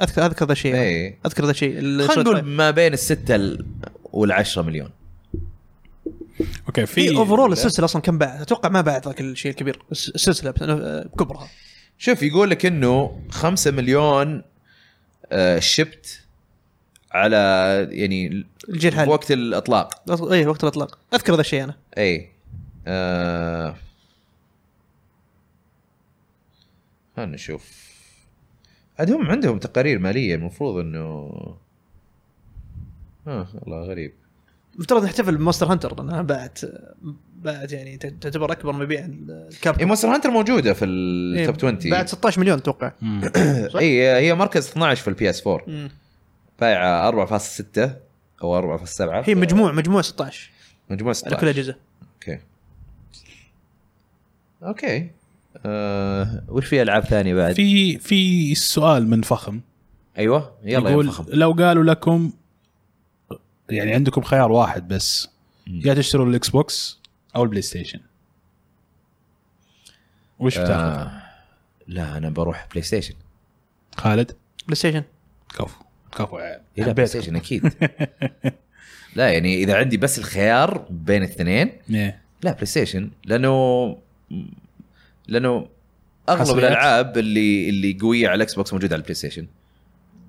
Speaker 3: اذكر اذكر ذا الشيء يعني.
Speaker 1: اي
Speaker 3: اذكر ذا الشيء ال-
Speaker 1: إيه.
Speaker 3: طيب.
Speaker 1: خلينا نقول ما بين الستة ال- والعشرة مليون
Speaker 2: اوكي
Speaker 3: في اوفرول السلسله اصلا كم باعت؟ اتوقع ما باعت ذاك الشيء الكبير الس- السلسله بس- آه، بكبرها
Speaker 1: شوف يقول لك انه 5 مليون آه شبت على يعني
Speaker 3: الجيل
Speaker 1: في
Speaker 3: الحالي
Speaker 1: وقت الاطلاق
Speaker 3: اي وقت الاطلاق اذكر ذا الشيء انا
Speaker 1: اي إيه. آه خلينا نشوف عاد هم عندهم تقارير ماليه المفروض انه اه والله غريب
Speaker 3: مفترض نحتفل بمونستر هانتر لانها باعت باعت يعني ت- تعتبر اكبر مبيع الكاب
Speaker 1: اي إيه، مونستر هانتر موجوده في التوب 20
Speaker 3: باعت 16 مليون اتوقع إيه، صح؟
Speaker 1: اي إيه، هي مركز 12 في البي اس 4
Speaker 3: مم.
Speaker 1: بايعه 4.6 او 4.7
Speaker 3: هي مجموع مجموع 16
Speaker 1: مجموع
Speaker 3: على كل
Speaker 1: 16
Speaker 3: الاجهزه
Speaker 1: اوكي اوكي آه وش في العاب ثانيه بعد؟
Speaker 2: في في سؤال من فخم
Speaker 1: ايوه يلا يا
Speaker 2: يقول
Speaker 1: فخم
Speaker 2: لو قالوا لكم يعني عندكم خيار واحد بس
Speaker 1: مم.
Speaker 2: يا تشتروا الاكس بوكس او البلاي ستيشن وش بتاخذ؟
Speaker 1: آه لا انا بروح بلاي ستيشن
Speaker 2: خالد
Speaker 3: بلاي ستيشن
Speaker 2: كفو كفو عيال.
Speaker 1: إيه لا بلاي
Speaker 2: حبيتك.
Speaker 1: ستيشن
Speaker 3: *laughs*
Speaker 1: اكيد لا يعني اذا عندي بس الخيار بين الاثنين
Speaker 2: إيه.
Speaker 1: لا بلاي ستيشن لانه لانه اغلب
Speaker 2: حصريات؟
Speaker 1: الالعاب اللي اللي قويه على الاكس بوكس موجوده على البلاي ستيشن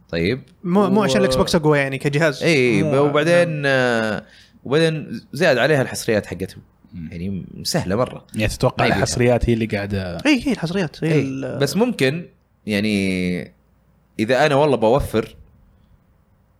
Speaker 1: طيب
Speaker 3: مو مو
Speaker 1: و-
Speaker 3: عشان الاكس بوكس اقوى يعني كجهاز
Speaker 1: اي
Speaker 3: مو-
Speaker 1: إيه، وبعدين آه، وبعدين زاد عليها الحصريات حقتهم
Speaker 2: مم.
Speaker 1: يعني سهله مره
Speaker 2: يعني
Speaker 1: ما
Speaker 2: تتوقع
Speaker 1: يبيها.
Speaker 2: الحصريات هي اللي قاعده
Speaker 3: اي هي الحصريات هي
Speaker 1: إيه.
Speaker 3: ال-
Speaker 1: بس ممكن يعني اذا انا والله بوفر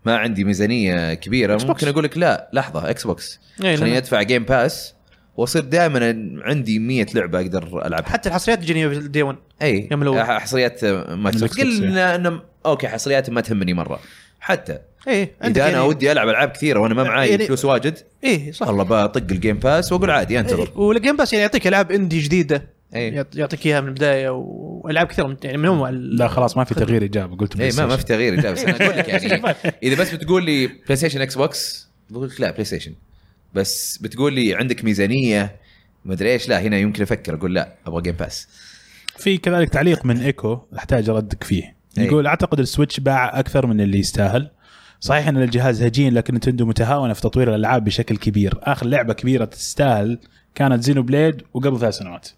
Speaker 1: ما عندي ميزانيه كبيره
Speaker 3: Xbox.
Speaker 1: ممكن اقول لك لا لحظه اكس بوكس
Speaker 3: إيه،
Speaker 1: خليني
Speaker 3: لأن-
Speaker 1: ادفع جيم باس واصير دائما عندي 100 لعبه اقدر العبها
Speaker 3: حتى الحصريات تجيني دي 1
Speaker 1: اي
Speaker 3: يوم الأول.
Speaker 1: إيه، حصريات مايكروسوفت
Speaker 2: Xbox، إيه.
Speaker 1: قلنا انه اوكي حصريات ما تهمني مره حتى
Speaker 3: اي
Speaker 1: اذا انا ودي العب العاب كثيره وانا ما معي
Speaker 3: يعني-
Speaker 1: فلوس واجد
Speaker 3: اي يعني- صح
Speaker 1: والله بطق الجيم باس واقول عادي انتظر
Speaker 3: إيه، والجيم باس يعني يعطيك العاب اندي جديده
Speaker 1: إيه.
Speaker 3: يعط- يعطيك اياها من البدايه والعاب كثيره من- يعني من انواع ال-
Speaker 2: إيه. لا
Speaker 1: *laughs*
Speaker 2: خلاص ما في تغيير اجابه قلت
Speaker 1: اي
Speaker 2: بلاي
Speaker 1: إيه، ما ما في
Speaker 2: ستيشن.
Speaker 1: تغيير إجابة، بس انا اقول لك
Speaker 3: *laughs*
Speaker 1: يعني اذا بس بتقول لي بلاي ستيشن اكس بوكس بقول لك لا بلاي ستيشن بس بتقول لي عندك ميزانيه ما ادري ايش لا هنا يمكن افكر اقول لا ابغى جيم باس
Speaker 2: في كذلك تعليق من ايكو احتاج ردك فيه
Speaker 1: إيه.
Speaker 2: يقول اعتقد السويتش باع اكثر من اللي يستاهل صحيح ان الجهاز هجين لكن نتندو متهاونه في تطوير الالعاب بشكل كبير اخر لعبه كبيره تستاهل كانت زينو بليد وقبل ثلاث سنوات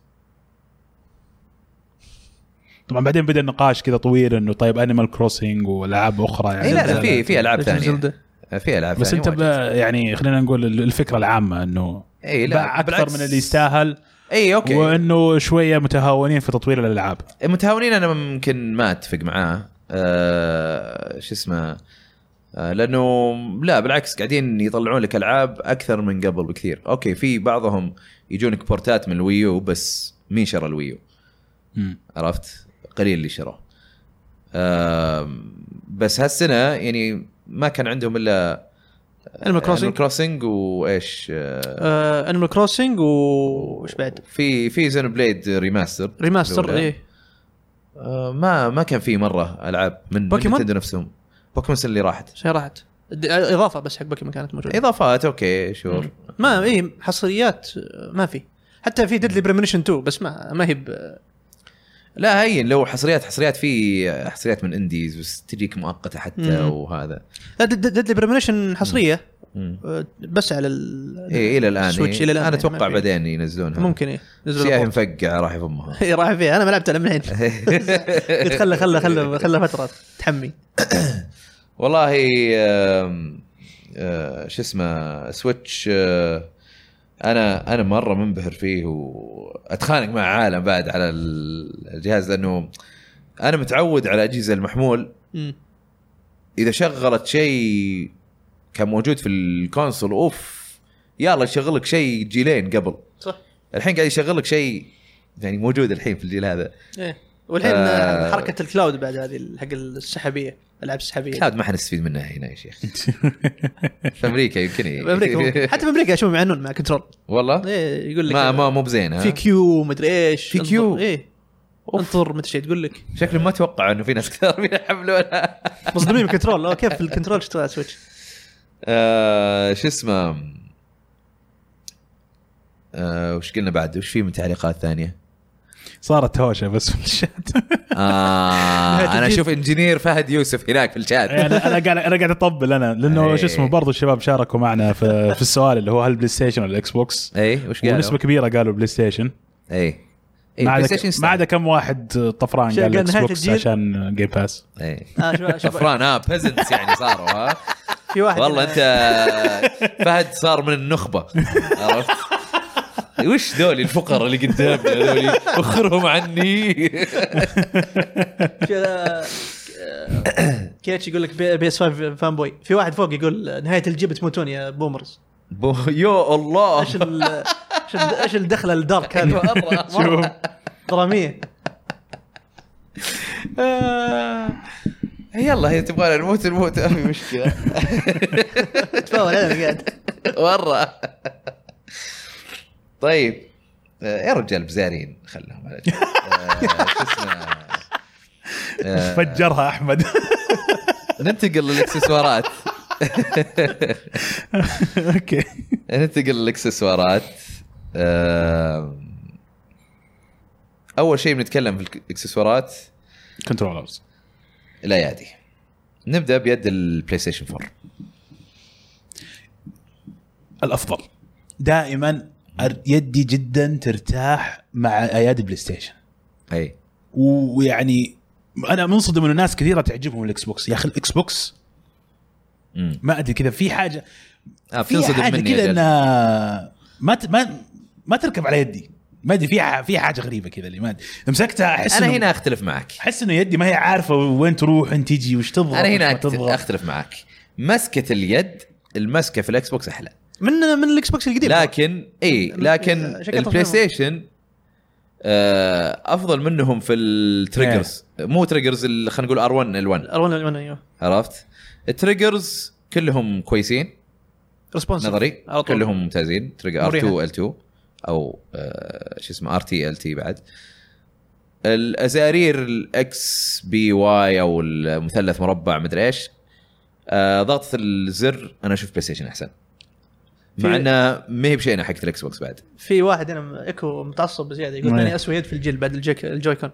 Speaker 2: طبعا بعدين بدا النقاش كذا طويل انه طيب انيمال كروسنج والعاب اخرى يعني
Speaker 1: اي إيه، لا لا في في العاب
Speaker 3: لكن
Speaker 1: ثانيه
Speaker 3: زلدة.
Speaker 1: في العاب
Speaker 2: بس انت ب- يعني خلينا نقول الفكره العامه انه
Speaker 1: اي
Speaker 2: باع
Speaker 1: إيه، لا إيه،
Speaker 2: اكثر من اللي يستاهل
Speaker 1: اي اوكي
Speaker 2: وانه شويه متهاونين في تطوير الالعاب
Speaker 1: متهاونين انا ممكن ما اتفق معاه آه شو اسمه آه لانه لا بالعكس قاعدين يطلعون لك العاب اكثر من قبل بكثير اوكي في بعضهم يجونك بورتات من الويو بس مين شرى الويو
Speaker 2: مم.
Speaker 1: عرفت قليل اللي شروه آم، بس هالسنه يعني ما كان عندهم الا
Speaker 3: انيمال كروسنج
Speaker 1: كروسنج وايش آه،
Speaker 3: انيمال كروسنج وش بعد؟
Speaker 1: في في زين بليد ريماستر
Speaker 3: ريماستر
Speaker 1: الأولى.
Speaker 3: ايه
Speaker 1: آه، ما ما كان في مره العاب من
Speaker 3: بوكيمون؟
Speaker 1: بوكيمون نفسهم بوكيمون اللي راحت
Speaker 3: عشان راحت د- اضافه بس حق بوكيمون كانت موجوده
Speaker 1: اضافات اوكي شور
Speaker 3: ما اي حصريات آه، ما في حتى في ديدلي بريمنيشن 2 بس ما ما هي ب-
Speaker 1: لا هي لو حصريات حصريات في حصريات من انديز بس تجيك مؤقته حتى
Speaker 3: مم.
Speaker 1: وهذا
Speaker 3: لا ديدلي بريمنيشن حصريه
Speaker 1: مم.
Speaker 3: آه، بس على ال
Speaker 1: اي الى الان
Speaker 3: سويتش
Speaker 1: إيه.
Speaker 3: إلى الآن
Speaker 1: انا
Speaker 3: يعني ما
Speaker 1: اتوقع
Speaker 3: في.
Speaker 1: بعدين ينزلونها
Speaker 3: ممكن ايه
Speaker 1: شيء
Speaker 3: نزل
Speaker 1: مفقعه راح
Speaker 3: *laughs*
Speaker 1: يضمها
Speaker 3: اي راح فيها انا ما لعبتها من الحين
Speaker 1: *laughs*
Speaker 3: قلت خله خله خله خله فتره تحمي
Speaker 1: والله آم، آه، شو اسمه سويتش آه، انا انا مره منبهر فيه واتخانق مع عالم بعد على ال- الجهاز لانه انا متعود على اجهزه المحمول
Speaker 3: مم.
Speaker 1: اذا شغلت شيء كان موجود في الكونسول اوف يلا يشغل لك شيء جيلين قبل
Speaker 3: صح
Speaker 1: الحين قاعد يشغل لك شيء يعني موجود الحين في الجيل هذا
Speaker 3: ايه والحين
Speaker 1: آه.
Speaker 3: آه حركه الكلاود بعد هذه حق السحابيه العاب السحابيه
Speaker 1: كلاود ما حنستفيد منها هنا يا شيخ في امريكا يمكن
Speaker 3: في امريكا ممكن. حتى في امريكا اشوفهم يعنون مع كنترول
Speaker 1: *laughs* والله
Speaker 3: *laughs* ايه يقول لك
Speaker 1: ما ما آه. مو بزين
Speaker 3: في
Speaker 1: في
Speaker 3: كيو مدري ايش
Speaker 1: في كيو.
Speaker 3: انظر- ايه انطر مدري ايش تقول لك
Speaker 1: شكله ما توقع انه في ناس كثار بيحملونها
Speaker 3: مصدومين بالكنترول أوه، كيف الكنترول اشتغل على سويتش
Speaker 1: آه، شو اسمه آه، وش قلنا بعد وش في من تعليقات ثانيه؟
Speaker 2: صارت هوشه بس في الشات *laughs*
Speaker 1: آه انا اشوف انجينير فهد يوسف هناك في الشات
Speaker 2: انا انا قاعد انا قاعد اطبل انا لانه شو اسمه برضو الشباب شاركوا معنا في, في السؤال اللي هو هل بلاي ستيشن ولا الاكس بوكس
Speaker 1: اي إيه، وش
Speaker 2: ونسبه
Speaker 1: قالوا؟ إيه.
Speaker 2: كبيره قالوا بلاي ستيشن
Speaker 1: اي
Speaker 2: ما
Speaker 1: اي
Speaker 2: عدا-
Speaker 1: ستيشن
Speaker 2: ما
Speaker 1: ستار.
Speaker 2: عدا كم واحد طفران
Speaker 3: شو
Speaker 2: قال
Speaker 3: قال
Speaker 2: اكس
Speaker 3: نهاية
Speaker 2: بوكس
Speaker 3: الجيل؟
Speaker 2: عشان جيم باس
Speaker 1: إيه.
Speaker 3: آه، شوف- شوف-
Speaker 1: شفران اه بيزنتس يعني صاروا
Speaker 2: *laughs*
Speaker 1: ها
Speaker 3: في واحد
Speaker 1: والله
Speaker 3: هنا-
Speaker 1: انت فهد صار من النخبه عرفت؟ وش ذولي الفقراء اللي قدامنا ذولي
Speaker 2: *laughs*
Speaker 1: اخرهم عني
Speaker 3: في- آه، كيتش يقول لك بي اس 5 فان بوي في واحد فوق يقول نهايه الجيب تموتون يا بومرز
Speaker 1: بو يا الله
Speaker 3: ايش ال- ايش ال- ايش الدخله
Speaker 1: *laughs*
Speaker 3: الدارك هذه
Speaker 1: مرة.
Speaker 2: شوف
Speaker 3: دراميه
Speaker 1: آه. يلا هي تبغانا نموت نموت ما في مشكله *laughs*
Speaker 3: تفاول انا قاعد
Speaker 1: مره طيب آه، يا رجال بزارين خلهم على جنب. آه، شو اسمه آه،
Speaker 2: فجرها احمد *laughs*
Speaker 1: ننتقل للاكسسوارات
Speaker 2: اوكي
Speaker 1: *laughs* ننتقل للاكسسوارات آه، اول شيء بنتكلم في الاكسسوارات
Speaker 2: كنترولرز
Speaker 1: الايادي نبدا بيد البلاي ستيشن 4
Speaker 2: الافضل دائما أر- يدي جدا ترتاح مع ايادي بلاي ستيشن
Speaker 1: اي
Speaker 2: و- ويعني انا منصدم انه ناس كثيره تعجبهم الاكس بوكس يا اخي الاكس بوكس
Speaker 1: امم
Speaker 2: ما ادري كذا في حاجه
Speaker 1: آه
Speaker 2: في
Speaker 1: بتنصدم
Speaker 2: حاجه
Speaker 1: مني يا
Speaker 2: كذا
Speaker 1: جل.
Speaker 2: انها ما ت... ما ما تركب على يدي ما ادري في ح- في حاجه غريبه كذا اللي ما ادري مسكتها احس
Speaker 1: انا
Speaker 2: إنه-
Speaker 1: هنا اختلف معك
Speaker 2: احس انه يدي ما هي عارفه وين تروح وين تجي وش تضغط
Speaker 1: انا
Speaker 2: وش ما
Speaker 1: هنا أكت-
Speaker 2: تضغط
Speaker 1: اختلف معك مسكه اليد المسكه في الاكس بوكس احلى
Speaker 3: من من الاكس بوكس القديم
Speaker 1: لكن اي
Speaker 3: ال-
Speaker 1: لكن
Speaker 3: ال- شكل
Speaker 1: البلاي
Speaker 3: تصميمه.
Speaker 1: ستيشن آه، افضل منهم في التريجرز مو تريجرز ال- خلينا نقول ار 1 ال 1
Speaker 3: ارونا ارونا ايوه
Speaker 1: عرفت التريجرز كلهم كويسين
Speaker 3: ريسبونس
Speaker 1: نظري
Speaker 3: على طول.
Speaker 1: كلهم ممتازين تريجر ار 2
Speaker 3: مريحة.
Speaker 1: ال 2 او آه، شو اسمه ار تي ال تي بعد الازارير الاكس بي واي او المثلث مربع مدري ايش آه، ضغطه الزر انا اشوف بلاي ستيشن احسن مع
Speaker 3: في-
Speaker 1: انه ما هي بشينه حقت الاكس بوكس بعد
Speaker 3: في واحد هنا ايكو متعصب بزياده يقول
Speaker 2: إيه.
Speaker 3: ثاني اسوء يد في الجيل بعد الجيك الجويكون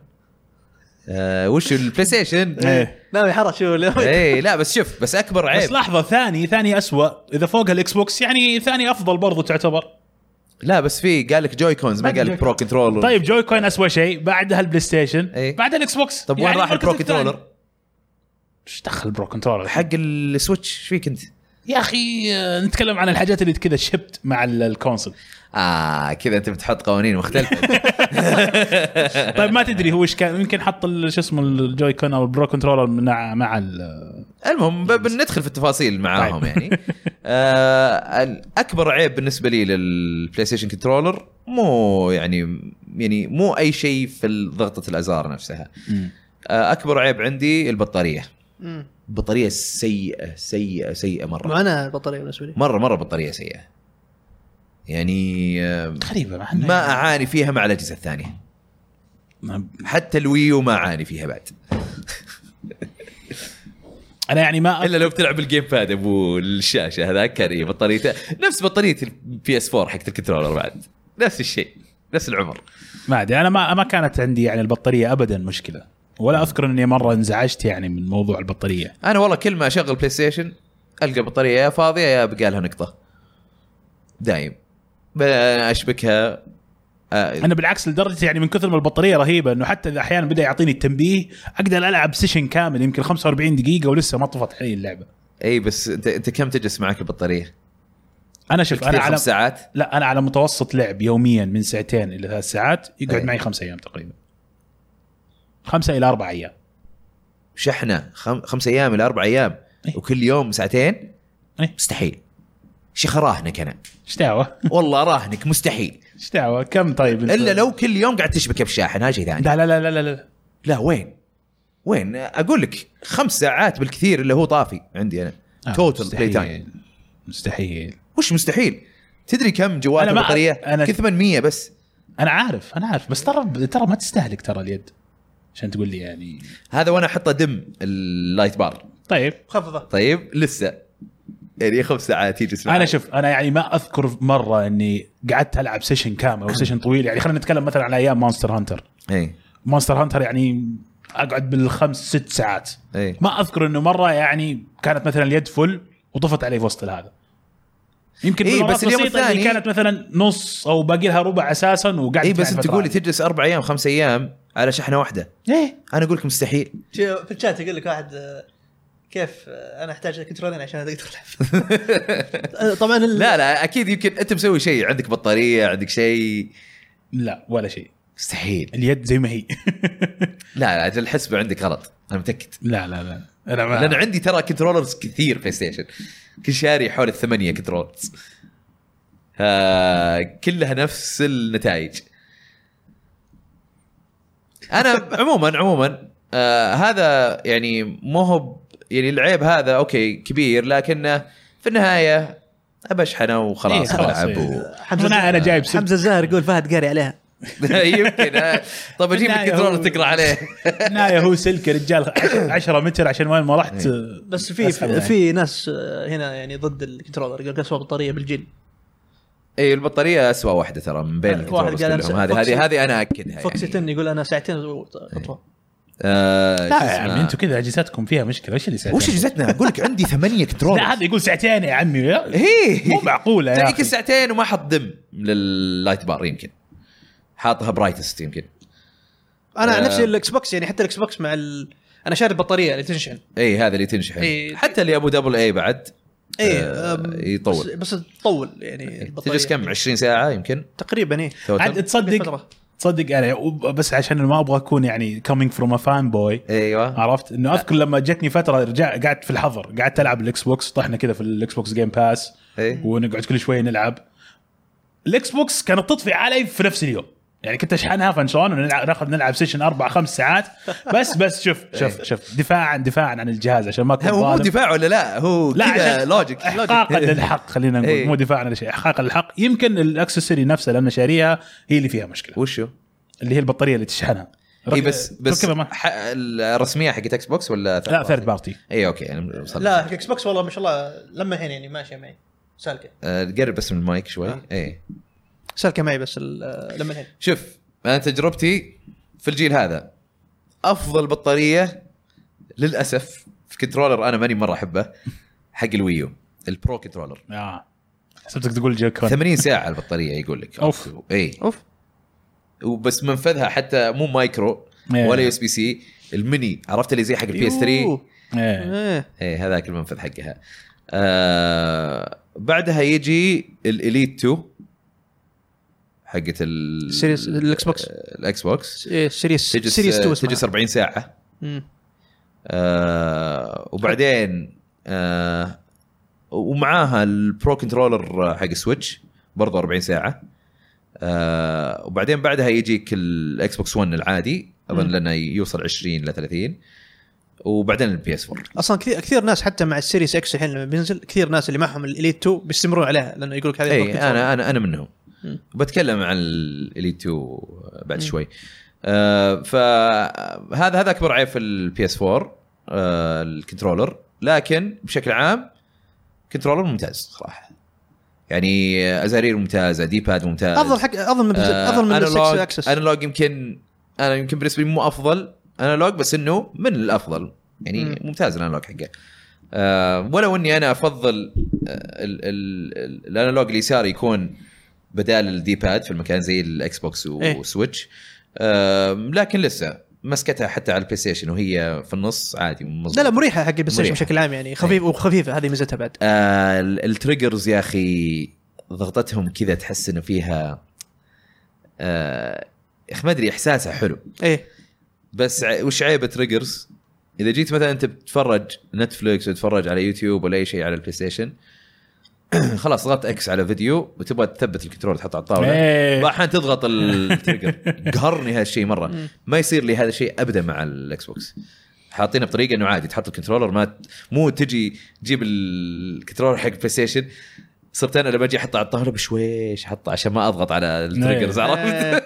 Speaker 1: آه، وش البلاي ستيشن؟
Speaker 2: *laughs* إيه.
Speaker 3: ناوي يحرش شو لا-
Speaker 1: اي لا بس شوف بس اكبر عيب
Speaker 2: بس لحظه ثاني ثاني اسوء اذا فوقها الاكس بوكس يعني ثاني افضل برضو تعتبر
Speaker 1: لا بس في قال لك جوي كونز ما
Speaker 2: بعد
Speaker 1: قال لك
Speaker 2: جوي-
Speaker 1: برو كنترولر
Speaker 2: طيب جوي كوين اسوء شيء بعدها البلاي ستيشن
Speaker 1: إيه.
Speaker 2: بعدها الاكس بوكس
Speaker 1: طب وين
Speaker 2: يعني
Speaker 1: راح البرو
Speaker 2: المركز الثاني.
Speaker 1: كنترولر؟
Speaker 2: ايش دخل البرو كنترولر
Speaker 1: حق السويتش ايش فيك انت؟
Speaker 2: يا اخي آه، نتكلم عن الحاجات اللي كذا شبت مع ال- الكونسل
Speaker 1: اه كذا انت بتحط قوانين مختلفه
Speaker 2: طيب ما تدري هو ايش كان يمكن حط ال- شو اسمه الجوي كون او البرو كنترولر مع مع ال-
Speaker 1: المهم ب- بندخل في التفاصيل معاهم
Speaker 2: طيب.
Speaker 1: يعني آه الاكبر عيب بالنسبه لي للبلاي ستيشن كنترولر مو يعني يعني مو اي شيء في ضغطه الازرار نفسها آه اكبر عيب عندي البطاريه
Speaker 3: مم.
Speaker 1: بطريقه سيئه سيئه سيئه مره
Speaker 3: معاناه البطاريه بالنسبه لي
Speaker 1: مره مره بطريقه سيئه يعني آه،
Speaker 2: غريبه مع إنه
Speaker 1: ما اعاني فيها مع الاجهزه الثانيه حتى الويو ما اعاني فيها بعد
Speaker 2: انا يعني ما
Speaker 1: الا لو بتلعب الجيم باد ابو الشاشه هذاك كان إيه بطاريته نفس بطاريه البي اس 4 حقت الكنترولر بعد نفس الشيء نفس العمر
Speaker 2: ما ادري انا ما ما كانت عندي يعني البطاريه ابدا مشكله ولا اذكر اني مره انزعجت يعني من موضوع البطاريه
Speaker 1: انا والله كل ما اشغل بلاي ستيشن القى البطاريه يا فاضيه يا بقى لها نقطه دايم ب- اشبكها آه،
Speaker 2: انا بالعكس لدرجه يعني من كثر ما البطاريه رهيبه انه حتى اذا احيانا بدا يعطيني التنبيه اقدر العب سيشن كامل يمكن 45 دقيقه ولسه ما طفت علي اللعبه
Speaker 1: اي بس انت انت كم تجلس معك البطاريه؟
Speaker 2: انا شوف
Speaker 1: كثير
Speaker 2: انا على
Speaker 1: خمس ساعات
Speaker 2: لا انا على متوسط لعب يوميا من ساعتين الى ثلاث ساعات يقعد
Speaker 1: إيه.
Speaker 2: معي خمسة ايام تقريبا خمسة الى اربع ايام
Speaker 1: شحنه خم... خمس ايام الى اربع ايام
Speaker 2: إيه.
Speaker 1: وكل يوم ساعتين
Speaker 2: إيه.
Speaker 1: مستحيل شيخ راهنك انا
Speaker 2: ايش دعوه؟ *laughs*
Speaker 1: والله راهنك مستحيل
Speaker 2: ايش دعوه؟ كم طيب أنت؟
Speaker 1: الا لو كل يوم قاعد تشبكه بشاحن هذا شيء ثاني
Speaker 2: لا لا لا لا لا, لا.
Speaker 1: لا وين؟ وين؟ اقول لك خمس ساعات بالكثير اللي هو طافي عندي انا
Speaker 2: آه،
Speaker 1: توتال بلاي
Speaker 2: مستحيل.
Speaker 1: تايم
Speaker 2: مستحيل
Speaker 1: وش مستحيل؟ تدري كم جوال
Speaker 2: أنا ما-
Speaker 1: البطاريه؟
Speaker 2: أنا-
Speaker 1: كل 800 بس
Speaker 2: انا عارف انا عارف بس ترى ترى ما تستهلك ترى اليد عشان تقول لي يعني
Speaker 1: هذا وانا احطه دم اللايت بار
Speaker 2: طيب
Speaker 3: خفضه
Speaker 1: طيب لسه يعني خمس ساعات يجلس معي.
Speaker 2: انا شوف انا يعني ما اذكر مره اني قعدت العب سيشن كامل او
Speaker 1: *laughs*
Speaker 2: سيشن طويل يعني خلينا نتكلم مثلا على ايام مونستر هانتر
Speaker 1: اي
Speaker 2: مونستر هانتر يعني اقعد بالخمس ست ساعات
Speaker 1: اي
Speaker 2: ما اذكر انه مره يعني كانت مثلا اليد فل وطفت علي في وسط هذا يمكن
Speaker 1: إيه،
Speaker 2: بالمرات
Speaker 1: بس اليوم
Speaker 2: بسيطة اللي
Speaker 1: الثاني-
Speaker 2: كانت مثلا نص او باقي لها ربع اساسا وقعدت
Speaker 1: اي إيه، بس
Speaker 2: يعني
Speaker 1: انت
Speaker 2: فترة
Speaker 1: تقول لي
Speaker 2: عالية.
Speaker 1: تجلس اربع ايام خمس ايام على شحنه واحده
Speaker 3: إيه.
Speaker 2: ايه
Speaker 1: انا اقول لك مستحيل
Speaker 3: في في الشات يقول لك واحد آه، كيف آه، انا احتاج كنترولين عشان اقدر العب آه، طبعا ال-
Speaker 1: لا لا اكيد يمكن انت مسوي شيء عندك بطاريه عندك شيء
Speaker 2: لا ولا شيء
Speaker 1: مستحيل
Speaker 2: اليد زي ما
Speaker 1: *laughs*
Speaker 2: هي
Speaker 1: لا لا الحسبه عندك غلط انا متاكد
Speaker 2: لا لا لا انا ما
Speaker 1: لان عندي ترى كنترولرز كثير بلاي ستيشن كل شاري حول الثمانيه كنترولرز آه كلها نفس النتائج
Speaker 2: *laughs*
Speaker 1: انا عموما عموما آه هذا يعني مو هو يعني العيب هذا اوكي كبير لكنه في النهايه ابشحنه وخلاص
Speaker 2: إيه، خلاص،
Speaker 1: العب
Speaker 2: إيه.
Speaker 1: و...
Speaker 3: حمزه
Speaker 2: أنا- أنا جايب سب.
Speaker 3: حمزه الزاهر يقول فهد قاري عليها
Speaker 1: *laughs* يمكن آه. طب اجيب
Speaker 2: بالنهاية
Speaker 1: الكنترولر
Speaker 2: إيه. هو-
Speaker 1: تقرا
Speaker 3: *laughs*
Speaker 1: عليه
Speaker 2: نايا هو سلك يا رجال 10 متر عشان وين ما رحت
Speaker 1: إيه.
Speaker 3: بس في
Speaker 2: أسحب يعني.
Speaker 3: في ناس آه، هنا يعني ضد الكنترولر يقول قسوه بطاريه بالجيل
Speaker 1: اي البطاريه اسوء واحده ترى من بين
Speaker 3: واحد
Speaker 1: الكنترولرز
Speaker 3: قال
Speaker 1: كلهم
Speaker 3: أمس
Speaker 1: هذه هذه
Speaker 3: فوكسي-
Speaker 1: هذه انا اكدها
Speaker 3: فوكسي 10 يقول انا ساعتين اطفى
Speaker 1: آه
Speaker 2: لا يعني
Speaker 1: شو
Speaker 2: يا
Speaker 1: اسمه؟
Speaker 2: عمي انتم إيه، كذا اجهزتكم فيها مشكله وش اللي ساعتين؟
Speaker 1: وش اجهزتنا؟ اقول لك عندي إيه. ثمانيه كنترول
Speaker 2: لا هذا يقول ساعتين يا عمي
Speaker 1: هي *laughs*
Speaker 2: مو معقوله يا
Speaker 1: تلاقيك
Speaker 2: اخي
Speaker 1: ساعتين وما حط دم لللايت بار يمكن حاطها برايتست يمكن
Speaker 3: انا عن
Speaker 1: آه.
Speaker 3: نفسي الاكس بوكس يعني حتى الاكس بوكس مع ال... انا شاري يعني بطاريه اللي تنشحن
Speaker 1: اي إيه، هذا اللي تنشحن
Speaker 3: إي.
Speaker 1: حتى اللي ابو دبل اي بعد
Speaker 3: اي
Speaker 1: آه،
Speaker 3: إيه، أم،
Speaker 1: يطول. إيه،
Speaker 3: بس, بس تطول يعني البطاريه
Speaker 1: تجلس كم 20 ساعه يمكن
Speaker 3: تقريبا ايه
Speaker 2: عاد
Speaker 1: توتل
Speaker 2: تصدق
Speaker 3: فترة.
Speaker 2: تصدق انا وب- بس عشان ما ابغى اكون يعني كومينج فروم ا فان بوي
Speaker 1: ايوه
Speaker 2: عرفت انه اذكر لما جتني فتره رجع قعدت في الحظر قعدت العب الاكس بوكس طحنا كذا في الاكس بوكس جيم باس
Speaker 1: اي
Speaker 2: ونقعد كل شوي نلعب الاكس بوكس كانت تطفي علي في نفس اليوم يعني كنت اشحنها فنشون ونلعب- ناخذ نلعب سيشن اربع خمس ساعات بس بس
Speaker 1: *laughs*
Speaker 2: شوف شوف شوف دفاعا دفاعا عن الجهاز عشان ما اكون
Speaker 1: إيه. هو مو
Speaker 2: ظالم.
Speaker 1: دفاع ولا لا هو
Speaker 2: لا
Speaker 1: كذا
Speaker 2: عشان
Speaker 1: لوجيك
Speaker 2: احقاقا
Speaker 1: لوجيك.
Speaker 2: للحق خلينا نقول
Speaker 1: إيه.
Speaker 2: مو دفاعا عن الشيء احقاقا للحق يمكن الاكسسوري نفسه لما شاريها هي اللي فيها مشكله
Speaker 1: وشو؟
Speaker 2: اللي هي البطاريه اللي تشحنها
Speaker 1: اي إيه، بس بس
Speaker 2: تركبها مع-
Speaker 1: ح- الرسميه حقت اكس بوكس ولا إيه، third
Speaker 2: لا
Speaker 1: party؟
Speaker 2: ثيرد بارتي
Speaker 1: اي اوكي انا وصلت.
Speaker 3: لا الاكس بوكس والله ما شاء الله لما الحين يعني ماشيه معي سالكه
Speaker 1: آه، قرب بس من المايك شوي إيه.
Speaker 3: آه.
Speaker 1: اي
Speaker 3: سالكه معي بس ال- آه، لما الحين
Speaker 1: شوف انا تجربتي في الجيل هذا افضل بطاريه للاسف في كنترولر انا ماني مره احبه حق الويو البرو كنترولر
Speaker 2: اه حسبتك تقول جوكون
Speaker 1: 80 ساعه البطاريه يقول لك
Speaker 2: أوف.
Speaker 1: اي
Speaker 3: اوف
Speaker 1: وبس منفذها حتى مو مايكرو
Speaker 2: إيه.
Speaker 1: ولا يو اس بي سي الميني عرفت اللي زي حق البي اس 3
Speaker 3: يوه.
Speaker 2: إيه.
Speaker 3: إيه.
Speaker 1: اي هذاك المنفذ حقها آه بعدها يجي الاليت 2 حقت ال
Speaker 3: سيريس- الإكس بوكس.
Speaker 1: الاكس بوكس
Speaker 3: إيه، سيريس
Speaker 1: تجلس آه،
Speaker 3: سيريس 2 اسمها.
Speaker 1: تجلس 40 ساعه
Speaker 3: مم.
Speaker 1: آه وبعدين آه ومعاها البرو كنترولر حق السويتش برضه 40 ساعه آه وبعدين بعدها يجيك الاكس بوكس 1 العادي اظن
Speaker 3: مم.
Speaker 1: لانه يوصل 20 ل 30 وبعدين البي اس 4
Speaker 3: اصلا كثير كثير ناس حتى مع السيريس اكس الحين لما بينزل كثير ناس اللي معهم الاليت 2 بيستمرون عليها لانه يقول لك هذه
Speaker 1: اي
Speaker 3: البروكتيف.
Speaker 1: انا انا انا منهم
Speaker 3: مم.
Speaker 1: بتكلم عن الاليت 2 بعد
Speaker 3: مم.
Speaker 1: شوي آه، فهذا هذا اكبر عيب في البي اس 4 آه، الكنترولر لكن بشكل عام كنترولر ممتاز صراحه يعني ازارير ممتازه دي باد ممتاز
Speaker 3: افضل حق افضل من افضل من السكس اكسس
Speaker 1: انالوج آه، يمكن انا يمكن بالنسبه لي مو افضل انالوج بس انه من الافضل يعني
Speaker 3: مم.
Speaker 1: ممتاز الانالوج حقه آه ولو اني انا افضل آه، ال- ال- ال- الانالوج اليسار يكون بدال الدي باد في المكان زي الاكس بوكس
Speaker 3: إيه.
Speaker 1: وسويتش آه لكن لسه مسكتها حتى على البلاي ستيشن وهي في النص عادي مظبوط
Speaker 3: لا لا مريحه حق البلاي ستيشن
Speaker 1: مريحة. إيه.
Speaker 3: بشكل عام يعني خفيف وخفيفه هذه ميزتها بعد
Speaker 1: آه ال- التريجرز يا اخي ضغطتهم كذا تحس انه فيها آه يا اخي ما ادري احساسها حلو
Speaker 3: ايه
Speaker 1: بس ع- وش عيب تريجرز؟ اذا جيت مثلا انت بتتفرج نتفلكس وتتفرج على يوتيوب ولا اي شيء على البلاي ستيشن *clears throat* خلاص ضغطت اكس على فيديو وتبغى تثبت الكنترول تحطه على الطاوله بعض
Speaker 2: إيه.
Speaker 1: الاحيان تضغط
Speaker 3: *laughs*
Speaker 1: التريجر قهرني هالشيء مره
Speaker 3: مم.
Speaker 1: ما يصير لي هذا الشيء ابدا مع الاكس بوكس حاطينه بطريقه انه عادي تحط الكنترولر ما ت- مو تجي تجيب الكنترولر حق بلاي ستيشن صرت انا لما اجي احطه على الطاوله بشويش احطه عشان ما اضغط على التريجرز عرفت؟
Speaker 3: آه،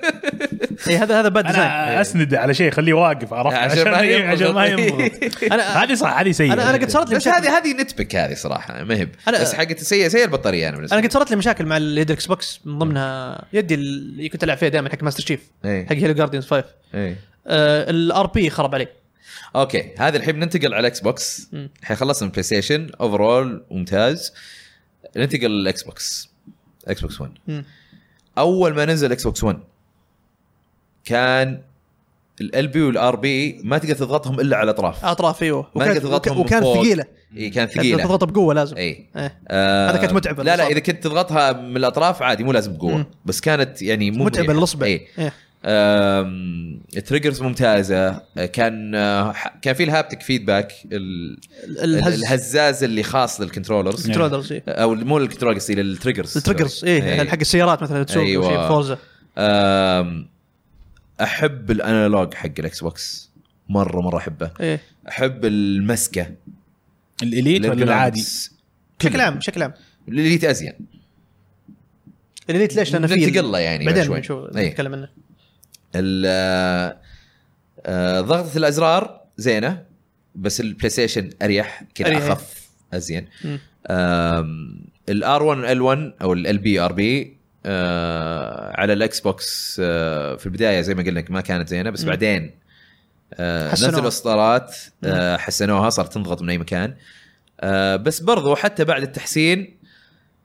Speaker 3: ايه هذا هذا باد ديزاين
Speaker 1: إيه.
Speaker 2: انا اسند على شيء خليه واقف عرفت عشان ما
Speaker 1: ينضغط.
Speaker 2: عشان ما ينضغط
Speaker 1: *laughs*
Speaker 3: انا
Speaker 2: هذه صح هذه سيئه
Speaker 3: أنا- أنا قد *laughs* صارت لي
Speaker 1: بس
Speaker 3: مشاكل.
Speaker 1: هذه هذه نتبك هذه صراحه ما هي
Speaker 3: أنا-
Speaker 1: بس حقت سيئه سيئه البطاريه انا بالنسبه
Speaker 3: انا قد صارت لي مشاكل مع اليد الاكس بوكس من ضمنها يدي اللي كنت العب فيها دائما حق ماستر شيف
Speaker 1: ايه.
Speaker 3: حق هيلو جارديانز 5
Speaker 1: ايه.
Speaker 3: الار بي خرب علي
Speaker 1: اوكي هذا الحين بننتقل على الاكس بوكس
Speaker 3: مم.
Speaker 1: الحين خلصنا البلاي ستيشن اوفرول ممتاز ننتقل للاكس بوكس اكس بوكس 1
Speaker 3: مم.
Speaker 1: اول ما نزل اكس بوكس 1 كان ال بي والار بي ما تقدر تضغطهم الا على الاطراف
Speaker 3: اطراف ايوه
Speaker 1: ما
Speaker 3: وكانت,
Speaker 1: تقدر تضغطهم من
Speaker 3: وكانت
Speaker 1: فوق.
Speaker 3: ثقيله
Speaker 1: اي كان
Speaker 3: ثقيله
Speaker 1: ثقيله
Speaker 3: تضغطها بقوه لازم
Speaker 1: اي
Speaker 3: إيه.
Speaker 1: آه،
Speaker 3: هذا كانت متعبة
Speaker 1: لا لا
Speaker 3: للإصابة.
Speaker 1: اذا كنت تضغطها من الاطراف عادي مو لازم بقوه
Speaker 3: مم.
Speaker 1: بس كانت يعني مو
Speaker 3: متعبه
Speaker 1: مريحة.
Speaker 3: للاصبع
Speaker 1: اي
Speaker 3: إيه.
Speaker 1: أم، تريجرز ممتازه كان آه، كان في الهابتك فيدباك ال-
Speaker 3: ال- الهز
Speaker 1: الهزاز اللي خاص للكنترولرز
Speaker 2: نعم.
Speaker 3: كنترولرز إيه.
Speaker 1: او مو للكنترول قصدي للتريجرز
Speaker 3: التريجرز ايه حق السيارات مثلا تسوق أيوة.
Speaker 1: أيوة.
Speaker 3: شيء فورزا
Speaker 1: أم، احب الانالوج حق الاكس بوكس مره مره احبه
Speaker 3: ايه
Speaker 1: احب المسكه
Speaker 2: الاليت ولا العادي؟
Speaker 3: بشكل عام بشكل عام
Speaker 1: اللي ازين
Speaker 3: الاليت ليش لانه في
Speaker 1: ننتقل له يعني بعد
Speaker 3: بعدين
Speaker 1: شوي
Speaker 3: بنشوف
Speaker 1: إيه.
Speaker 3: نتكلم عنه
Speaker 1: ال- آه، آه، ضغطة الازرار زينه بس البلاي ستيشن اريح كذا
Speaker 3: أريح.
Speaker 1: اخف ازين
Speaker 3: مم.
Speaker 1: الار 1 ال 1 او ال بي ار بي آه، على الاكس بوكس آه، في البدايه زي ما قلنا لك ما كانت زينه بس
Speaker 3: مم.
Speaker 1: بعدين آه،
Speaker 3: حسنوها.
Speaker 1: نزلوا اصدارات آه، حسنوها صارت تنضغط من اي مكان آه، بس برضو حتى بعد التحسين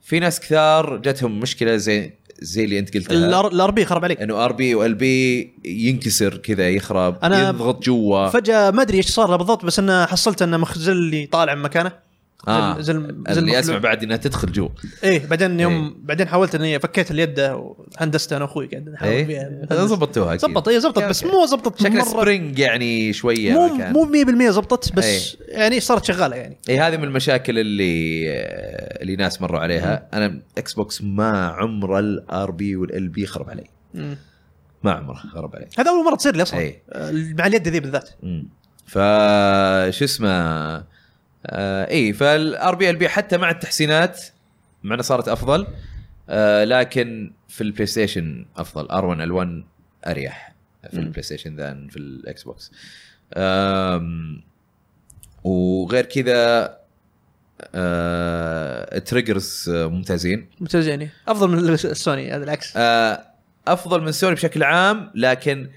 Speaker 1: في ناس كثار جاتهم مشكله زي زي اللي انت
Speaker 3: إيه.
Speaker 1: قلتها
Speaker 3: الار بي خرب عليك
Speaker 1: انه ار بي وال بي ينكسر كذا يخرب
Speaker 3: أنا
Speaker 1: أنا يضغط جوا
Speaker 3: فجاه ما ادري ايش صار له بالضبط بس انا حصلت انه مخزل اللي طالع من مكانه
Speaker 1: آه.
Speaker 3: زل- زل زل
Speaker 1: اللي
Speaker 3: مخلوع.
Speaker 1: اسمع بعد انها تدخل جوا
Speaker 3: ايه بعدين يوم
Speaker 1: إيه.
Speaker 3: بعدين حاولت اني فكيت اليد وهندستها انا واخوي قاعد نحاول
Speaker 1: ايه *laughs*
Speaker 3: فيها
Speaker 1: ضبطوها أكيد.
Speaker 3: زبطت اي زبطت
Speaker 1: أوكي،
Speaker 3: بس
Speaker 1: أوكي.
Speaker 3: مو زبطت
Speaker 1: شكلها
Speaker 3: مره
Speaker 1: سبرينج يعني شويه
Speaker 3: مو
Speaker 1: مكان.
Speaker 3: مو 100% زبطت بس
Speaker 1: إيه.
Speaker 3: يعني صارت شغاله يعني
Speaker 1: اي هذه من المشاكل اللي آه، اللي ناس مروا عليها انا اكس بوكس ما عمره الار بي والال بي خرب علي
Speaker 3: مم.
Speaker 1: ما عمره خرب علي
Speaker 3: هذا اول مره تصير لي اصلا
Speaker 1: إيه.
Speaker 3: آه، مع اليد ذي بالذات
Speaker 1: مم. ف شو اسمه آه اي فالار بي ال بي حتى مع التحسينات مع انها صارت افضل آه لكن في البلاي ستيشن افضل ار 1 ال 1 اريح في
Speaker 3: مم.
Speaker 1: البلاي ستيشن ذان في الاكس بوكس آم، وغير كذا آه التريجرز آه، ممتازين
Speaker 3: ممتاز يعني افضل من الس- السوني هذا العكس
Speaker 1: آه افضل من سوني بشكل عام لكن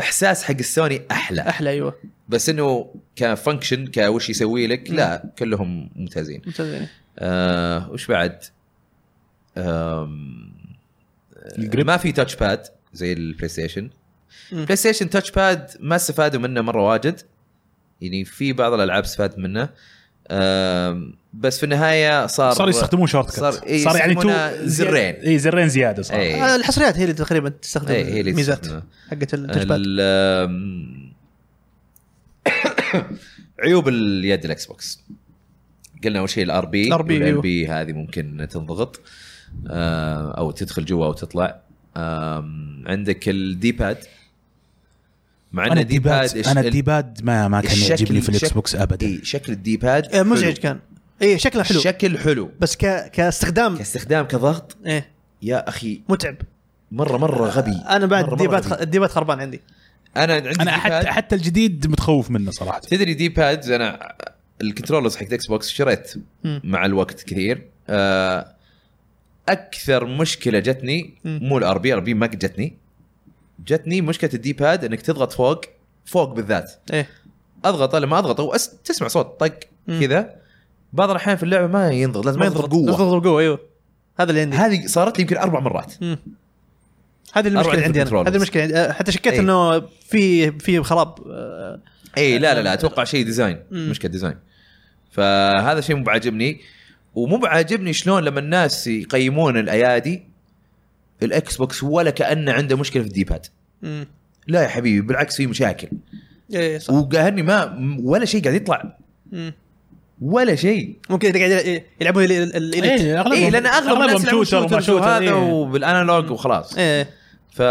Speaker 1: احساس حق السوني احلى
Speaker 3: احلى ايوه
Speaker 1: بس انه كفانكشن كوش يسوي لك لا كلهم ممتازين
Speaker 3: ممتاز يعني
Speaker 1: آه وش بعد آم، آه،
Speaker 2: الجريب.
Speaker 1: ما في تاتش باد زي البلاي ستيشن
Speaker 3: مم.
Speaker 1: بلاي ستيشن تاتش باد ما استفادوا منه مره واجد يعني في بعض الالعاب استفادت منه آم، بس في النهايه صار
Speaker 2: صار يستخدمون شورت كت
Speaker 1: صار- إيه،
Speaker 2: صار يعني
Speaker 1: يستخدمونها
Speaker 2: تو
Speaker 1: زرين.
Speaker 2: اي زرين زياده صار
Speaker 1: إيه.
Speaker 3: آه، الحصريات هي اللي تقريبا تستخدم
Speaker 1: إيه، هي اللي
Speaker 3: الميزات
Speaker 1: تستخدمها.
Speaker 3: حقت التاتشباد
Speaker 1: ال- آم، *coughs* عيوب اليد الاكس بوكس قلنا اول شيء الار بي
Speaker 3: ال RB
Speaker 1: الار
Speaker 3: أيوه.
Speaker 1: بي هذه ممكن تنضغط آه، او تدخل جوا او تطلع آم، عندك الدي باد مع
Speaker 2: انا
Speaker 1: ان الديباد
Speaker 2: الديباد
Speaker 1: الش-
Speaker 2: انا الديباد ما ما كان
Speaker 1: الشكل-
Speaker 2: يعجبني في الاكس
Speaker 1: شكل-
Speaker 2: بوكس ابدا
Speaker 1: إيه، شكل الديباد
Speaker 3: آه، مزعج كان اي شكله
Speaker 1: حلو
Speaker 3: حلو
Speaker 1: شكل حلو
Speaker 3: بس ك... كاستخدام
Speaker 1: كاستخدام كضغط
Speaker 3: ايه
Speaker 1: يا اخي
Speaker 3: متعب
Speaker 1: مره مره غبي
Speaker 3: انا بعد
Speaker 1: مرة- مرة
Speaker 3: الديبات
Speaker 1: غبي.
Speaker 3: خ... الديبات خربان عندي
Speaker 1: انا عندي
Speaker 2: انا
Speaker 1: ديباد.
Speaker 2: حتى حتى الجديد متخوف منه صراحه
Speaker 1: تدري دي بادز انا الكنترولرز حق اكس بوكس شريت
Speaker 3: مم.
Speaker 1: مع الوقت كثير آه، اكثر مشكله جتني
Speaker 3: مم.
Speaker 1: مو الار بي ار بي ما جتني جتني مشكله الدي باد انك تضغط فوق فوق بالذات
Speaker 3: ايه
Speaker 1: اضغط لما اضغط وأس... تسمع صوت طق
Speaker 3: مم.
Speaker 1: كذا بعض الاحيان في اللعبه ما ينضغط لازم ما ينضغط قوه
Speaker 3: تضرب قوه ايوه هذا اللي عندي
Speaker 1: هذه صارت لي يمكن اربع مرات
Speaker 3: مم.
Speaker 1: أروح
Speaker 3: هذه المشكله
Speaker 1: عند
Speaker 3: عندي انا
Speaker 1: الكنترولرز.
Speaker 3: هذه المشكله عندي آه، حتى شكيت
Speaker 1: إيه.
Speaker 3: انه في في خراب آه،
Speaker 1: اي إيه، لا لا لا اتوقع شيء ديزاين
Speaker 3: مم.
Speaker 1: مشكله ديزاين فهذا شيء مو بعاجبني ومو بعاجبني شلون لما الناس يقيمون الايادي الاكس بوكس ولا كانه عنده مشكله في الديباد
Speaker 3: مم.
Speaker 1: لا يا حبيبي بالعكس في مشاكل
Speaker 3: ايه صح
Speaker 1: وقاهرني ما ولا شيء قاعد يطلع
Speaker 3: مم.
Speaker 1: ولا شيء
Speaker 3: ممكن إذا قاعد يلع- يلعبون ال- ال- الإليت
Speaker 2: إيه، أغلبهم-
Speaker 1: اي لان اغلب
Speaker 2: أغلبهم
Speaker 1: الناس يلعبون
Speaker 2: شوتر وما
Speaker 1: شوترز
Speaker 2: شوتر،
Speaker 1: وهذا
Speaker 2: إيه.
Speaker 1: وبالانالوج وخلاص
Speaker 3: ايه
Speaker 1: ف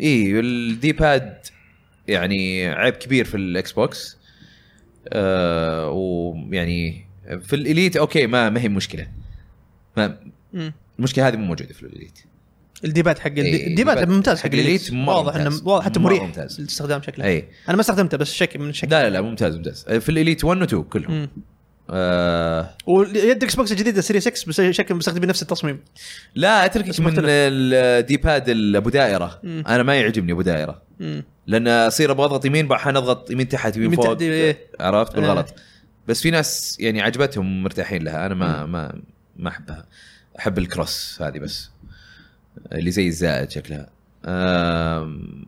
Speaker 1: اي الدي باد يعني عيب كبير في الاكس بوكس آه ويعني في الاليت اوكي ما ما هي مشكله ما
Speaker 3: مم.
Speaker 1: المشكله هذه مو موجوده في الاليت
Speaker 3: الديبات حق الدي-
Speaker 1: إيه،
Speaker 3: الديبات
Speaker 1: الديبات
Speaker 3: ممتاز
Speaker 1: حق
Speaker 3: حق الإليت
Speaker 1: الإليت مرة
Speaker 3: واضح
Speaker 1: ممتاز.
Speaker 3: انه واضح حتى
Speaker 1: مرة
Speaker 3: مريح
Speaker 1: ممتاز. إيه.
Speaker 3: الاستخدام شكله
Speaker 1: اي
Speaker 3: انا ما استخدمته بس شكل من شكل
Speaker 1: لا لا لا ممتاز ممتاز آه، في الاليت 1 و 2 كلهم
Speaker 3: مم.
Speaker 1: آه
Speaker 3: ويد اكس بوكس الجديده سيريس 6 بس شكل مستخدمين نفس التصميم
Speaker 1: لا اتركك
Speaker 3: بس
Speaker 1: من آه،
Speaker 3: مختلف.
Speaker 1: الدي باد ابو دائره
Speaker 3: مم.
Speaker 1: انا ما يعجبني ابو دائره
Speaker 3: مم.
Speaker 1: لان اصير ابغى اضغط يمين بحان اضغط يمين تحت يمين,
Speaker 3: يمين
Speaker 1: فوق
Speaker 3: تحت، إيه.
Speaker 1: عرفت بالغلط بس في ناس يعني عجبتهم مرتاحين لها انا
Speaker 3: إيه.
Speaker 1: ما ما ما احبها احب الكروس هذه بس اللي زي الزائد شكلها آم،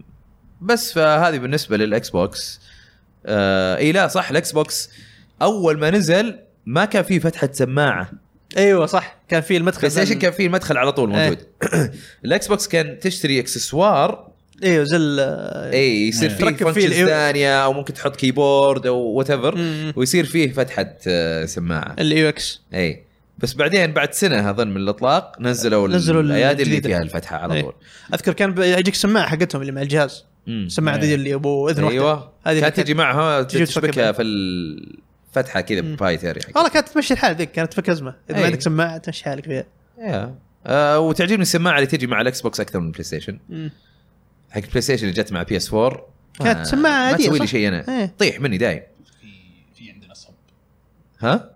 Speaker 1: بس فهذه بالنسبه للاكس بوكس آه، اي لا صح الاكس بوكس اول ما نزل ما كان فيه فتحه سماعه
Speaker 3: ايوه صح كان في المدخل
Speaker 1: بلاي ستيشن
Speaker 3: ذا-
Speaker 1: كان فيه المدخل على طول
Speaker 3: إيه.
Speaker 1: موجود *coughs* الاكس بوكس كان تشتري اكسسوار
Speaker 3: ايوه زل
Speaker 1: اي يصير
Speaker 2: إيه.
Speaker 1: فيه
Speaker 3: تركب فيه
Speaker 1: فانكشنز
Speaker 3: الإير-
Speaker 1: ثانيه او ممكن تحط كيبورد او وات ايفر
Speaker 3: مم.
Speaker 1: ويصير فيه فتحه آه، سماعه
Speaker 3: اليو اكس
Speaker 1: اي بس بعدين بعد سنه اظن من الاطلاق نزلوا
Speaker 3: نزلوا
Speaker 1: نزلوا الايادي اللي
Speaker 3: الجديدة.
Speaker 1: فيها الفتحه على
Speaker 3: إيه.
Speaker 1: طول
Speaker 3: اذكر كان يجيك سماعه حقتهم اللي مع الجهاز
Speaker 1: مم.
Speaker 3: سماعه ذي اللي ابو اذن واحده
Speaker 1: ايوه
Speaker 3: هذه اللي
Speaker 1: كانت تجي معها
Speaker 3: تجي وتفكك
Speaker 1: تشبكها
Speaker 3: بها.
Speaker 1: في الفتحه كذا ببايتري حق
Speaker 3: والله كانت تمشي الحال ذيك كانت تفك ازمه اذا
Speaker 1: إيه.
Speaker 3: ما عندك سماعه تمشي حالك فيها
Speaker 1: إيه. آه وتعجبني السماعه اللي تجي مع الاكس بوكس اكثر من البلاي ستيشن
Speaker 3: مم.
Speaker 1: حق البلاي ستيشن اللي جت مع بي اس 4
Speaker 3: كانت
Speaker 1: ما-
Speaker 3: سماعة
Speaker 1: ما
Speaker 3: عادية،
Speaker 1: تسوي لي
Speaker 3: صح؟
Speaker 1: شيء انا
Speaker 3: إيه.
Speaker 1: طيح مني دايم
Speaker 2: في عندنا صب
Speaker 1: ها؟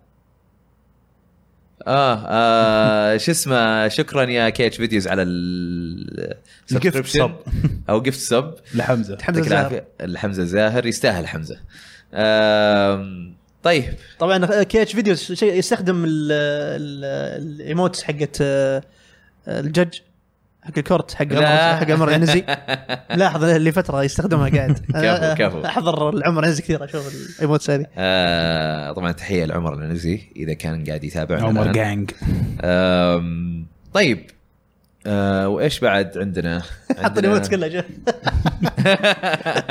Speaker 1: اه, آه شو اسمه شكرا يا كيتش فيديوز على ال
Speaker 2: الجفت
Speaker 1: subscription
Speaker 2: سب
Speaker 1: او جفت سب
Speaker 2: لحمزه
Speaker 3: حمزة
Speaker 1: يعطيك
Speaker 3: الزاهر.
Speaker 1: العافيه الحمزه الزاهر يستاهل حمزه آم، طيب
Speaker 3: طبعا كيتش آه، فيديو شيء يستخدم ال- ال- الايموتس حقت آه، الجج حق الكورت حق
Speaker 1: لا.
Speaker 3: عمر حق عمر عنزي ملاحظ له- لفتره يستخدمها قاعد أنا-
Speaker 1: كفو.
Speaker 3: احضر العمر عنزي كثير اشوف الايموتس هذه
Speaker 1: *laughs* آه طبعا تحيه لعمر العنزي اذا كان قاعد يتابعنا
Speaker 2: عمر
Speaker 1: الآن.
Speaker 2: جانج
Speaker 1: آم، طيب آه وايش بعد عندنا؟
Speaker 3: حط الايموتس كلها شوف *laughs*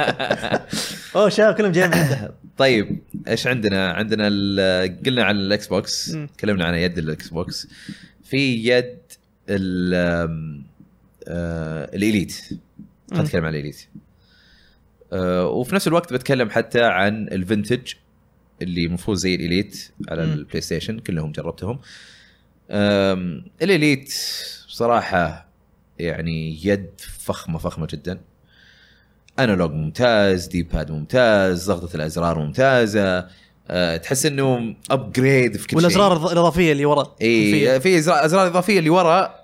Speaker 3: اوه شباب كلهم جايين من عنده.
Speaker 1: طيب ايش عندنا؟ عندنا ال- قلنا عن الاكس بوكس
Speaker 3: مم.
Speaker 1: تكلمنا عن يد الاكس بوكس في يد ال آم، آه، الاليت خلينا
Speaker 3: مم.
Speaker 1: نتكلم عن الاليت آه، وفي نفس الوقت بتكلم حتى عن الفنتج اللي المفروض زي الاليت على
Speaker 3: مم.
Speaker 1: البلاي ستيشن كلهم جربتهم آم، الاليت بصراحه يعني يد فخمه فخمه جدا انالوج ممتاز دي باد ممتاز ضغطه الازرار ممتازه آه، تحس انه ابجريد في كل شيء إيه،
Speaker 3: والازرار الإض- الاضافيه اللي ورا
Speaker 1: اي
Speaker 3: في-
Speaker 1: في أزرار- ازرار اضافيه اللي ورا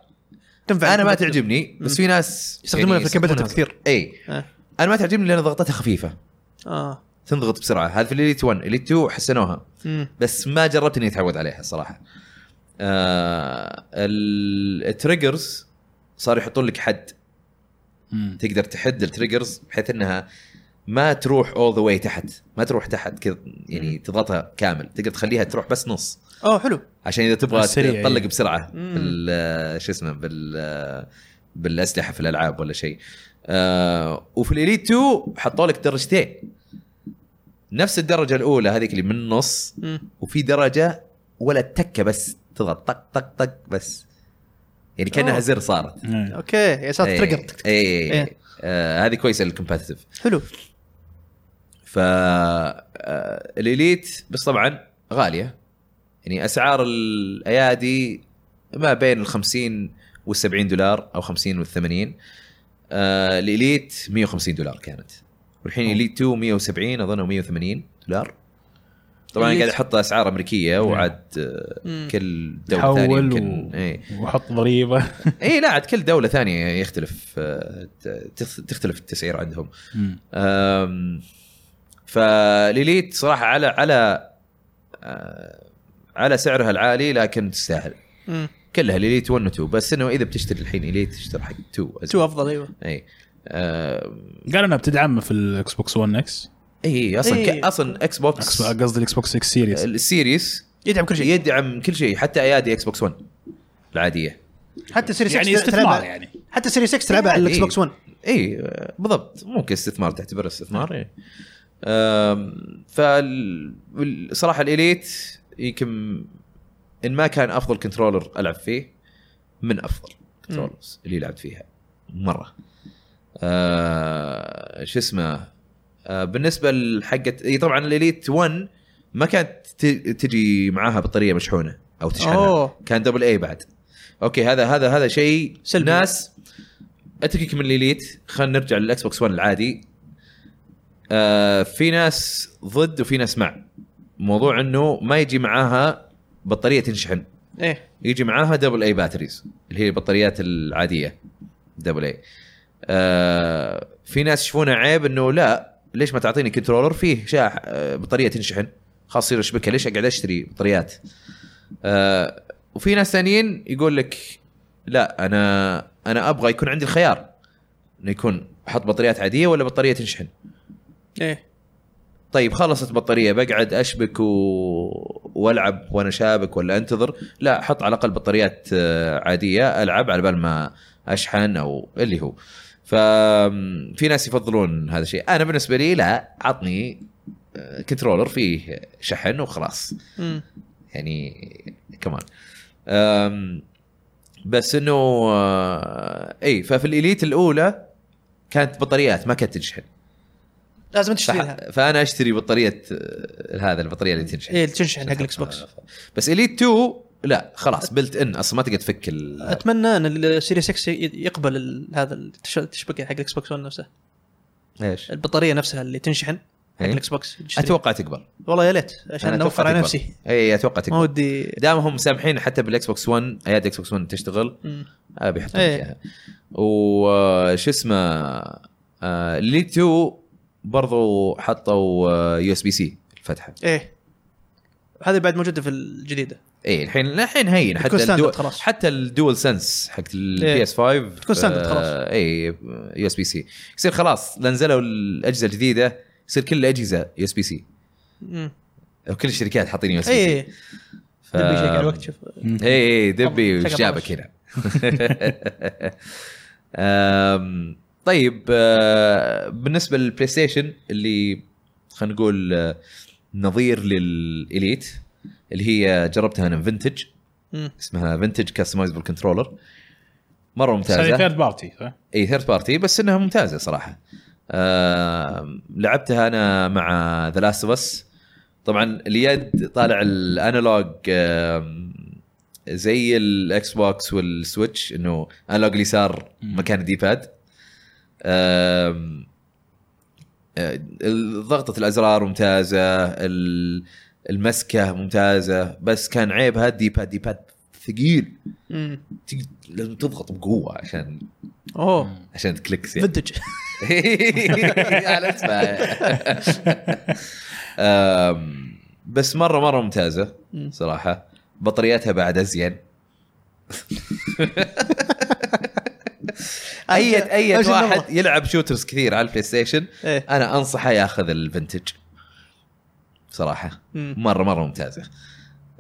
Speaker 3: تنفع
Speaker 1: انا ما تعجبني بس في ناس
Speaker 3: يستخدمونها
Speaker 1: يعني
Speaker 3: في الكمبيوتر
Speaker 1: يستخدمونها.
Speaker 3: كثير
Speaker 1: اي
Speaker 3: آه.
Speaker 1: انا ما تعجبني لان ضغطتها خفيفه
Speaker 3: اه
Speaker 1: تنضغط بسرعه هذا في الاليت 1 اليت 2 حسنوها
Speaker 3: مم.
Speaker 1: بس ما جربت اني اتعود عليها الصراحه آه ال- التريجرز صاروا يحطون لك حد تقدر تحد التريجرز بحيث انها ما تروح اول ذا واي تحت ما تروح تحت كذا يعني تضغطها كامل تقدر تخليها تروح بس نص
Speaker 3: اوه حلو
Speaker 1: عشان اذا تبغى
Speaker 2: سريع،
Speaker 1: تطلق
Speaker 2: إيه.
Speaker 1: بسرعه
Speaker 3: مم.
Speaker 1: بال شو اسمه بال بالاسلحه في الالعاب ولا شيء آه وفي الاليت 2 حطوا لك درجتين نفس الدرجه الاولى هذيك اللي من النص
Speaker 3: مم.
Speaker 1: وفي درجه ولا تكه بس تضغط طق طق طق بس يعني كانها
Speaker 3: أوه.
Speaker 1: زر صارت
Speaker 2: إيه.
Speaker 3: اوكي يا ساتر
Speaker 1: إيه.
Speaker 3: تريجر تك- تك-
Speaker 1: اي
Speaker 3: إيه.
Speaker 1: آه، هذه كويسه للكومبتتف
Speaker 3: حلو
Speaker 1: ف آه، الاليت بس طبعا غاليه يعني اسعار الايادي ما بين ال 50 وال 70 دولار او 50 وال 80 آه، الاليت 150 دولار كانت والحين اليت 2 170 اظن او 180 دولار طبعا أنا
Speaker 3: Elite.
Speaker 1: قاعد احط اسعار امريكيه وعاد آه،
Speaker 3: مم.
Speaker 1: كل دوله ثانيه
Speaker 2: تحول
Speaker 1: يمكن إيه.
Speaker 2: و...
Speaker 1: اي
Speaker 2: وحط ضريبه
Speaker 1: اي إيه، لا عاد كل دوله ثانيه يختلف آه، ت- تختلف التسعير عندهم
Speaker 2: مم.
Speaker 1: أم، فليليت صراحه على على آه، على سعرها العالي لكن تستاهل
Speaker 3: مم.
Speaker 1: كلها ليليت 1 و 2 بس انه اذا بتشتري الحين ليليت تشتري حق 2
Speaker 3: تو افضل ايوه
Speaker 1: اي أم،
Speaker 2: قالوا انها بتدعم في الاكس بوكس 1 اكس
Speaker 1: اي اصلا
Speaker 3: إي.
Speaker 1: إيه، ك- اصلا اكس بوكس
Speaker 2: قصدي الاكس بوكس 6 سيريز
Speaker 1: السيريس
Speaker 3: يدعم كل شيء
Speaker 1: يدعم كل شيء حتى ايادي اكس بوكس 1 العاديه
Speaker 3: حتى سيريس 6
Speaker 2: يعني استثمار يعني
Speaker 3: حتى سيريس 6 تلعبها على
Speaker 1: إيه.
Speaker 3: الاكس بوكس 1
Speaker 1: اي آه، بالضبط ممكن استثمار تعتبره استثمار اي فالصراحه الاليت يمكن ان ما كان افضل كنترولر العب فيه من افضل كنترولرز اللي لعبت فيها مره آه شو اسمه آه بالنسبه لحقه اي طبعا الاليت 1 ما كانت ت- تجي معاها بطاريه مشحونه او تشحنها
Speaker 3: اوه
Speaker 1: كان دبل اي بعد اوكي هذا هذا هذا شيء
Speaker 3: سلبي.
Speaker 1: ناس اتركك من الاليت خلينا نرجع للاكس بوكس 1 العادي آه في ناس ضد وفي ناس مع موضوع انه ما يجي معاها بطاريه تنشحن
Speaker 3: ايه
Speaker 1: يجي معاها دبل اي باتريز اللي هي البطاريات العاديه دبل اي آه في ناس يشوفونها عيب انه لا ليش ما تعطيني كنترولر فيه شاح آه بطاريه تنشحن خاص يصير شبكه ليش اقعد اشتري بطاريات آه وفي ناس ثانيين يقول لك لا انا انا ابغى يكون عندي الخيار انه يكون احط بطاريات عاديه ولا بطاريه تنشحن
Speaker 3: ايه
Speaker 1: طيب خلصت بطاريه بقعد اشبك و... والعب وانا شابك ولا انتظر لا احط على الاقل بطاريات آه، عاديه العب على بال ما اشحن او اللي هو ففي ناس يفضلون هذا الشيء انا بالنسبه لي لا عطني آه، كنترولر فيه شحن وخلاص
Speaker 3: مم.
Speaker 1: يعني كمان أم، بس انه آه، اي ففي الاليت الاولى كانت بطاريات ما كانت تنشحن
Speaker 3: لازم
Speaker 1: فح-
Speaker 3: تشتريها
Speaker 1: فانا اشتري بطاريه آه، هذا البطاريه اللي تنشحن
Speaker 3: ايه تنشحن حق الاكس بوكس
Speaker 1: بس اليت 2 لا خلاص بلت ان اصلا ما تقدر تفك ال...
Speaker 3: اتمنى ان السيريس 6 ي- يقبل ال- هذا التش- التشبكه حق الاكس بوكس 1 نفسه
Speaker 1: ايش؟
Speaker 3: البطاريه نفسها اللي تنشحن حق
Speaker 1: إيه؟
Speaker 3: الاكس بوكس تشتريها.
Speaker 1: اتوقع تقبل
Speaker 3: والله يا ليت عشان
Speaker 1: أنا
Speaker 3: نوفر
Speaker 1: أتوقع
Speaker 3: على
Speaker 1: تقبل.
Speaker 3: نفسي
Speaker 1: اي اتوقع
Speaker 3: ما
Speaker 1: تقبل
Speaker 3: ودي
Speaker 1: دام هم سامحين حتى بالاكس بوكس 1 اياد اكس بوكس 1 تشتغل
Speaker 3: مم.
Speaker 1: آه بيحطون
Speaker 3: إيه.
Speaker 1: اياها وش اسمه آه لي 2 برضو حطوا آه، يو اس بي سي الفتحه
Speaker 3: ايه هذه بعد موجوده في الجديده
Speaker 1: اي إيه، الحين الحين هين حتى
Speaker 3: بتكون standard
Speaker 1: الدول
Speaker 3: خلاص.
Speaker 1: حتى الدول سنس حق البي
Speaker 3: إيه.
Speaker 1: اس 5 بتكون
Speaker 3: standard خلاص.
Speaker 1: اي يو اس بي سي يصير خلاص لا نزلوا الاجهزه الجديده يصير كل الاجهزه يو اس بي سي
Speaker 3: مم.
Speaker 1: كل الشركات حاطين يو اس بي
Speaker 3: ايه
Speaker 1: سي
Speaker 3: إيه. دبي شيك على الوقت شوف
Speaker 1: اي اي إيه، دبي
Speaker 3: طب،
Speaker 1: وش
Speaker 3: شكل
Speaker 1: جابك
Speaker 3: طرش.
Speaker 1: هنا *laughs* أم، طيب آه، بالنسبه للبلاي ستيشن اللي خلينا نقول آه، نظير للاليت اللي هي جربتها انا فينتج
Speaker 3: مم.
Speaker 1: اسمها فينتج كاستمايزبل كنترولر مره
Speaker 2: هذه
Speaker 1: ممتازه
Speaker 2: ثيرد بارتي صح؟
Speaker 1: اي ثيرد بارتي بس انها ممتازه صراحه آه لعبتها انا مع ذا لاست اوف اس طبعا اليد طالع الانالوج آم، زي الاكس بوكس والسويتش انه انالوج اليسار مكان الدي باد آم، آه، ضغطة الازرار ممتازه ال- المسكه ممتازه بس كان عيبها الدي باد دي باد ثقيل
Speaker 3: مم.
Speaker 1: تقدر- لازم تضغط بقوه عشان
Speaker 3: اوه
Speaker 1: عشان تكليكس *laughs* يعني
Speaker 3: فنتج
Speaker 1: على اسمها أم، بس مره مره ممتازه
Speaker 3: مم.
Speaker 1: صراحه بطارياتها بعد ازين اي اي
Speaker 3: أجل
Speaker 1: واحد
Speaker 3: نظرة.
Speaker 1: يلعب شوترز كثير على البلاي ستيشن
Speaker 3: ايه
Speaker 1: انا انصحه ياخذ الفنتج صراحه
Speaker 3: مم.
Speaker 1: مره مره ممتازه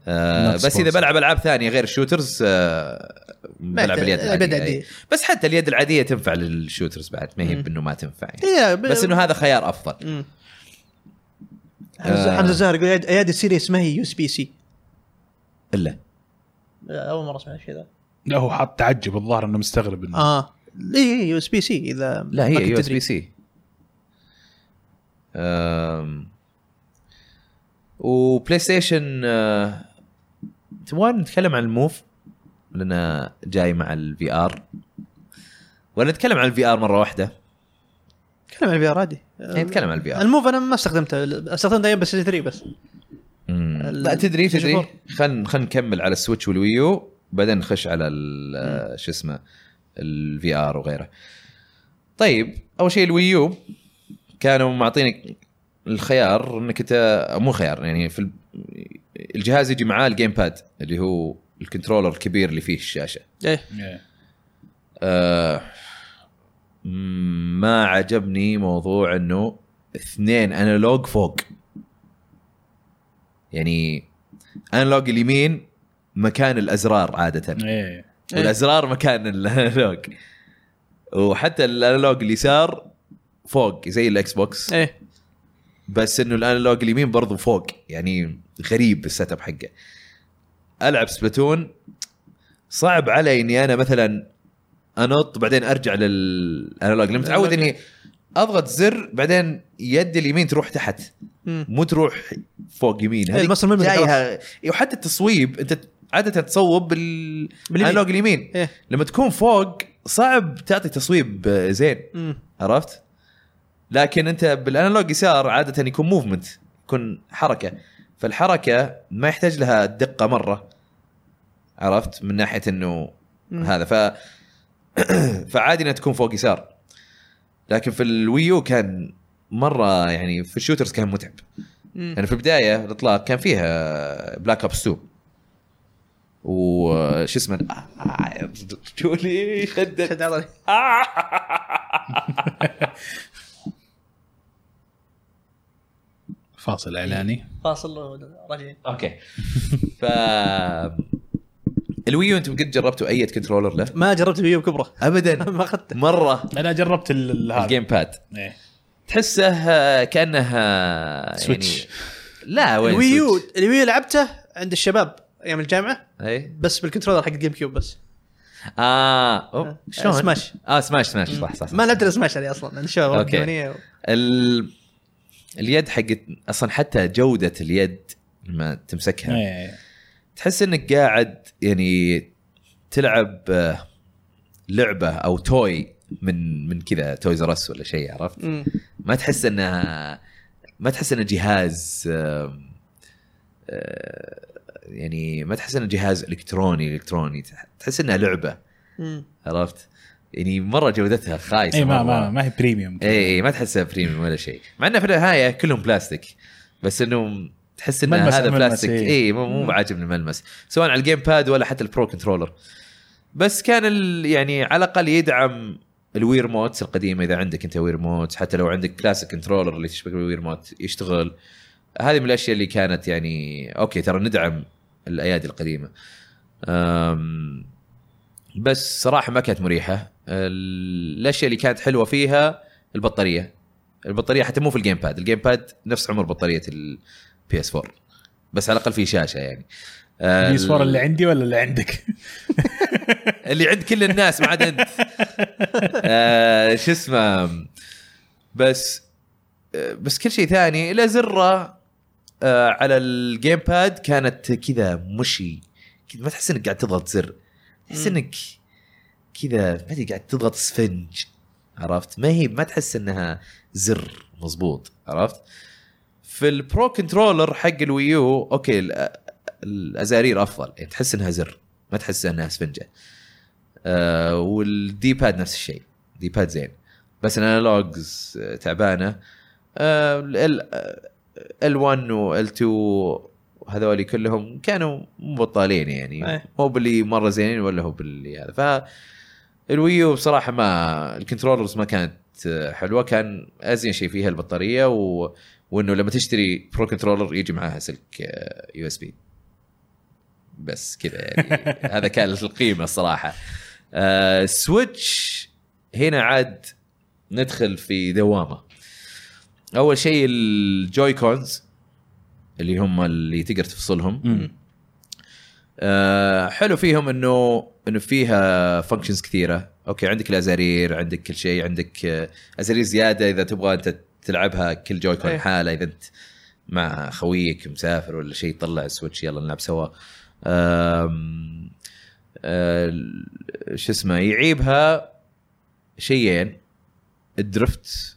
Speaker 1: آه
Speaker 2: Not
Speaker 1: بس اذا
Speaker 2: sponsored.
Speaker 1: بلعب العب ثانيه غير الشوترز آه
Speaker 3: ما
Speaker 1: بلعب
Speaker 3: يحتاج-
Speaker 1: اليد
Speaker 3: أبد
Speaker 1: العاديه
Speaker 3: عادية.
Speaker 1: أي. بس حتى اليد العاديه تنفع للشوترز بعد ما هي
Speaker 3: مم.
Speaker 1: بانه ما تنفع يعني.
Speaker 3: إيه، ب-
Speaker 1: بس انه هذا خيار افضل
Speaker 3: مم.
Speaker 1: آه.
Speaker 3: حمزه حمزة الزهر يقول أياد- ايادي السيريس ما هي يو اس بي سي
Speaker 1: الا
Speaker 3: آه، اول مره اسمع الشيء ذا
Speaker 2: لا هو حاط تعجب الظاهر انه مستغرب
Speaker 1: آه.
Speaker 2: انه
Speaker 3: اه اي اي يو اس بي سي اذا
Speaker 1: لا
Speaker 3: ما
Speaker 1: هي
Speaker 3: كنت
Speaker 1: يو اس
Speaker 3: تدري.
Speaker 1: بي سي وبلاي ستيشن آه، تبغى نتكلم عن الموف لانه جاي مع الفي ار ولا نتكلم عن الفي ار مره واحده
Speaker 3: نتكلم عن الفي ار عادي
Speaker 1: يعني نتكلم عن الفي ار
Speaker 3: الموف انا ما استخدمته استخدمته ايام بس 3 بس ال-
Speaker 1: لا تدري
Speaker 3: شاشة
Speaker 1: تدري
Speaker 3: فور.
Speaker 1: خلينا خلينا نكمل على السويتش والويو بعدين نخش على ال- آه، شو اسمه الفي ار وغيره طيب اول شيء الويو كانوا معطينك الخيار انك انت مو خيار يعني في ال- الجهاز يجي معاه الجيم باد اللي هو الكنترولر الكبير اللي فيه الشاشه
Speaker 3: ايه
Speaker 2: إيه.
Speaker 1: آه، م- ما عجبني موضوع انه اثنين انالوج فوق يعني انالوج اليمين مكان الازرار عاده
Speaker 2: ايه
Speaker 3: إيه.
Speaker 1: والازرار مكان الانالوج وحتى الانالوج اليسار فوق زي الاكس بوكس
Speaker 3: ايه
Speaker 1: بس انه الانالوج اليمين برضو فوق يعني غريب السيت اب حقه العب سبلاتون صعب علي اني انا مثلا انط بعدين ارجع للانالوج لأن متعود اني اضغط زر بعدين يدي اليمين تروح تحت
Speaker 3: مم.
Speaker 1: مو تروح فوق يمين
Speaker 3: إيه،
Speaker 1: هذه
Speaker 3: المصر ميموري
Speaker 1: جايها إيه، وحتى التصويب انت عاده تصوب بال
Speaker 3: باليمين.
Speaker 1: بالانالوج اليمين
Speaker 3: إيه.
Speaker 1: لما تكون فوق صعب تعطي تصويب آه، زين
Speaker 3: مم.
Speaker 1: عرفت؟ لكن انت بالانالوج يسار عاده يكون موفمنت يكون حركه فالحركه ما يحتاج لها دقه مره عرفت؟ من ناحيه انه
Speaker 3: مم.
Speaker 1: هذا ف *clears throat* فعادي انها تكون فوق يسار لكن في الويو كان مره يعني في الشوترز كان متعب
Speaker 3: مم.
Speaker 1: يعني في البدايه الاطلاق كان فيها بلاك ابس 2 وش اسمه آه، جولي خدت
Speaker 3: *laughs* شد عضلي
Speaker 2: فاصل اعلاني
Speaker 3: فاصل راجعين
Speaker 1: اوكي ف الويو انتم قد جربتوا اي كنترولر له؟
Speaker 3: ما جربت الويو بكبره *laughs*
Speaker 1: ابدا
Speaker 3: ما اخذته
Speaker 1: مره
Speaker 2: انا جربت ال- ال- هذا
Speaker 1: الجيم باد
Speaker 2: ايه
Speaker 1: تحسه آه، كانه آه، يعني-
Speaker 2: سويتش.
Speaker 1: لا وين
Speaker 3: الويو
Speaker 1: سويتش؟
Speaker 3: الويو لعبته عند الشباب ايام الجامعه
Speaker 1: اي
Speaker 3: بس بالكنترولر حق الجيم كيوب بس
Speaker 1: اه أوه، شلون؟
Speaker 3: سماش.
Speaker 1: اه سماش سماش صح صح, صح.
Speaker 3: ما لعبت السماش عليه اصلا لأن الشباب
Speaker 1: أوكي.
Speaker 3: الجيمانية و-
Speaker 1: ال... اليد حقت اصلا حتى جوده اليد لما تمسكها
Speaker 2: ايه
Speaker 1: إيه، تحس انك قاعد يعني تلعب آه، لعبه او توي من من كذا تويز رس ولا شيء عرفت؟
Speaker 3: مم.
Speaker 1: ما تحس انها ما تحس انه جهاز آم، آه، يعني ما تحس انه جهاز الكتروني الكتروني تح- تحس انها لعبه
Speaker 3: مم.
Speaker 1: عرفت؟ يعني مره جودتها خايسه
Speaker 2: ايه
Speaker 1: مرة.
Speaker 2: ما ما ما هي بريميوم كده.
Speaker 1: اي اي إيه، ما تحسها بريميوم ولا شيء مع انه في النهايه كلهم بلاستيك بس انه تحس ان
Speaker 2: ملمس-
Speaker 1: هذا
Speaker 2: ملمس،
Speaker 1: بلاستيك
Speaker 2: إيه.
Speaker 1: اي مو مو عاجبني الملمس سواء على الجيم باد ولا حتى البرو كنترولر بس كان ال- يعني على الاقل يدعم الوير موتس القديمه اذا عندك انت وير موت حتى لو عندك كلاسيك كنترولر اللي تشبك بالوير موت يشتغل هذه من الاشياء اللي كانت يعني اوكي ترى ندعم الايادي القديمه أم، بس صراحه ما كانت مريحه ال- الاشياء اللي كانت حلوه فيها البطاريه البطاريه حتى مو في الجيم باد الجيم باد نفس عمر بطاريه البي اس 4 بس على الاقل في شاشه يعني
Speaker 2: دي الصور اللي
Speaker 1: ال-
Speaker 2: عندي ولا اللي عندك؟
Speaker 1: اللي عند كل الناس ما عدا انت آه، شو اسمه بس آه، بس كل شيء ثاني الا زره آه، على الجيم باد كانت كذا مشي كذا ما تحس انك قاعد تضغط زر تحس
Speaker 3: مم.
Speaker 1: انك كذا ما ادري قاعد تضغط سفنج عرفت ما هي ما تحس انها زر مضبوط عرفت في البرو كنترولر حق الويو اوكي ال- الازارير افضل يعني تحس انها زر ما تحس انها سفنجه آه والدي باد نفس الشيء دي باد زين بس الانالوجز آه، تعبانه آه ال 1 وال 2 هذول كلهم كانوا مو بطالين يعني
Speaker 3: أيه.
Speaker 1: مو باللي مره زينين ولا هو باللي هذا فالويو بصراحه ما الكنترولرز ما كانت آه، حلوه كان ازين شيء فيها البطاريه و... وانه لما تشتري برو كنترولر يجي معاها سلك آه، يو اس بي بس كذا يعني *laughs* هذا كان القيمه الصراحه آه، سويتش هنا عاد ندخل في دوامه اول شيء الجوي كونز اللي هم اللي تقدر تفصلهم
Speaker 2: مم.
Speaker 1: آه حلو فيهم انه انه فيها فانكشنز كثيره اوكي عندك الازارير عندك كل شيء عندك آه، ازارير زياده اذا تبغى انت تلعبها كل جويكون
Speaker 3: إيه.
Speaker 1: حاله اذا انت مع خويك مسافر ولا شيء طلع السويتش يلا نلعب سوا آم، آه، شو اسمه يعيبها شيئين الدرفت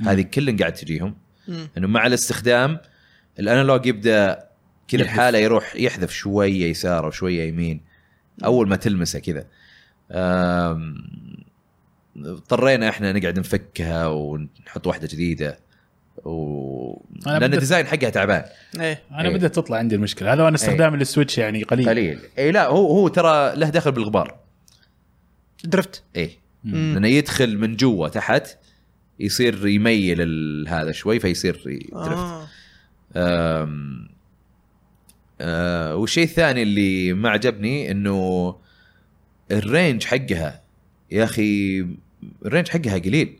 Speaker 1: هذه كلن قاعد تجيهم
Speaker 3: مم.
Speaker 1: انه مع الاستخدام الانالوج يبدا كل
Speaker 2: يحذف.
Speaker 1: حاله يروح يحذف شويه يسار وشويه يمين اول ما تلمسه كذا أم، اضطرينا احنا نقعد نفكها ونحط واحده جديده و
Speaker 2: أنا
Speaker 1: لان
Speaker 2: بدأت-
Speaker 1: الديزاين حقها تعبان
Speaker 3: ايه
Speaker 2: انا
Speaker 1: إيه.
Speaker 2: بدات تطلع عندي المشكله هذا وانا استخدامي للسويتش يعني قليل
Speaker 1: قليل اي لا هو هو ترى له دخل بالغبار
Speaker 3: درفت
Speaker 1: اي
Speaker 3: مم.
Speaker 1: لانه يدخل من جوا تحت يصير يميل ال- هذا شوي فيصير يدرفت
Speaker 3: آه.
Speaker 1: أم أه والشيء الثاني اللي ما عجبني انه الرينج حقها يا اخي الرينج حقها قليل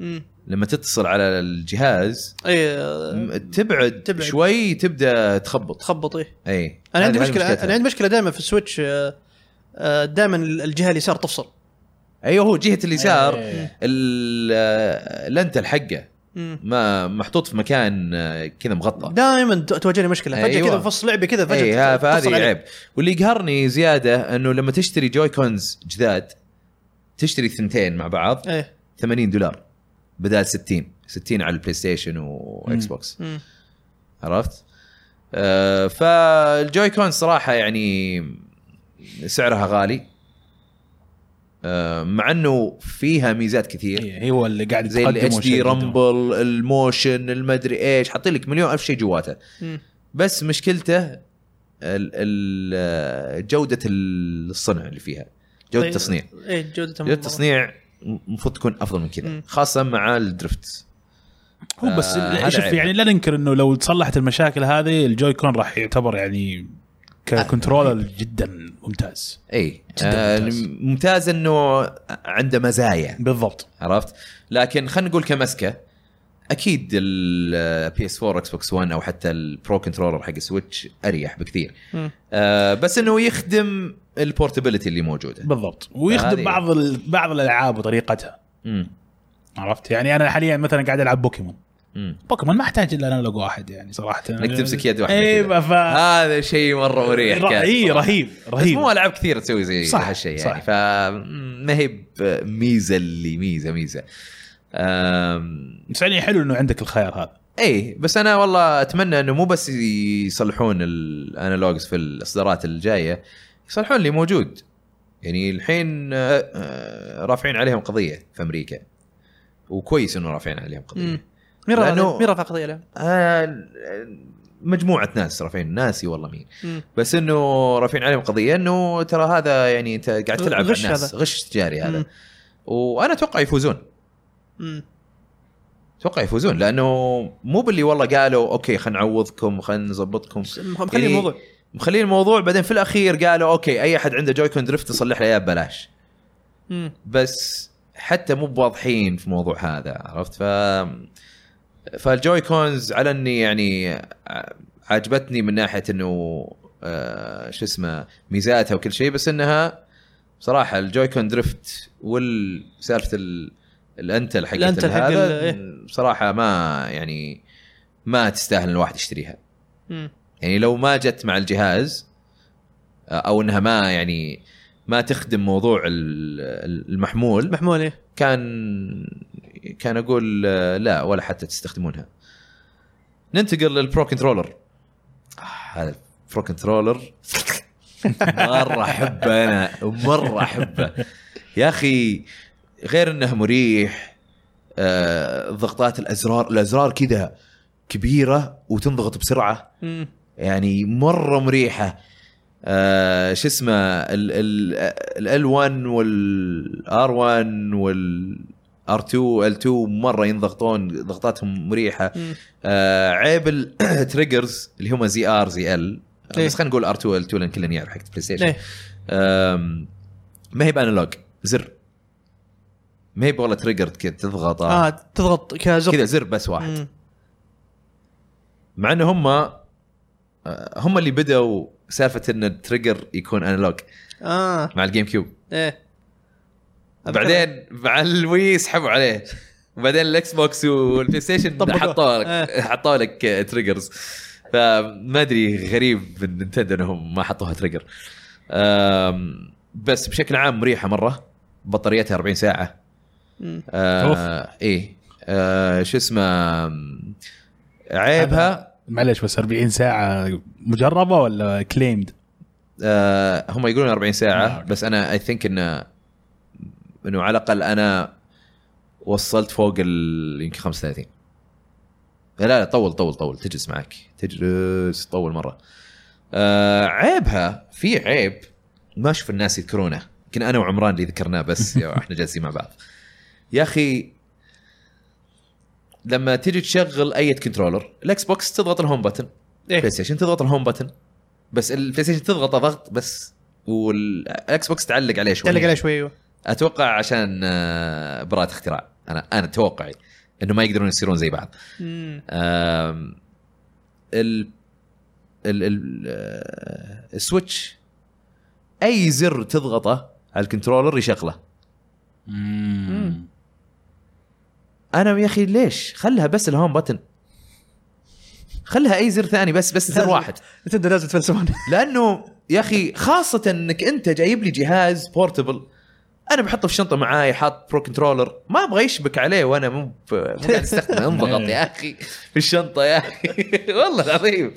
Speaker 3: مم.
Speaker 1: لما تتصل على الجهاز
Speaker 3: ايه آه،
Speaker 1: م- تبعد,
Speaker 3: تبعد.
Speaker 1: تبعد شوي تبدا تخبط
Speaker 3: تخبط ايه
Speaker 1: اي
Speaker 3: انا عندي
Speaker 1: هذه- هذه
Speaker 3: مشكله
Speaker 1: مشكلتها.
Speaker 3: انا عندي مشكله دائما في السويتش آه، دائما الجهه اليسار تفصل
Speaker 1: ايوه هو جهه اليسار
Speaker 2: إيه.
Speaker 1: الانتل حقه ما محطوط في مكان آه، كذا مغطى
Speaker 3: دائما تواجهني مشكله فجاه
Speaker 1: أيوة.
Speaker 3: كذا فصل لعبه كذا فجاه
Speaker 1: اي إيه، ها-
Speaker 3: تفصل
Speaker 1: فهذه
Speaker 3: عليك.
Speaker 1: عيب واللي يقهرني زياده انه لما تشتري جوي كونز جداد تشتري ثنتين مع بعض
Speaker 3: ايه
Speaker 1: 80 دولار بدال 60 60 على البلاي ستيشن واكس
Speaker 2: مم.
Speaker 1: بوكس
Speaker 3: مم.
Speaker 1: عرفت؟ آه فالجوي كون صراحه يعني سعرها غالي آه مع انه فيها ميزات كثير
Speaker 2: إيه، هو اللي قاعد
Speaker 1: زي
Speaker 2: يتقدم
Speaker 1: الاتش دي
Speaker 2: وشيء قدامه.
Speaker 1: رامبل الموشن المدري ايش حاطين لك مليون الف شيء جواته
Speaker 3: مم.
Speaker 1: بس مشكلته ال- ال- جوده الصنع اللي فيها جوده
Speaker 3: طيب،
Speaker 1: التصنيع
Speaker 3: ايه جودتها
Speaker 1: جوده
Speaker 3: مرة.
Speaker 1: التصنيع المفروض تكون افضل من كذا
Speaker 3: مم.
Speaker 1: خاصه مع الدرفت
Speaker 2: هو بس
Speaker 1: آه،
Speaker 2: آه
Speaker 1: هذا
Speaker 2: شوف
Speaker 1: عيب.
Speaker 2: يعني لا ننكر انه لو تصلحت المشاكل هذه الجوي كون راح يعتبر يعني ككنترولر جدا ممتاز
Speaker 1: اي
Speaker 2: جداً
Speaker 1: آه
Speaker 2: ممتاز.
Speaker 1: ممتاز انه عنده مزايا
Speaker 2: بالضبط
Speaker 1: عرفت لكن خلينا نقول كمسكه اكيد البي اس 4 اكس بوكس 1 او حتى البرو كنترولر حق السويتش اريح بكثير
Speaker 3: مم.
Speaker 1: آه بس انه يخدم البورتبيلتي اللي موجوده
Speaker 2: بالضبط ويخدم
Speaker 1: فهذه-
Speaker 2: بعض ال... بعض الالعاب وطريقتها
Speaker 1: مم.
Speaker 2: عرفت يعني انا حاليا مثلا قاعد العب بوكيمون
Speaker 1: مم.
Speaker 2: بوكيمون ما احتاج الا انالوج واحد يعني صراحه
Speaker 1: انك تمسك يد واحده كذا.
Speaker 2: ايوه ف
Speaker 1: هذا شيء مره مريح
Speaker 2: ر-
Speaker 1: كان
Speaker 2: إيه،
Speaker 1: صراحة.
Speaker 2: رهيب
Speaker 1: بس مو
Speaker 2: رهيب
Speaker 1: العاب كثيره تسوي زي
Speaker 2: صح،
Speaker 1: هالشيء
Speaker 2: صح.
Speaker 1: يعني فما هي ميزه اللي ميزه ميزه آم،
Speaker 2: بس يعني حلو انه عندك الخيار هذا
Speaker 1: اي بس انا والله اتمنى انه مو بس يصلحون الانالوجز في الاصدارات الجايه يصلحون اللي موجود يعني الحين آه، آه، رافعين عليهم قضيه في امريكا وكويس انه رافعين عليهم
Speaker 3: مم.
Speaker 1: قضيه
Speaker 3: مين رفع
Speaker 1: لأنه-
Speaker 3: مين رفع قضيه الان؟
Speaker 1: آه، مجموعه ناس رافعين ناسي والله مين
Speaker 3: مم.
Speaker 1: بس انه رافعين عليهم قضيه انه ترى هذا يعني انت قاعد تلعب على
Speaker 3: غش
Speaker 1: الناس
Speaker 3: هذا.
Speaker 1: غش تجاري هذا
Speaker 3: مم.
Speaker 1: وانا اتوقع يفوزون
Speaker 3: مم.
Speaker 1: اتوقع يفوزون لانه مو باللي والله قالوا اوكي خلينا نعوضكم خلينا نظبطكم
Speaker 3: مخلي الموضوع
Speaker 1: مخلين الموضوع بعدين في الاخير قالوا اوكي اي احد عنده جويكون درفت يصلح له اياه ببلاش
Speaker 3: مم.
Speaker 1: بس حتى مو بواضحين في موضوع هذا عرفت ف فالجوي كونز على اني يعني عجبتني من ناحيه انه آه، شو اسمه ميزاتها وكل شيء بس انها بصراحه الجوي كون درفت والسالفه ال- الانتل حقت
Speaker 3: الأنتل حق
Speaker 1: هذا
Speaker 3: ال- إيه.
Speaker 1: بصراحه ما يعني ما تستاهل الواحد يشتريها
Speaker 3: مم.
Speaker 1: يعني لو ما جت مع الجهاز او انها ما يعني ما تخدم موضوع ال- المحمول
Speaker 3: محمول ايه
Speaker 1: كان كان اقول لا ولا حتى تستخدمونها ننتقل للبرو كنترولر آه، هذا البرو كنترولر مره احبه انا مره احبه يا اخي غير انه مريح آه، ضغطات الازرار الازرار كذا كبيره وتنضغط بسرعه
Speaker 3: مم.
Speaker 1: يعني مره مريحه آه شو اسمه ال 1 والار 1 والار 2 ال 2 مره ينضغطون ضغطاتهم مريحه
Speaker 3: مم.
Speaker 1: آه عيب *clears throat* التريجرز اللي هم زي ار زي ال
Speaker 3: إيه.
Speaker 1: بس خلينا نقول ار 2 ال 2 لان كلنا يعرف حق بلاي ستيشن
Speaker 3: ايه
Speaker 1: آم، ما هي بانالوج زر ما هي والله تريجر كذا تضغطه
Speaker 3: اه تضغط كزر
Speaker 1: آه، كذا زر بس واحد
Speaker 3: مم.
Speaker 1: مع ان آه، هم هم اللي بدأوا سالفه ان التريجر يكون انالوج
Speaker 3: اه
Speaker 1: مع الجيم كيوب
Speaker 3: ايه أذكر-
Speaker 1: بعدين مع الوي سحبوا عليه وبعدين الاكس بوكس والبلاي ستيشن
Speaker 3: طبقوه.
Speaker 1: حطوا لك
Speaker 3: إيه.
Speaker 1: حطوا لك تريجرز فما ادري غريب من نينتندو انهم ما حطوها تريجر أم، بس بشكل عام مريحه مره بطاريتها 40 ساعه
Speaker 3: مم.
Speaker 1: آه ايه آه شو اسمه أم، عيبها
Speaker 2: معليش بس 40 ساعه مجربه ولا كليمد؟
Speaker 1: آه هم يقولون 40
Speaker 2: آه،
Speaker 1: ساعه
Speaker 2: أوكي.
Speaker 1: بس انا اي ثينك انه انه على الاقل انا وصلت فوق ال يمكن 35 لا لا طول طول طول تجلس معك تجلس طول مره آه عيبها في عيب ما اشوف الناس يذكرونه يمكن انا وعمران اللي ذكرناه
Speaker 3: *laughs*
Speaker 1: بس يا احنا جالسين مع بعض يا اخي لما تجي تشغل اي كنترولر الاكس بوكس تضغط الهوم بتن
Speaker 3: إيه.
Speaker 1: بلاي ستيشن تضغط الهوم بتن بس البلاي ستيشن تضغطه ضغط بس والاكس بوكس تعلق عليه شوي
Speaker 3: تعلق عليه شوي ايوه
Speaker 1: اتوقع عشان آه، براءة اختراع انا انا توقعي انه ما يقدرون يصيرون زي بعض
Speaker 3: مم.
Speaker 1: آه. آم، ال ال ال آه، السويتش اي زر تضغطه على الكنترولر يشغله
Speaker 2: مم.
Speaker 1: انا يا اخي ليش خلها بس الهوم بتن خلها اي زر ثاني بس بس زر
Speaker 3: لازم.
Speaker 1: واحد
Speaker 3: نتندو لازم تفلسفون
Speaker 1: لانه يا اخي خاصه انك انت جايب لي جهاز بورتبل انا بحطه في شنطه معاي حاط برو كنترولر ما ابغى يشبك عليه وانا مو ب- مو قاعد استخدمه انضغط يا اخي في الشنطه يا اخي *laughs* والله العظيم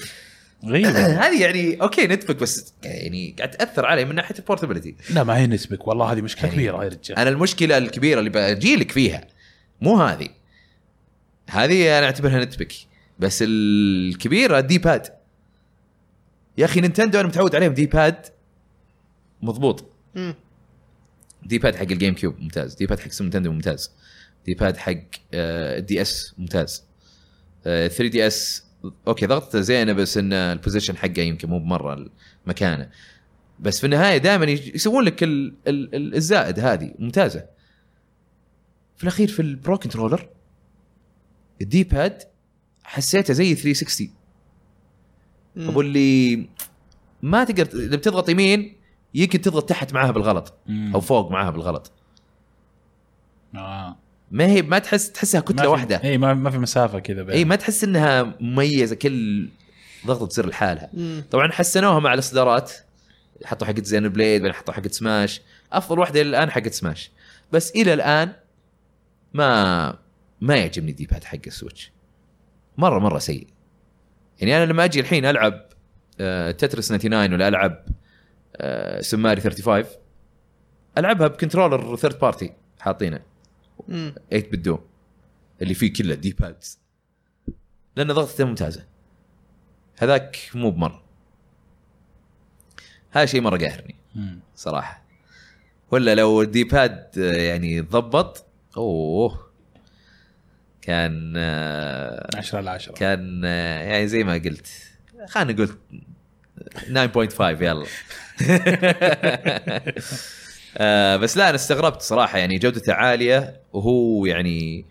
Speaker 2: غريبه
Speaker 1: هذه يعني اوكي نتفك بس يعني قاعد تاثر علي من ناحيه البورتبلتي
Speaker 2: لا ما هي نسبك والله هذه
Speaker 1: يعني
Speaker 2: مشكله كبيره يا رجال
Speaker 1: انا المشكله الكبيره اللي بجيلك فيها مو هذه هذه انا اعتبرها نتبك بس الكبيره دي باد يا اخي نينتندو انا متعود عليهم دي باد مضبوط
Speaker 3: مم.
Speaker 1: دي باد حق الجيم كيوب ممتاز دي باد حق سوبر نينتندو ممتاز دي باد حق الدي اس ممتاز 3 دي اس اوكي ضغطته زينه بس ان البوزيشن حقه يمكن مو بمره مكانه بس في النهايه دائما يسوون لك ال ال ال الزائد هذه ممتازه في الاخير في البرو كنترولر الدي باد حسيته زي 360
Speaker 3: مم.
Speaker 1: ابو اللي ما تقدر اذا بتضغط يمين يمكن تضغط تحت معاها بالغلط
Speaker 2: مم.
Speaker 1: او فوق معاها بالغلط
Speaker 2: آه.
Speaker 1: ما هي ما تحس تحسها
Speaker 2: ما
Speaker 1: كتله
Speaker 2: في- إيه،
Speaker 1: واحده
Speaker 2: اي ما, ما في مسافه كذا بين
Speaker 1: اي إيه، ما تحس انها مميزه كل ضغطه زر لحالها
Speaker 3: مم.
Speaker 1: طبعا حسنوها مع الاصدارات حطوا حقت زين بليد بعدين حطوا حقت سماش افضل واحده الى الان حقت سماش بس الى الان ما ما يعجبني الدي باد حق السويتش مره مره سيء يعني انا لما اجي الحين العب آه، تترس 99 ولا العب آه، سماري 35 العبها بكنترولر ثيرد بارتي حاطينه
Speaker 3: مم.
Speaker 1: 8 بت دوم اللي فيه كله دي بادز لان ضغطته ممتازه هذاك مو بمره هذا شيء مره قاهرني
Speaker 2: مم.
Speaker 1: صراحه ولا لو الدي باد آه، يعني ضبط اوه كان آه،
Speaker 2: 10 على 10
Speaker 1: كان آه، يعني زي ما قلت خلينا نقول 9.5 يلا *laughs* آه، بس لا انا استغربت صراحه يعني جودته عاليه وهو يعني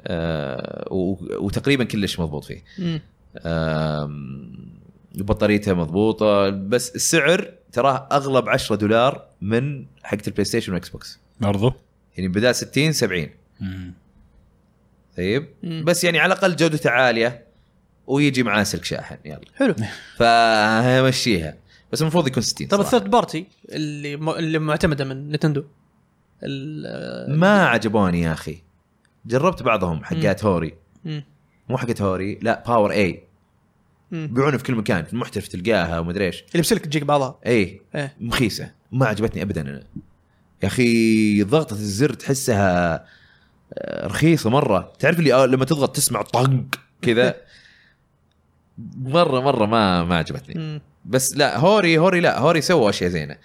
Speaker 1: آه، و- وتقريبا كلش مضبوط فيه
Speaker 3: مم.
Speaker 1: آم، بطاريتها مضبوطه بس السعر تراه اغلب 10 دولار من حقه البلاي ستيشن واكس بوكس
Speaker 2: برضو
Speaker 1: يعني بدال 60 70
Speaker 2: مم.
Speaker 1: طيب
Speaker 3: مم.
Speaker 1: بس يعني على الاقل جودته عاليه ويجي معاه سلك شاحن يلا
Speaker 3: حلو
Speaker 1: فمشيها بس المفروض يكون 60
Speaker 3: طب
Speaker 1: صراحة.
Speaker 3: الثيرد بارتي اللي م... اللي معتمده من نتندو ال...
Speaker 1: ما عجبوني يا اخي جربت بعضهم حقات هوري
Speaker 3: مم.
Speaker 1: مو حقت هوري لا باور اي
Speaker 3: مم.
Speaker 1: يبيعونه في كل مكان في المحترف تلقاها ومدري ايش
Speaker 3: اللي بسلك تجيك بعضها
Speaker 1: اي
Speaker 3: إيه.
Speaker 1: مخيسه ما عجبتني ابدا انا يا اخي ضغطه الزر تحسها آه، رخيصه مره تعرف اللي آه، لما تضغط تسمع طق كذا *laughs* مره مره ما ما عجبتني
Speaker 3: مم.
Speaker 1: بس لا هوري هوري لا هوري سووا اشياء زينه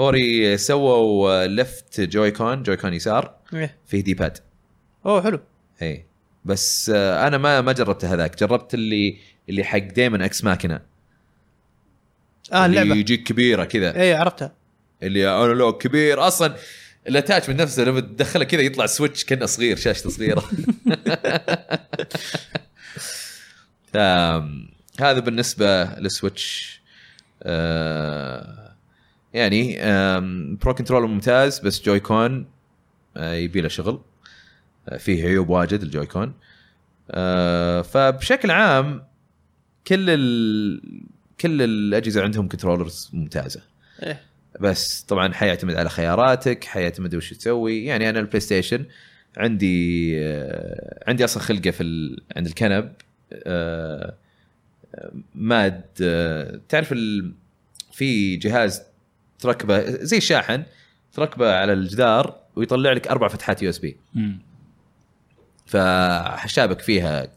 Speaker 1: هوري سووا ليفت جوي كون جوي كون يسار
Speaker 3: إيه.
Speaker 1: فيه دي باد
Speaker 3: اوه حلو
Speaker 1: اي بس آه، انا ما ما جربت هذاك جربت اللي اللي حق دايما اكس ماكينه
Speaker 3: اه
Speaker 1: اللي
Speaker 3: اللعبه
Speaker 1: يجيك كبيره كذا
Speaker 3: اي إيه، عرفتها
Speaker 1: اللي انالوج كبير اصلا الاتاتشمنت نفسه لما تدخله كذا يطلع سويتش كانه صغير شاشته *laughs* صغيره آم، هذا بالنسبه للسويتش آه، يعني آم، برو كنترول ممتاز بس جوي كون آه، يبي له شغل آه، فيه عيوب واجد الجوي كون آه، فبشكل عام كل ال... كل الاجهزه عندهم كنترولرز ممتازه
Speaker 3: إيه.
Speaker 1: بس طبعا حيعتمد على خياراتك حيعتمد وش تسوي يعني انا البلاي ستيشن عندي آه، عندي اصلا خلقه في ال... عند الكنب آه، ماد آه، تعرف ال... في جهاز تركبه زي شاحن تركبه على الجدار ويطلع لك اربع فتحات يو اس بي
Speaker 2: مم.
Speaker 1: فحشابك فيها يو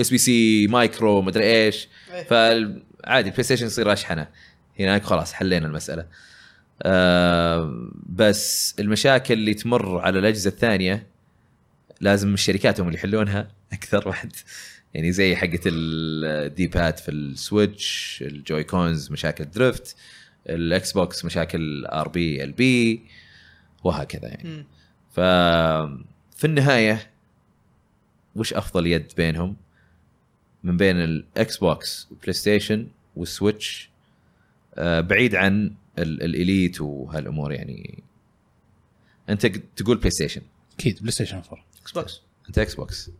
Speaker 1: اس بي سي مايكرو مدري ايش
Speaker 3: إيه. *laughs*
Speaker 1: فعادي البلاي ستيشن يصير اشحنه هناك خلاص حلينا المساله آه بس المشاكل اللي تمر على الاجهزه الثانيه لازم الشركات هم اللي يحلونها اكثر واحد يعني زي حقه الديبات في السويتش الجوي كونز مشاكل درفت الاكس بوكس مشاكل ار بي ال بي وهكذا يعني
Speaker 3: مم.
Speaker 1: ف في النهايه وش افضل يد بينهم من بين الاكس بوكس والبلاي ستيشن والسويتش آه، بعيد عن ال- الاليت وهالامور يعني انت ق- تقول بلاي ستيشن
Speaker 2: اكيد بلاي ستيشن 4
Speaker 3: اكس بوكس
Speaker 1: انت اكس بوكس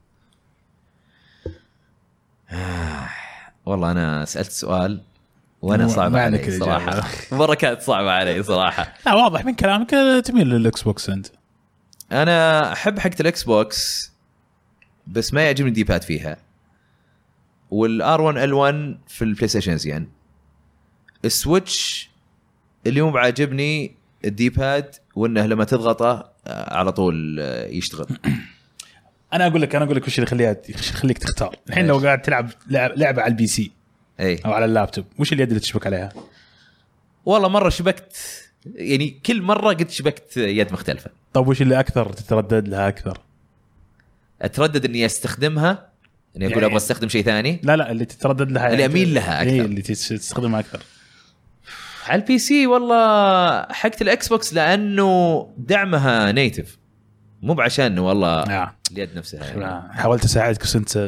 Speaker 1: آه، *sighs* والله انا سالت سؤال وانا
Speaker 2: ما-
Speaker 1: صعب
Speaker 2: ما
Speaker 1: علي
Speaker 2: عندك الإجابة.
Speaker 1: صراحه *laughs* مره كانت صعبه علي صراحه
Speaker 2: لا واضح من كلامك آه، تميل للاكس بوكس انت
Speaker 1: انا احب حقه الاكس بوكس بس ما يعجبني الديباد فيها والار 1 ال 1 في البلاي ستيشن زين السويتش اللي مو بعاجبني الديباد وانه لما تضغطه آه، على طول آه، يشتغل
Speaker 2: انا اقول لك انا اقول لك وش اللي يخليها وش اللي يخليك تختار الحين لو
Speaker 1: إيش؟
Speaker 2: قاعد تلعب لعب- لعبه على البي سي
Speaker 1: اي
Speaker 2: او على اللابتوب وش اليد اللي تشبك عليها؟
Speaker 1: والله مره شبكت يعني كل مره قد شبكت يد مختلفه
Speaker 2: طب طيب، وش اللي اكثر تتردد لها اكثر؟
Speaker 1: اتردد اني استخدمها اني اقول
Speaker 2: يعني-
Speaker 1: ابغى استخدم شيء ثاني
Speaker 2: لا لا اللي تتردد لها
Speaker 1: اللي أميل لها أكثر.
Speaker 2: إيه، اللي تس- تستخدمها اكثر
Speaker 1: على البي سي والله حقت الاكس بوكس لانه دعمها نيتف مو بعشان والله
Speaker 2: آه.
Speaker 1: اليد نفسها يعني.
Speaker 2: لا، نعم. حاولت اساعدك بس انت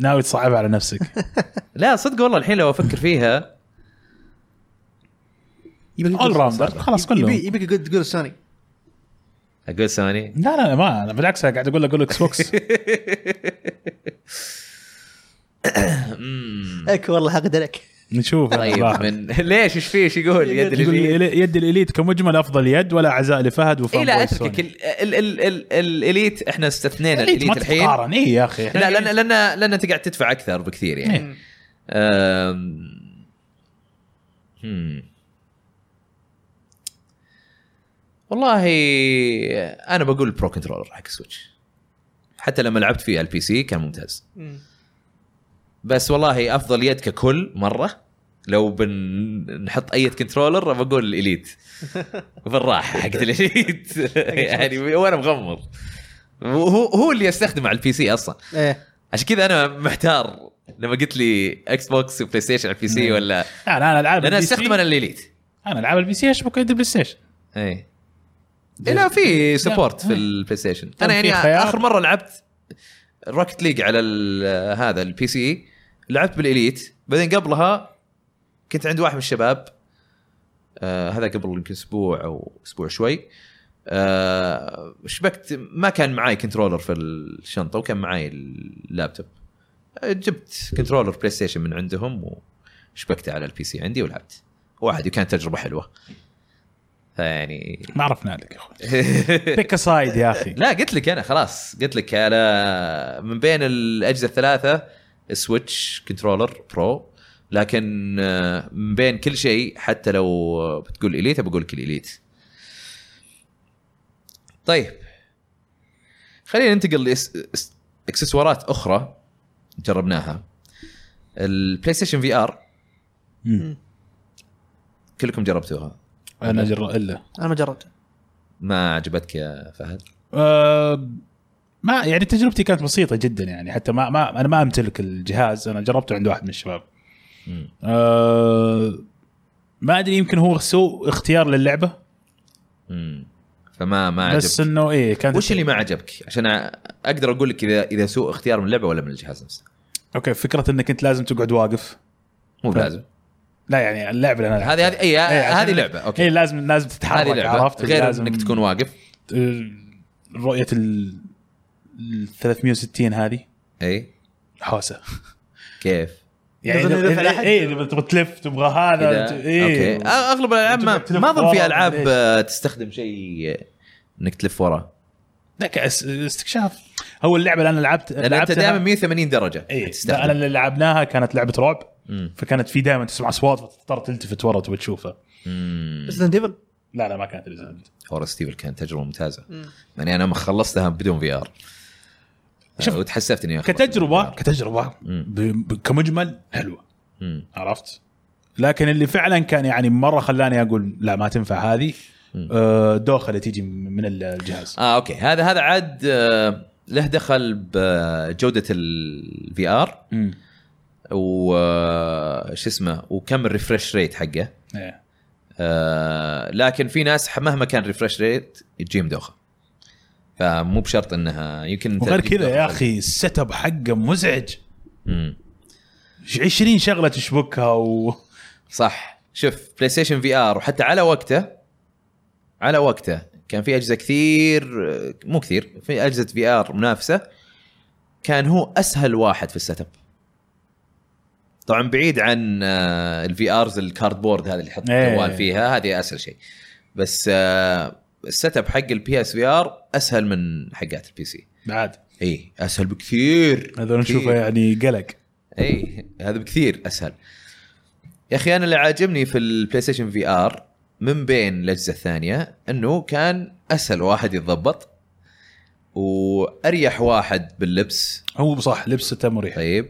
Speaker 2: ناوي تصعبها على
Speaker 1: *laughs*
Speaker 2: نفسك
Speaker 1: لا صدق والله الحين لو افكر فيها
Speaker 2: اول راوندر خلاص كلهم
Speaker 3: يبي يبيك تقول- تقول السوني
Speaker 1: اقول ثاني
Speaker 2: لا لا لا، ما أنا بالعكس أنا قاعد اقول لك اقول اكس بوكس
Speaker 1: *laughs*
Speaker 3: اك والله حقد عليك
Speaker 2: نشوف
Speaker 1: طيب
Speaker 2: الأخبار.
Speaker 1: من *laughs* ليش ايش فيه ايش يقول يد
Speaker 2: نعم. يقول
Speaker 1: اليمين
Speaker 2: الإلي- يد الاليت كمجمل افضل يد ولا عزاء لفهد وفهم
Speaker 1: اي إيه، لا
Speaker 2: بوي
Speaker 1: اتركك
Speaker 2: سوني.
Speaker 1: ال- ال- ال- ال- الاليت احنا استثنينا
Speaker 2: الاليت
Speaker 1: الاليت
Speaker 2: ما
Speaker 1: الحين
Speaker 2: تتقارن اي يا اخي
Speaker 1: لا لان لان لان انت قاعد تدفع اكثر بكثير يعني
Speaker 2: إيه.
Speaker 1: أم... هم. والله انا بقول برو كنترولر حق سويتش حتى لما لعبت فيه على البي سي كان ممتاز بس والله افضل يد ككل مره لو بنحط اي كنترولر بقول الاليت بالراحه حق الاليت يعني وانا مغمض هو هو اللي استخدمه على البي سي اصلا
Speaker 3: ايه
Speaker 1: عشان كذا انا محتار لما قلت لي اكس بوكس وبلاي ستيشن على البي سي
Speaker 2: مم.
Speaker 1: ولا
Speaker 2: لا لا، انا العاب
Speaker 1: لان
Speaker 2: البي سي-
Speaker 1: استخدم انا الليليت
Speaker 2: انا العاب البي سي اشبك يد البلاي ستيشن
Speaker 1: اي إيه لا في سبورت في
Speaker 2: إيه.
Speaker 1: البلاي ستيشن
Speaker 2: كان
Speaker 1: انا
Speaker 2: في
Speaker 1: يعني
Speaker 2: خيار.
Speaker 1: اخر مره لعبت روكت ليج على ال- هذا البي سي لعبت بالاليت بعدين قبلها كنت عند واحد من الشباب آه هذا قبل يمكن اسبوع او اسبوع شوي آه شبكت ما كان معاي كنترولر في الشنطه وكان معاي اللابتوب آه، جبت كنترولر بلاي ستيشن من عندهم وشبكته على البي سي E عندي ولعبت واحد وكانت تجربه حلوه فيعني *laughs*
Speaker 2: ما عرفنا لك يا اخوي بيك سايد يا اخي
Speaker 1: لا قلت لك انا خلاص قلت لك انا من بين الاجهزه الثلاثه سويتش كنترولر برو لكن آه، من بين كل شيء حتى لو بتقول اليت بقول لك اليت طيب خلينا ننتقل لاكسسوارات اخرى جربناها البلاي ستيشن في ار
Speaker 2: مم.
Speaker 1: كلكم جربتوها
Speaker 2: انا جر الا
Speaker 3: انا ما جربت
Speaker 1: ما عجبتك يا فهد
Speaker 2: أه، ما يعني تجربتي كانت بسيطه جدا يعني حتى ما, ما انا ما امتلك الجهاز انا جربته عند واحد من الشباب
Speaker 1: مم.
Speaker 2: أه، ما ادري يمكن هو سوء اختيار للعبه
Speaker 1: مم. فما ما عجبتك
Speaker 2: بس انه ايه كانت
Speaker 1: وش اللي ما عجبك؟ عشان اقدر اقول لك اذا اذا سوء اختيار من اللعبه ولا من الجهاز نفسه.
Speaker 2: اوكي فكره انك انت لازم تقعد واقف
Speaker 1: مو
Speaker 2: طيب.
Speaker 1: بلازم
Speaker 2: لا يعني اللعبه اللي انا
Speaker 1: هذه هذه اي هذه
Speaker 2: إيه، عشان-
Speaker 1: لعبه
Speaker 2: هي
Speaker 1: اوكي
Speaker 2: لازم لازم تتحرك
Speaker 1: هذه لعبه
Speaker 2: عرفت
Speaker 1: غير
Speaker 2: لازم
Speaker 1: انك تكون واقف
Speaker 2: آه، رؤيه ال ال 360 هذه
Speaker 1: اي
Speaker 2: حوسه
Speaker 1: إيه، كيف
Speaker 2: يعني
Speaker 3: لازم يلف على أحد.
Speaker 2: اي تبغى تلف تبغى هذا
Speaker 1: كذا
Speaker 2: تب- إيه.
Speaker 1: اوكي آه، اغلب الالعاب ما
Speaker 2: تلف
Speaker 1: ما اظن
Speaker 2: ورا
Speaker 1: في العاب
Speaker 2: ليش؟
Speaker 1: آه، تستخدم شيء آه، انك تلف وراه
Speaker 2: لك اس- استكشاف هو اللعبه اللي انا لعبت إيه.
Speaker 1: لان انت
Speaker 2: لعبتها
Speaker 1: دائما 180 درجه
Speaker 2: اي لا، انا
Speaker 1: تستخدم
Speaker 2: اللي لعبناها كانت لعبه رعب
Speaker 1: مم.
Speaker 2: فكانت في دائما تسمع اصوات فتضطر تلتفت ورا تبي تشوفها
Speaker 1: مم.
Speaker 3: ريزدنت ايفل
Speaker 2: لا لا ما كانت ريزنت
Speaker 1: فور ستيفل كانت تجربه ممتازه يعني انا ما خلصتها بدون في ار
Speaker 2: شوف،
Speaker 1: وتحسفت اني أخلص
Speaker 2: كتجربه
Speaker 1: بدون VR.
Speaker 2: كتجربه ب- ب- كمجمل حلوه
Speaker 1: مم.
Speaker 2: عرفت لكن اللي فعلا كان يعني مره خلاني اقول لا ما تنفع هذه آه، دوخه اللي تيجي من الجهاز
Speaker 1: اه اوكي هذا هذا عاد آه، له دخل آه، بجوده الفي ار
Speaker 2: مم.
Speaker 1: وش آه، اسمه وكم الريفرش ريت حقه
Speaker 2: إيه.
Speaker 1: آه، لكن في ناس مهما كان ريفرش ريت تجيهم دوخه فمو بشرط انها يمكن أنت
Speaker 2: وغير
Speaker 1: تجيك
Speaker 2: كذا يا
Speaker 1: دوخة.
Speaker 2: اخي السيت اب حقه مزعج
Speaker 1: مم.
Speaker 2: 20 شغله تشبكها و *laughs*
Speaker 1: صح شوف بلاي ستيشن في ار وحتى على وقته على وقته كان في اجهزه كثير آه، مو كثير في اجهزه في ار منافسه كان هو اسهل واحد في السيت اب طبعا بعيد عن آه، الفي ارز الكاردبورد هذا اللي يحط
Speaker 2: إيه.
Speaker 1: الجوال فيها هذه اسهل شيء بس آه، السيت اب حق البي اس في ار اسهل من حقات البي سي
Speaker 2: بعد
Speaker 1: اي اسهل إيه، بكثير
Speaker 2: هذول
Speaker 1: بكثير.
Speaker 2: نشوفه يعني قلق
Speaker 1: اي هذا بكثير اسهل يا اخي انا اللي عاجبني في البلاي ستيشن في ار من بين الاجهزه الثانيه انه كان اسهل واحد يتضبط واريح واحد باللبس
Speaker 2: هو صح لبسته مريح
Speaker 1: طيب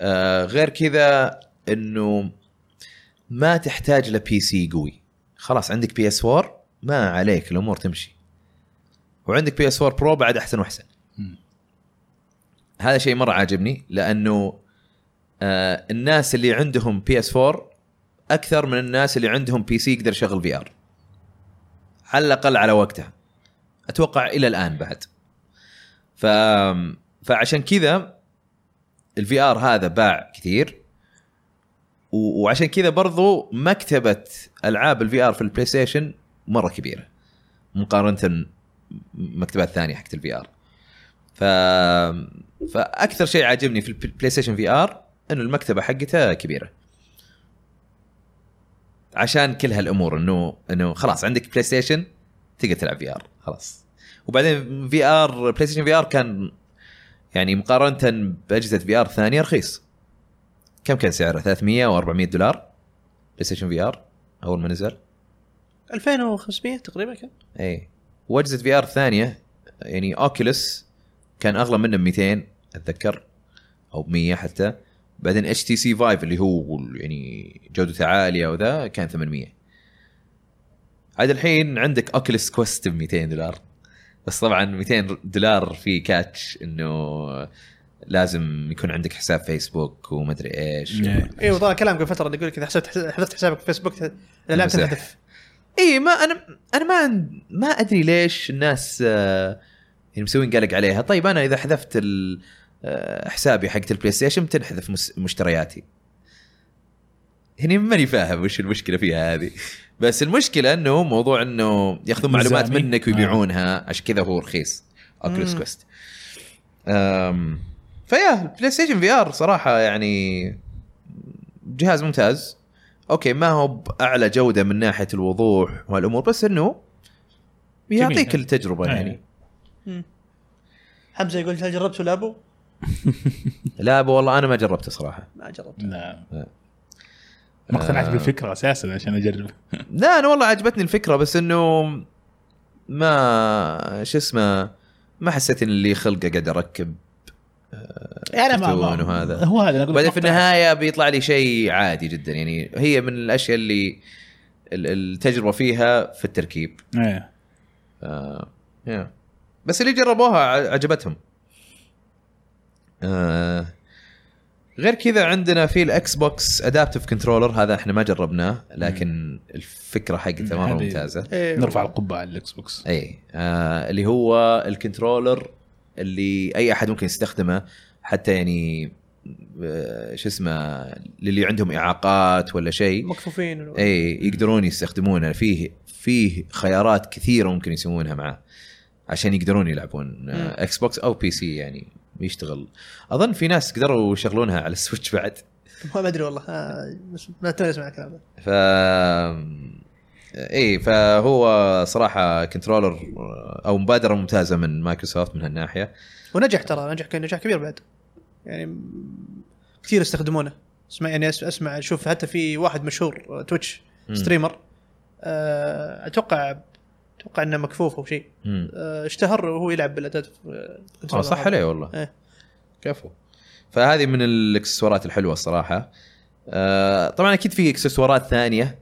Speaker 1: آه غير كذا انه ما تحتاج لبي سي قوي خلاص عندك بي اس 4 ما عليك الامور تمشي وعندك بي اس 4 برو بعد احسن واحسن
Speaker 2: مم.
Speaker 1: هذا شيء مره عاجبني لانه آه الناس اللي عندهم بي اس 4 اكثر من الناس اللي عندهم بي سي يقدر يشغل في ار على الاقل على وقتها اتوقع الى الان بعد ف فعشان كذا الفي ار هذا باع كثير و- وعشان كذا برضو مكتبه العاب الفي ار في البلاي ستيشن مره كبيره مقارنه مكتبات ثانيه حقت الفي ار ف فاكثر شيء عاجبني في البلاي ستيشن في ار انه المكتبه حقتها كبيره عشان كل هالامور انه انه خلاص عندك بلاي ستيشن تقدر تلعب في ار خلاص وبعدين في ار بلاي ستيشن في ار كان يعني مقارنه باجهزه في ار ثانيه رخيص كم كان سعره 300 و400 دولار بلاي ستيشن في ار اول ما نزل
Speaker 3: 2500 تقريبا كان
Speaker 1: اي واجهزه إيه. في ار ثانيه يعني اوكيلس كان اغلى منه ب 200 اتذكر او ب 100 حتى بعدين اتش تي سي فايف اللي هو ال- يعني جودته عاليه وذا كان 800 عاد الحين عندك اوكيلس كويست ب 200 دولار بس طبعا 200 دولار في كاتش انه لازم يكون عندك حساب فيسبوك ومدري ايش
Speaker 2: إيه.
Speaker 3: ايوه طلع كلام قبل فتره اللي يقول لك اذا حسبت حذفت حسابك في فيسبوك الالعاب
Speaker 1: مسح.
Speaker 3: تنحذف
Speaker 1: اي إيه، ما انا انا ما عن- ما ادري ليش الناس آه، يعني مسوين قلق عليها طيب انا اذا حذفت ال- آه، حسابي حقت البلاي ستيشن بتنحذف مس- مشترياتي هني ماني فاهم وش المشكله فيها هذه بس المشكله انه موضوع انه ياخذون معلومات
Speaker 2: مزامي.
Speaker 1: منك ويبيعونها عشان كذا هو رخيص اوكلس
Speaker 3: مم.
Speaker 1: كويست فيا البلاي ستيشن في ار صراحه يعني جهاز ممتاز اوكي ما هو باعلى جوده من ناحيه الوضوح وهالامور بس انه يعطيك
Speaker 2: جميل.
Speaker 1: التجربه
Speaker 2: آه.
Speaker 1: يعني
Speaker 3: حمزه يقول هل جربت ولا ابو؟
Speaker 1: لا أبو والله انا ما جربته صراحه
Speaker 3: ما جربت
Speaker 2: لا
Speaker 1: آه.
Speaker 2: ما اقتنعت بالفكره اساسا عشان اجرب
Speaker 1: لا انا والله عجبتني الفكره بس انه ما شو اسمه ما حسيت ان لي خلقه قاعد اركب
Speaker 3: إيه،
Speaker 2: يعني
Speaker 1: تون وهذا.
Speaker 2: هو هذا أنا أقول لك
Speaker 1: بعدين في
Speaker 2: مقطع.
Speaker 1: النهايه بيطلع لي شيء عادي جدا يعني هي من الاشياء اللي ال- التجربه فيها في التركيب
Speaker 2: إيه.
Speaker 1: آه، yeah. بس اللي جربوها ع- عجبتهم آه، غير كذا عندنا في الاكس بوكس ادابتف كنترولر هذا احنا ما جربناه لكن الفكره حقته مره
Speaker 2: هذه-
Speaker 1: ممتازه
Speaker 3: إيه.
Speaker 2: نرفع القبعه على الاكس بوكس
Speaker 1: اي آه اللي هو الكنترولر اللي اي احد ممكن يستخدمه حتى يعني آه، شو اسمه للي عندهم اعاقات ولا شيء
Speaker 3: مكفوفين و-
Speaker 1: اي يقدرون يستخدمونه فيه فيه خيارات كثيره ممكن يسوونها معه عشان يقدرون يلعبون آه، اكس بوكس او بي سي يعني يشتغل اظن في ناس قدروا يشغلونها على السويتش بعد
Speaker 3: *laughs* ما ادري والله آه، بس ما توني اسمع الكلام ذا
Speaker 1: ف اي فهو صراحه كنترولر او مبادره ممتازه من مايكروسوفت من هالناحيه
Speaker 3: ونجح ترى نجح كان نجاح كبير بعد يعني م- كثير يستخدمونه اسمع يعني أس- اسمع اشوف حتى في واحد مشهور آه، تويتش
Speaker 1: مم.
Speaker 3: ستريمر آه، اتوقع اتوقع انه مكفوف او شيء
Speaker 1: مم.
Speaker 3: آه، اشتهر وهو يلعب بالاداه في-
Speaker 1: اه صح عليه والله
Speaker 3: إيه.
Speaker 1: كفو فهذه من الاكسسوارات الحلوه الصراحه آه طبعا اكيد في اكسسوارات ثانيه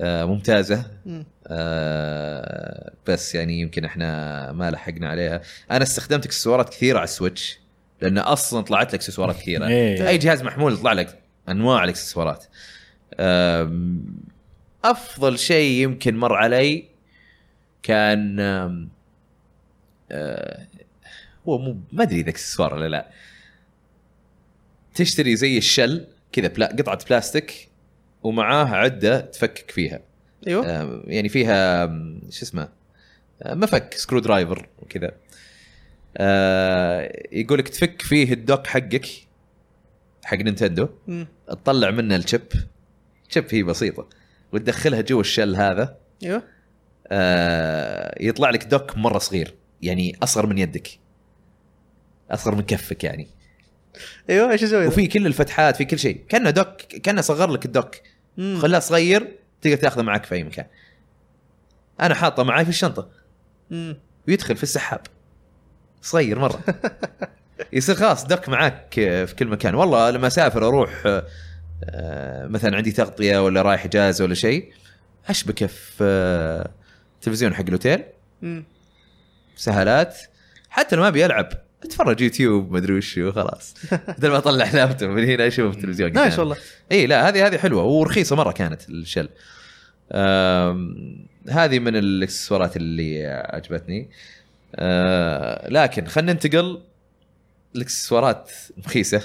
Speaker 1: آه ممتازه
Speaker 3: مم.
Speaker 1: آه بس يعني يمكن احنا ما لحقنا عليها انا استخدمت اكسسوارات كثيره على السويتش لان اصلا طلعت لك اكسسوارات كثيره
Speaker 2: إيه.
Speaker 1: اي جهاز محمول يطلع لك انواع الاكسسوارات آم، افضل شيء يمكن مر علي كان آم، آه، هو مو ما ادري اذا اكسسوار ولا لا تشتري زي الشل كذا بلا قطعه بلاستيك ومعاه عده تفكك فيها
Speaker 3: ايوه
Speaker 1: آم، يعني فيها آم، شو اسمه آم، مفك سكرو درايفر وكذا آه، يقولك تفك فيه الدوك حقك حق نينتندو
Speaker 3: مم.
Speaker 1: تطلع منه الشيب شيب هي بسيطه وتدخلها جوا الشل هذا
Speaker 3: ايوه
Speaker 1: آه، يطلع لك دوك مره صغير يعني اصغر من يدك اصغر من كفك يعني
Speaker 3: ايوه ايش اسوي؟
Speaker 1: وفي كل الفتحات في كل شيء كانه دوك كانه صغر لك الدوك خلاه صغير تقدر تاخذه معك في اي مكان انا حاطه معي في الشنطه ويدخل في السحاب صغير مره يصير خلاص دك معاك في كل مكان والله لما اسافر اروح آه، مثلا عندي تغطيه ولا رايح اجازه ولا شيء اشبكه في آه، التلفزيون حق الاوتيل سهالات حتى لو ما ابي العب اتفرج يوتيوب ما ادري وشو خلاص بدل ما اطلع لابتوب من هنا اشوف التلفزيون
Speaker 3: نايس
Speaker 1: قدامي.
Speaker 3: والله
Speaker 1: اي إيه، لا هذه هذه حلوه ورخيصه مره كانت الشل آم، هذه من الاكسسوارات اللي عجبتني آه، لكن خلينا ننتقل الاكسسوارات رخيصه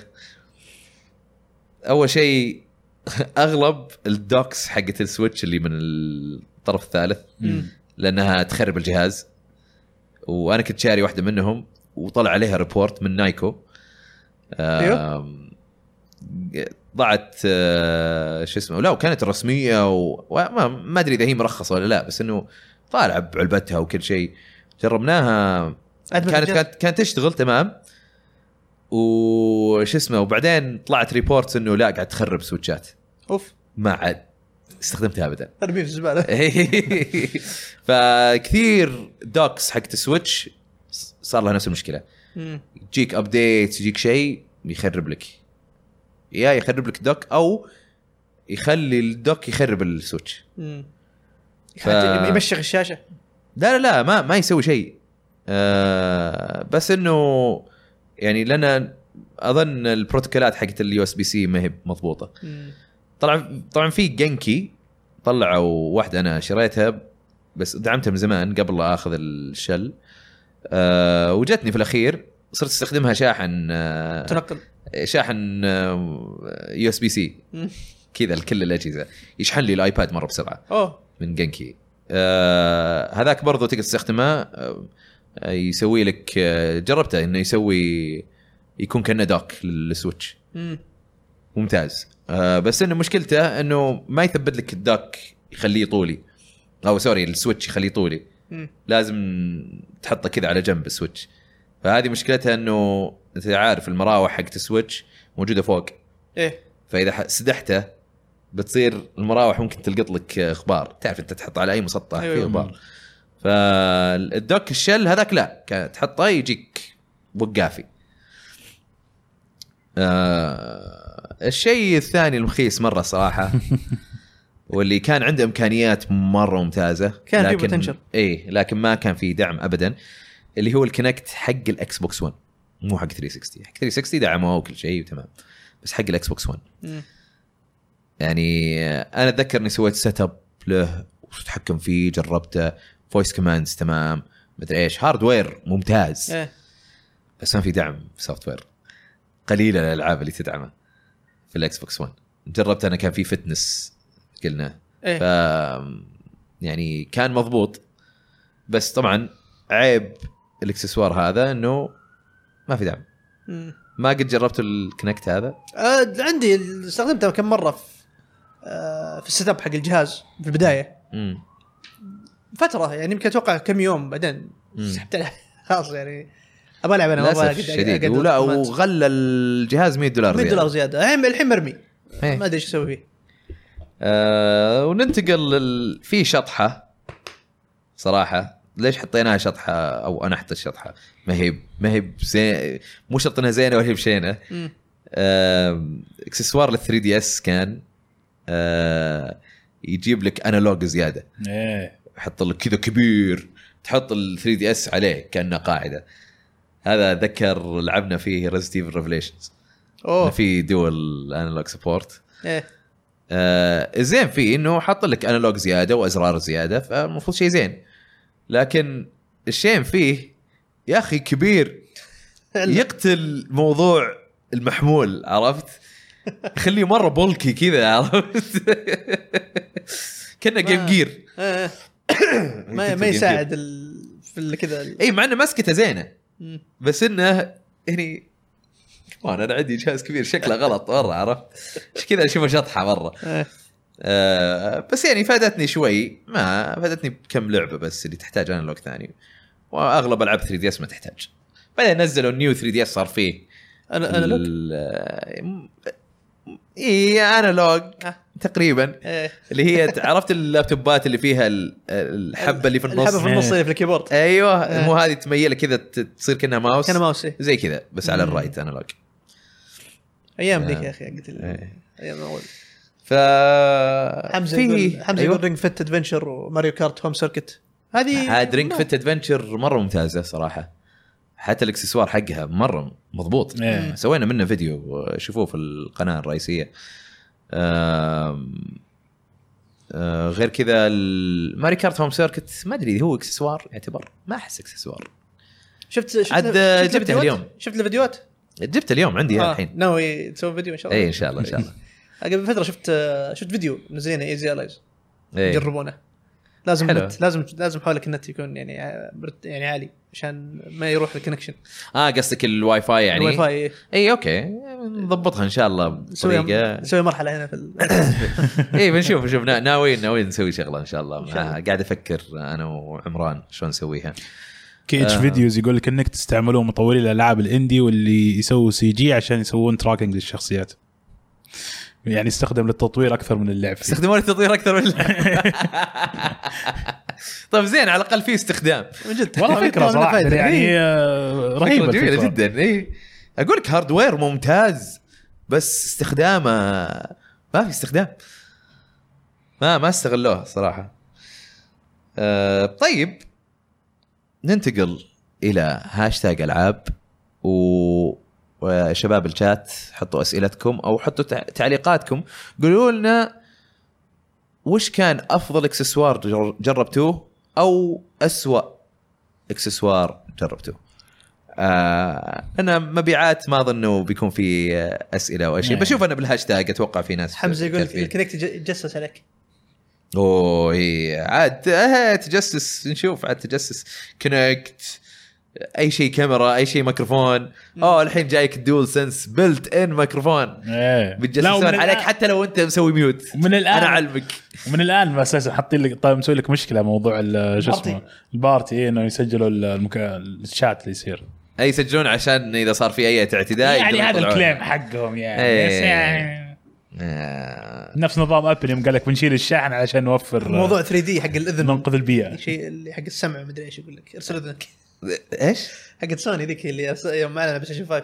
Speaker 1: اول شيء *laughs* اغلب الدوكس حقت السويتش اللي من الطرف الثالث
Speaker 3: مم.
Speaker 1: لانها تخرب الجهاز وانا كنت شاري واحده منهم وطلع عليها ريبورت من نايكو آه،
Speaker 3: أيوه؟
Speaker 1: آم، ضاعت آه، شو اسمه لا وكانت رسميه و- وما ما ادري اذا هي مرخصه ولا لا بس انه طالعه بعلبتها وكل شيء جربناها
Speaker 3: أدمج
Speaker 1: كانت
Speaker 3: الجهاز.
Speaker 1: كانت كانت تشتغل تمام وش اسمه وبعدين طلعت ريبورتس انه لا قاعد تخرب سويتشات
Speaker 3: اوف
Speaker 1: ما عاد استخدمتها ابدا
Speaker 3: ارميه
Speaker 1: آه.
Speaker 3: في الزباله
Speaker 1: *laughs* فكثير دوكس حقت السويتش صار لها نفس المشكله
Speaker 3: مم.
Speaker 1: يجيك ابديت يجيك شيء يخرب لك يا يخرب لك دوك او يخلي الدوك يخرب السويتش
Speaker 3: مم. حتى يمشخ الشاشه
Speaker 1: لا لا لا ما ما يسوي شيء آه بس انه يعني لنا اظن البروتوكولات حقت اليو اس بي سي ما هي مضبوطه
Speaker 3: مم.
Speaker 1: طلع طبعا في جنكي طلعوا واحده انا شريتها بس دعمتها من زمان قبل لا اخذ الشل أه وجتني في الاخير صرت استخدمها شاحن آه،
Speaker 3: تنقل
Speaker 1: شاحن يو اس بي سي
Speaker 3: مم.
Speaker 1: كذا لكل الاجهزه يشحن لي الايباد مره بسرعه
Speaker 3: اوه
Speaker 1: من جنكي آه هذاك برضو تقدر تستخدمه آه يسوي لك آه جربته انه يسوي يكون كانه دوك للسويتش
Speaker 3: مم.
Speaker 1: ممتاز آه بس انه مشكلته انه ما يثبت لك الدك يخليه طولي او سوري السويتش يخليه طولي
Speaker 3: مم.
Speaker 1: لازم تحطه كذا على جنب السويتش فهذه مشكلتها انه انت عارف المراوح حقت السويتش موجوده فوق
Speaker 3: ايه
Speaker 1: فاذا ح- سدحته بتصير المراوح ممكن تلقط لك آه، غبار تعرف انت تحط على اي مسطح
Speaker 3: أيوة.
Speaker 1: فيه غبار فالدوك الشل هذاك لا كان تحطه يجيك وقافي آه الشيء الثاني المخيس مره
Speaker 3: *laughs*
Speaker 1: صراحه واللي كان عنده امكانيات مره ممتازه
Speaker 3: كان في
Speaker 1: لكن-
Speaker 3: potential.
Speaker 1: ايه لكن ما كان في دعم ابدا اللي هو الكونكت حق الاكس بوكس 1 مو حق 360 حق 360 دعموه وكل شيء وتمام بس حق الاكس بوكس 1
Speaker 3: مم.
Speaker 1: يعني آه، انا اتذكر اني سويت سيت اب له وتحكم فيه جربته فويس كوماندز تمام مدري ايش هاردوير ممتاز
Speaker 3: ايه
Speaker 1: بس ما في دعم سوفت وير قليله الالعاب اللي تدعمه في الاكس بوكس 1 جربت انا كان في فتنس قلنا ف
Speaker 3: ايه
Speaker 1: يعني كان مضبوط بس طبعا عيب الاكسسوار هذا انه ما في دعم
Speaker 3: مم.
Speaker 1: ما قد جربت الكنكت هذا
Speaker 3: آه، عندي استخدمته كم مره في آه، في السيت اب حق الجهاز في البدايه
Speaker 1: امم
Speaker 3: فتره يعني يمكن اتوقع كم يوم بعدين
Speaker 1: مم.
Speaker 3: سحبت عليه *laughs* خلاص يعني ابى العب انا ما أبغى
Speaker 1: للاسف
Speaker 3: أقعد-
Speaker 1: الشديد
Speaker 3: أقعد-
Speaker 1: ولا
Speaker 3: أقعد-
Speaker 1: وغلى الجهاز 100 دولار
Speaker 3: 100
Speaker 1: زيادة.
Speaker 3: دولار زياده الحين الحين مرمي
Speaker 1: إيه.
Speaker 3: ما ادري ايش اسوي فيه
Speaker 1: آه وننتقل لل... في شطحه صراحه ليش حطيناها شطحه او انا حطيت شطحه ما هي ما هي بزي... مو شرط انها زينه ولا هي بشينه
Speaker 3: مم.
Speaker 1: آه، اكسسوار لل 3 دي اس كان آه يجيب لك انالوج زياده
Speaker 2: ايه
Speaker 1: يحط لك كذا كبير تحط ال 3 دي اس عليه كانه قاعده هذا ذكر لعبنا فيه ريزد ايفل ريفليشنز
Speaker 3: اوه
Speaker 1: في دول انالوج سبورت
Speaker 3: ايه
Speaker 1: آه، الزين فيه انه حاط لك انالوج زياده وازرار زياده فالمفروض شيء زين لكن الشين فيه يا اخي كبير يقتل موضوع المحمول
Speaker 3: *laughs*
Speaker 1: عرفت؟ خليه مره بولكي كذا عرفت؟ *laughs* كانه جيم
Speaker 3: ما-
Speaker 1: جير
Speaker 3: إيه. ما ما يساعد ال... في ال- كذا ال-
Speaker 1: اي مع انه مسكته زينه
Speaker 3: مم.
Speaker 1: بس انه هني كمان انا عندي جهاز كبير شكله غلط مره عرفت؟ عشان كذا اشوفه شطحه مره
Speaker 3: إيه.
Speaker 1: آه، بس يعني فادتني شوي ما فادتني بكم لعبه بس اللي تحتاج انالوج ثاني واغلب العاب 3 دي اس ما تحتاج بعدين نزلوا النيو 3 دي اس صار فيه
Speaker 3: انا انا لوك
Speaker 1: ال- آه، م- اي انالوج
Speaker 3: آه.
Speaker 1: تقريبا
Speaker 3: إيه.
Speaker 1: اللي
Speaker 3: *laughs*
Speaker 1: هي عرفت اللابتوبات اللي فيها ال- الحبه اللي في
Speaker 3: الحبه
Speaker 1: النص
Speaker 3: في النص
Speaker 2: إيه.
Speaker 3: اللي في الكيبورد
Speaker 1: ايوه
Speaker 3: إيه.
Speaker 1: مو هذه تميله كذا ت- تصير كانها ماوس
Speaker 3: كان ماوس إيه.
Speaker 1: زي كذا بس على
Speaker 2: مم.
Speaker 1: الرايت انالوج
Speaker 3: ايام
Speaker 1: آه.
Speaker 3: ذيك يا اخي قلت ال-
Speaker 1: إيه.
Speaker 3: ايام اول
Speaker 1: ف أيوه.
Speaker 3: حمزه
Speaker 1: فيه-
Speaker 3: يقول حمزه يقول رينج فت ادفنشر وماريو كارت هوم سيركت هذه
Speaker 1: عاد رينج
Speaker 3: إيه، ما-
Speaker 1: فيت ادفنشر مره ممتازه صراحه حتى الاكسسوار حقها مره مضبوط
Speaker 2: إيه.
Speaker 1: سوينا منه فيديو شوفوه في القناه الرئيسيه آم، آه، غير كذا ماري كارت هوم سيركت ما ادري هو اكسسوار يعتبر ما احس اكسسوار
Speaker 3: شفت شفت
Speaker 1: عاد آه،
Speaker 3: شفت
Speaker 1: جبتها
Speaker 3: الفيديوهات؟
Speaker 1: اليوم.
Speaker 3: شفت الفيديوهات؟
Speaker 1: جبت اليوم عندي
Speaker 3: آه،
Speaker 1: آه. الحين
Speaker 3: ناوي تسوي فيديو ان شاء الله
Speaker 1: اي ان شاء الله ان شاء الله
Speaker 3: *laughs* قبل فتره شفت آه، شفت فيديو منزلينه ايزي الايز
Speaker 1: إيه.
Speaker 3: جربونه لازم
Speaker 1: حلو.
Speaker 3: النت لازم لازم حولك النت يكون يعني آه، برت- يعني عالي عشان ما يروح الكونكشن
Speaker 1: اه قصدك الواي فاي يعني
Speaker 3: الواي فاي
Speaker 1: اي اوكي نضبطها ان شاء الله
Speaker 3: نسوي
Speaker 1: بطريقه
Speaker 3: نسوي مرحله هنا في ال...
Speaker 1: *coughs* اي إيه، بنشوف نشوف نا- ناويين ناويين نسوي شغله ان شاء الله
Speaker 3: إن شاء الله.
Speaker 1: معاها. قاعد افكر انا وعمران شلون نسويها
Speaker 2: كي اتش
Speaker 1: آه.
Speaker 2: فيديوز يقول لك انك تستعملوه مطوري الالعاب الاندي واللي يسووا سي جي عشان يسوون تراكنج للشخصيات يعني استخدم للتطوير اكثر من اللعب فيه.
Speaker 1: استخدموا التطوير اكثر من *laughs* طيب زين على الاقل في استخدام
Speaker 3: من جد
Speaker 2: والله فكره
Speaker 3: منها
Speaker 2: صراحه
Speaker 3: فايدة.
Speaker 2: يعني آه، رهيبه
Speaker 1: إيه. فكرة جميله
Speaker 2: الفكرة.
Speaker 1: جدا اي اقول لك هاردوير ممتاز بس استخدامه ما في استخدام ما ما استغلوها صراحه أه طيب ننتقل الى هاشتاج العاب و وشباب الشات حطوا اسئلتكم او حطوا تع- تعليقاتكم قولوا لنا وش كان افضل اكسسوار جر- جربتوه او اسوأ اكسسوار جربتوه آه انا مبيعات ما اظنه بيكون في آه، اسئله او شيء
Speaker 2: نعم.
Speaker 1: بشوف انا بالهاشتاج اتوقع في ناس
Speaker 3: حمزه يقول لك
Speaker 1: كاتبين.
Speaker 3: الكونكت يج- يتجسس عليك
Speaker 1: اوه إيه. عاد آه تجسس نشوف عاد تجسس كونكت اي شيء كاميرا اي شيء ميكروفون اوه الحين جايك الدول سنس بلت ان ميكروفون
Speaker 2: ايه لا، ومن
Speaker 1: بتجسسون
Speaker 2: الآن-
Speaker 1: عليك حتى لو انت مسوي ميوت
Speaker 2: ومن الان
Speaker 1: انا اعلمك
Speaker 2: ومن الان اساسا حاطين لك طيب مسوي لك مشكله موضوع ال- شو
Speaker 3: البارتي.
Speaker 2: اسمه البارتي إيه انه يسجلوا ال- المك... الشات اللي يصير
Speaker 1: اي يسجلون عشان اذا صار في اي اعتداء
Speaker 2: يعني
Speaker 1: يقدرون
Speaker 2: هذا
Speaker 1: يطلعون.
Speaker 2: الكليم حقهم يعني
Speaker 1: إيه.
Speaker 2: بس يعني
Speaker 1: آه.
Speaker 2: نفس نظام ابل يوم قال لك بنشيل الشاحن علشان نوفر آه،
Speaker 3: موضوع 3 دي حق الاذن
Speaker 2: ننقذ البيئه
Speaker 3: شيء اللي حق السمع مدري ايش يقول لك ارسل اذنك
Speaker 1: ايش؟
Speaker 3: حق سوني ذيك اللي أرس- يوم معنا بلاي ستيشن 5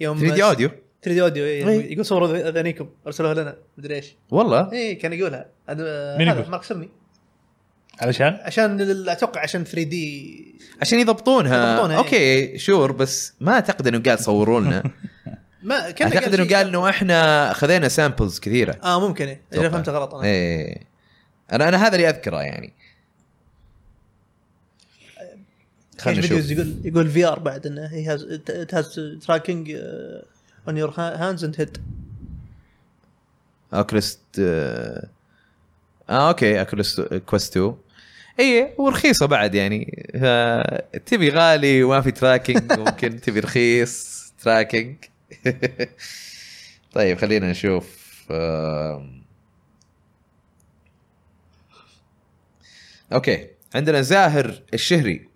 Speaker 3: يوم
Speaker 1: 3 دي اوديو
Speaker 3: 3 دي اوديو إيه،
Speaker 1: إيه.
Speaker 3: يقول صوروا أذ- اذانيكم ارسلوها لنا مدري ايش
Speaker 1: والله
Speaker 3: اي كان يقولها انا
Speaker 2: مين
Speaker 3: هذا
Speaker 2: يقول؟
Speaker 3: مارك سمي
Speaker 2: علشان
Speaker 3: عشان ال- اتوقع عشان 3 دي
Speaker 1: عشان يضبطونها
Speaker 3: يضبطونها، إيه.
Speaker 1: اوكي شور بس ما اعتقد انه قال صوروا
Speaker 3: *laughs*
Speaker 1: لنا
Speaker 3: ما كان
Speaker 1: اعتقد انه
Speaker 3: شيء-
Speaker 1: قال انه احنا خذينا سامبلز كثيره
Speaker 3: اه ممكن ايه اذا
Speaker 1: أتوقع.
Speaker 3: فهمت غلط انا
Speaker 1: ايه انا انا هذا اللي اذكره يعني خلينا
Speaker 3: إيش
Speaker 1: نشوف
Speaker 3: فيديوز يقول يقول في ار بعد انه هي هاز تراكنج اون يور هاندز اند هيد
Speaker 1: آه، اوكلست آه، اه اوكي اوكلست كويست 2 اي ورخيصه بعد يعني ف- تبي غالي وما في تراكنج ممكن تبي رخيص تراكنج *laughs* طيب خلينا نشوف آه، آم. اوكي عندنا زاهر الشهري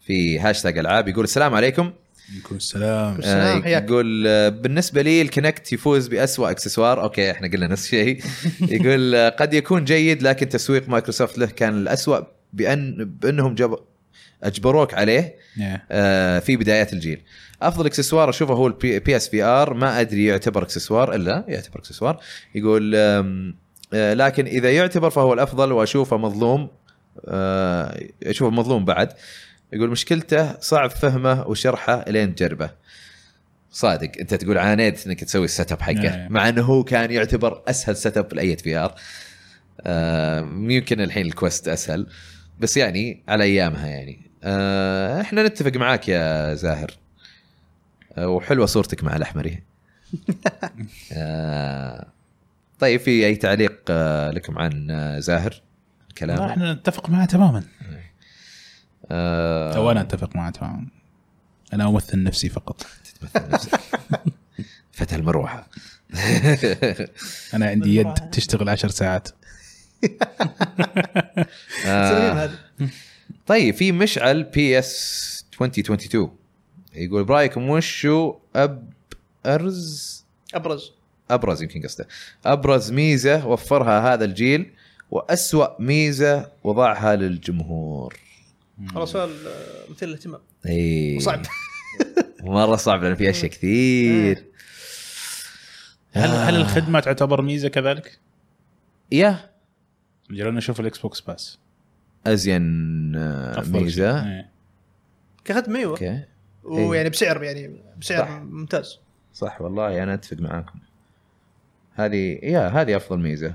Speaker 1: في هاشتاج العاب يقول السلام عليكم
Speaker 2: يكون السلام
Speaker 3: والسلام،
Speaker 1: آه،
Speaker 3: حياك.
Speaker 1: يقول آه، بالنسبه لي الكونكت يفوز باسوا اكسسوار اوكي احنا قلنا نفس الشيء يقول آه، قد يكون جيد لكن تسويق مايكروسوفت له كان الاسوا بان بانهم جب اجبروك عليه
Speaker 2: إيه.
Speaker 1: آه، في بدايات الجيل افضل اكسسوار اشوفه هو البي اس في ار ما ادري يعتبر اكسسوار الا يعتبر اكسسوار يقول آم، آه، لكن اذا يعتبر فهو الافضل واشوفه مظلوم آه، اشوفه مظلوم بعد يقول مشكلته صعب فهمه وشرحه لين تجربه صادق انت تقول عانيت انك تسوي السيت اب حقه
Speaker 2: نعم.
Speaker 1: مع انه هو كان يعتبر اسهل سيت اب لاي في ار يمكن الحين الكوست اسهل بس يعني على ايامها يعني آه، احنا نتفق معاك يا زاهر آه، وحلوه صورتك مع الاحمري آه، طيب في اي تعليق آه، لكم عن آه، زاهر
Speaker 2: لا،
Speaker 1: كلام
Speaker 2: احنا نتفق معه تماما
Speaker 1: آه،
Speaker 2: او انا اتفق معه تماما انا امثل نفسي فقط
Speaker 1: تتمثل نفسك. فتى المروحه
Speaker 2: انا عندي يد تشتغل عشر ساعات
Speaker 1: آه، طيب في مشعل بي اس 2022 يقول برايكم وشو ابرز
Speaker 3: ابرز
Speaker 1: ابرز يمكن قصده ابرز ميزه وفرها هذا الجيل واسوا ميزه وضعها للجمهور
Speaker 3: والله سؤال آه، مثير للاهتمام
Speaker 1: اي
Speaker 3: صعب *laughs*
Speaker 1: مره صعب لان في اشياء كثير
Speaker 2: هل هل الخدمه تعتبر ميزه كذلك؟
Speaker 1: يا
Speaker 2: جربنا نشوف الاكس بوكس باس
Speaker 1: ازين آه،
Speaker 2: أفضل
Speaker 1: ميزه
Speaker 2: شيء. إيه.
Speaker 3: كختم ايوه
Speaker 1: اوكي
Speaker 3: ويعني بسعر يعني بسعر
Speaker 1: إيه. صح.
Speaker 3: ممتاز
Speaker 1: صح والله انا اتفق معاكم هذه يا هذه افضل ميزه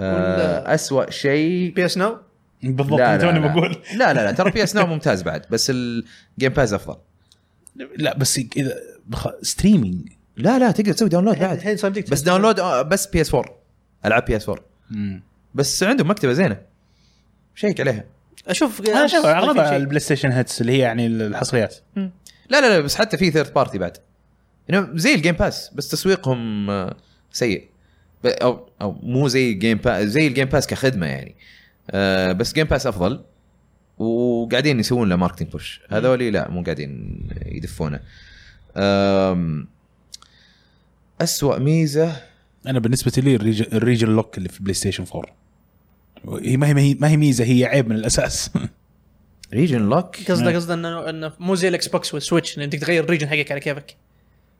Speaker 3: ولا-
Speaker 1: آه اسوأ شيء
Speaker 3: بي اس ناو
Speaker 2: بالضبط
Speaker 1: لا،
Speaker 2: أنا
Speaker 1: لا،
Speaker 2: توني
Speaker 1: لا.
Speaker 2: بقول
Speaker 1: لا لا لا ترى بي اس ناو ممتاز بعد بس الجيم باز افضل
Speaker 2: لا بس اذا بخ... ستريمينج
Speaker 1: لا لا تقدر تسوي داونلود بعد
Speaker 3: الحين صار بديك
Speaker 1: بس
Speaker 3: تحس-
Speaker 1: داونلود آه، بس بي اس 4 العاب بي اس 4 بس عندهم مكتبه زينه شيك عليها آه،
Speaker 3: اشوف
Speaker 2: انا
Speaker 3: أشوف
Speaker 2: شوف اغلبها
Speaker 3: شيء.
Speaker 2: البلاي ستيشن هيتس اللي هي يعني الحصريات
Speaker 1: لا لا لا بس حتى في ثيرد بارتي بعد يعني زي الجيم باس بس تسويقهم آه، سيء ب- او او مو زي الجيم باس زي الجيم باس كخدمه يعني آه، بس جيم باس افضل وقاعدين يسوون له ماركتنج بوش هذولي لا مو قاعدين يدفونه أم أسوأ ميزه
Speaker 2: انا بالنسبه لي الريج- الريجن لوك اللي في بلاي ستيشن 4 هي ما هي ما هي- ما هي ميزه هي عيب من الاساس
Speaker 1: ريجن لوك
Speaker 3: قصده قصده انه انه مو زي الاكس بوكس والسويتش انك تغير الريجن حقك على كيفك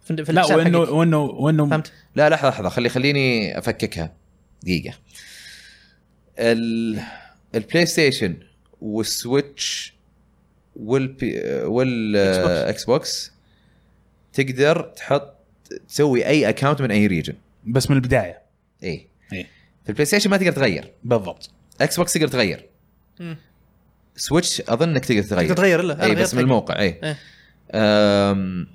Speaker 3: في في
Speaker 2: لا
Speaker 3: الحساب
Speaker 2: وانه
Speaker 3: حقك.
Speaker 2: وانه وانه
Speaker 3: فهمت
Speaker 1: لا لحظه لحظه خلي خليني افككها دقيقه ال... البلاي ستيشن والسويتش والبي... والاكس بوكس تقدر تحط تسوي اي اكونت من اي ريجن
Speaker 2: بس من البدايه
Speaker 1: اي
Speaker 2: إيه.
Speaker 1: في البلاي ستيشن ما تقدر تغير
Speaker 2: بالضبط
Speaker 1: اكس بوكس تقدر تغير
Speaker 3: مم.
Speaker 1: سويتش اظنك تقدر
Speaker 3: تقدر
Speaker 1: تغير
Speaker 3: تغير الا
Speaker 1: اي بس من الموقع اي
Speaker 3: إيه.
Speaker 1: أم...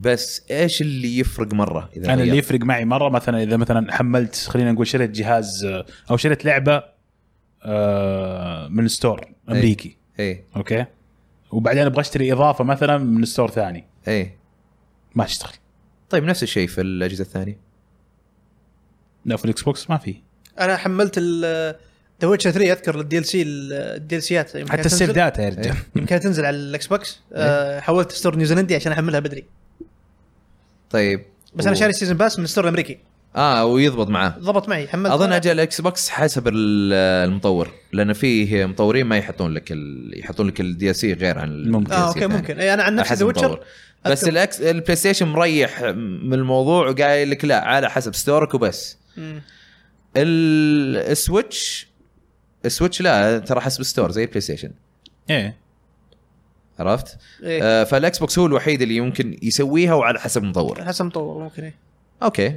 Speaker 1: بس ايش اللي يفرق مره اذا
Speaker 2: انا يعني اللي
Speaker 1: غيرت؟
Speaker 2: يفرق معي مره مثلا اذا مثلا حملت خلينا نقول شريت جهاز آه، او شريت لعبه آه، من ستور امريكي
Speaker 1: اي
Speaker 2: اوكي وبعدين ابغى اشتري اضافه مثلا من ستور ثاني
Speaker 1: اي
Speaker 2: ما تشتغل
Speaker 1: طيب نفس الشيء في الاجهزه الثانيه
Speaker 2: لا في الاكس بوكس ما في
Speaker 3: انا حملت ذا ويتشر 3 اذكر الدي ال سي الدي ال سيات يمكن
Speaker 2: حتى
Speaker 3: تنزل-
Speaker 2: السيف داتا يا رجال
Speaker 3: يمكن تنزل على الاكس بوكس
Speaker 1: إيه.
Speaker 3: آه، حولت ستور نيوزيلندي عشان احملها بدري
Speaker 1: طيب
Speaker 3: بس انا
Speaker 1: و-
Speaker 3: شاري سيزون باس من ستور امريكي
Speaker 1: اه ويضبط معاه
Speaker 3: ضبط معي حملت
Speaker 1: اظن اجل الاكس بوكس حسب ال- المطور لان فيه مطورين ما يحطون لك ال... يحطون لك الدي سي غير عن ال
Speaker 2: ممكن.
Speaker 1: DLC
Speaker 3: اه اوكي
Speaker 1: الثاني.
Speaker 3: ممكن اي انا عن نفسي
Speaker 1: حسب
Speaker 3: ذا
Speaker 1: المطور
Speaker 3: ويتشر
Speaker 1: بس
Speaker 3: أذكر.
Speaker 1: الاكس البلاي ستيشن مريح من الموضوع وقايل لك لا على حسب ستورك وبس ال- السويتش السويتش لا ترى حسب ستور زي البلاي ستيشن
Speaker 2: ايه
Speaker 1: عرفت؟
Speaker 3: إيه.
Speaker 1: آه فالاكس بوكس هو الوحيد اللي يمكن يسويها وعلى حسب المطور
Speaker 3: حسب مطور ممكن إيه.
Speaker 1: اوكي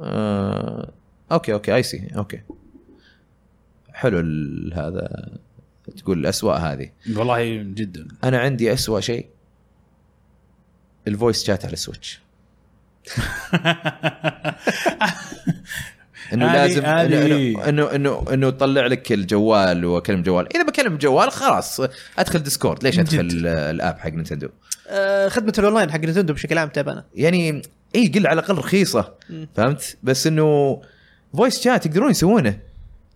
Speaker 1: آه... اوكي اوكي اي سي اوكي حلو ال- هذا تقول الاسواء هذه
Speaker 2: والله جدا
Speaker 1: انا عندي اسوأ شيء الفويس شات على السويتش
Speaker 2: *laughs*
Speaker 1: انه
Speaker 2: هذه-
Speaker 1: لازم انه
Speaker 2: هذه-
Speaker 1: انه انه انه يطلع لك الجوال واكلم جوال اذا بكلم جوال خلاص ادخل ديسكورد ليش
Speaker 2: من
Speaker 1: ادخل
Speaker 2: جد.
Speaker 1: الاب حق نينتندو
Speaker 3: آه، خدمه الاونلاين حق نتندو بشكل عام تعبانه
Speaker 1: يعني اي قل على الاقل رخيصه
Speaker 3: مم.
Speaker 1: فهمت بس انه فويس شات يقدرون يسوونه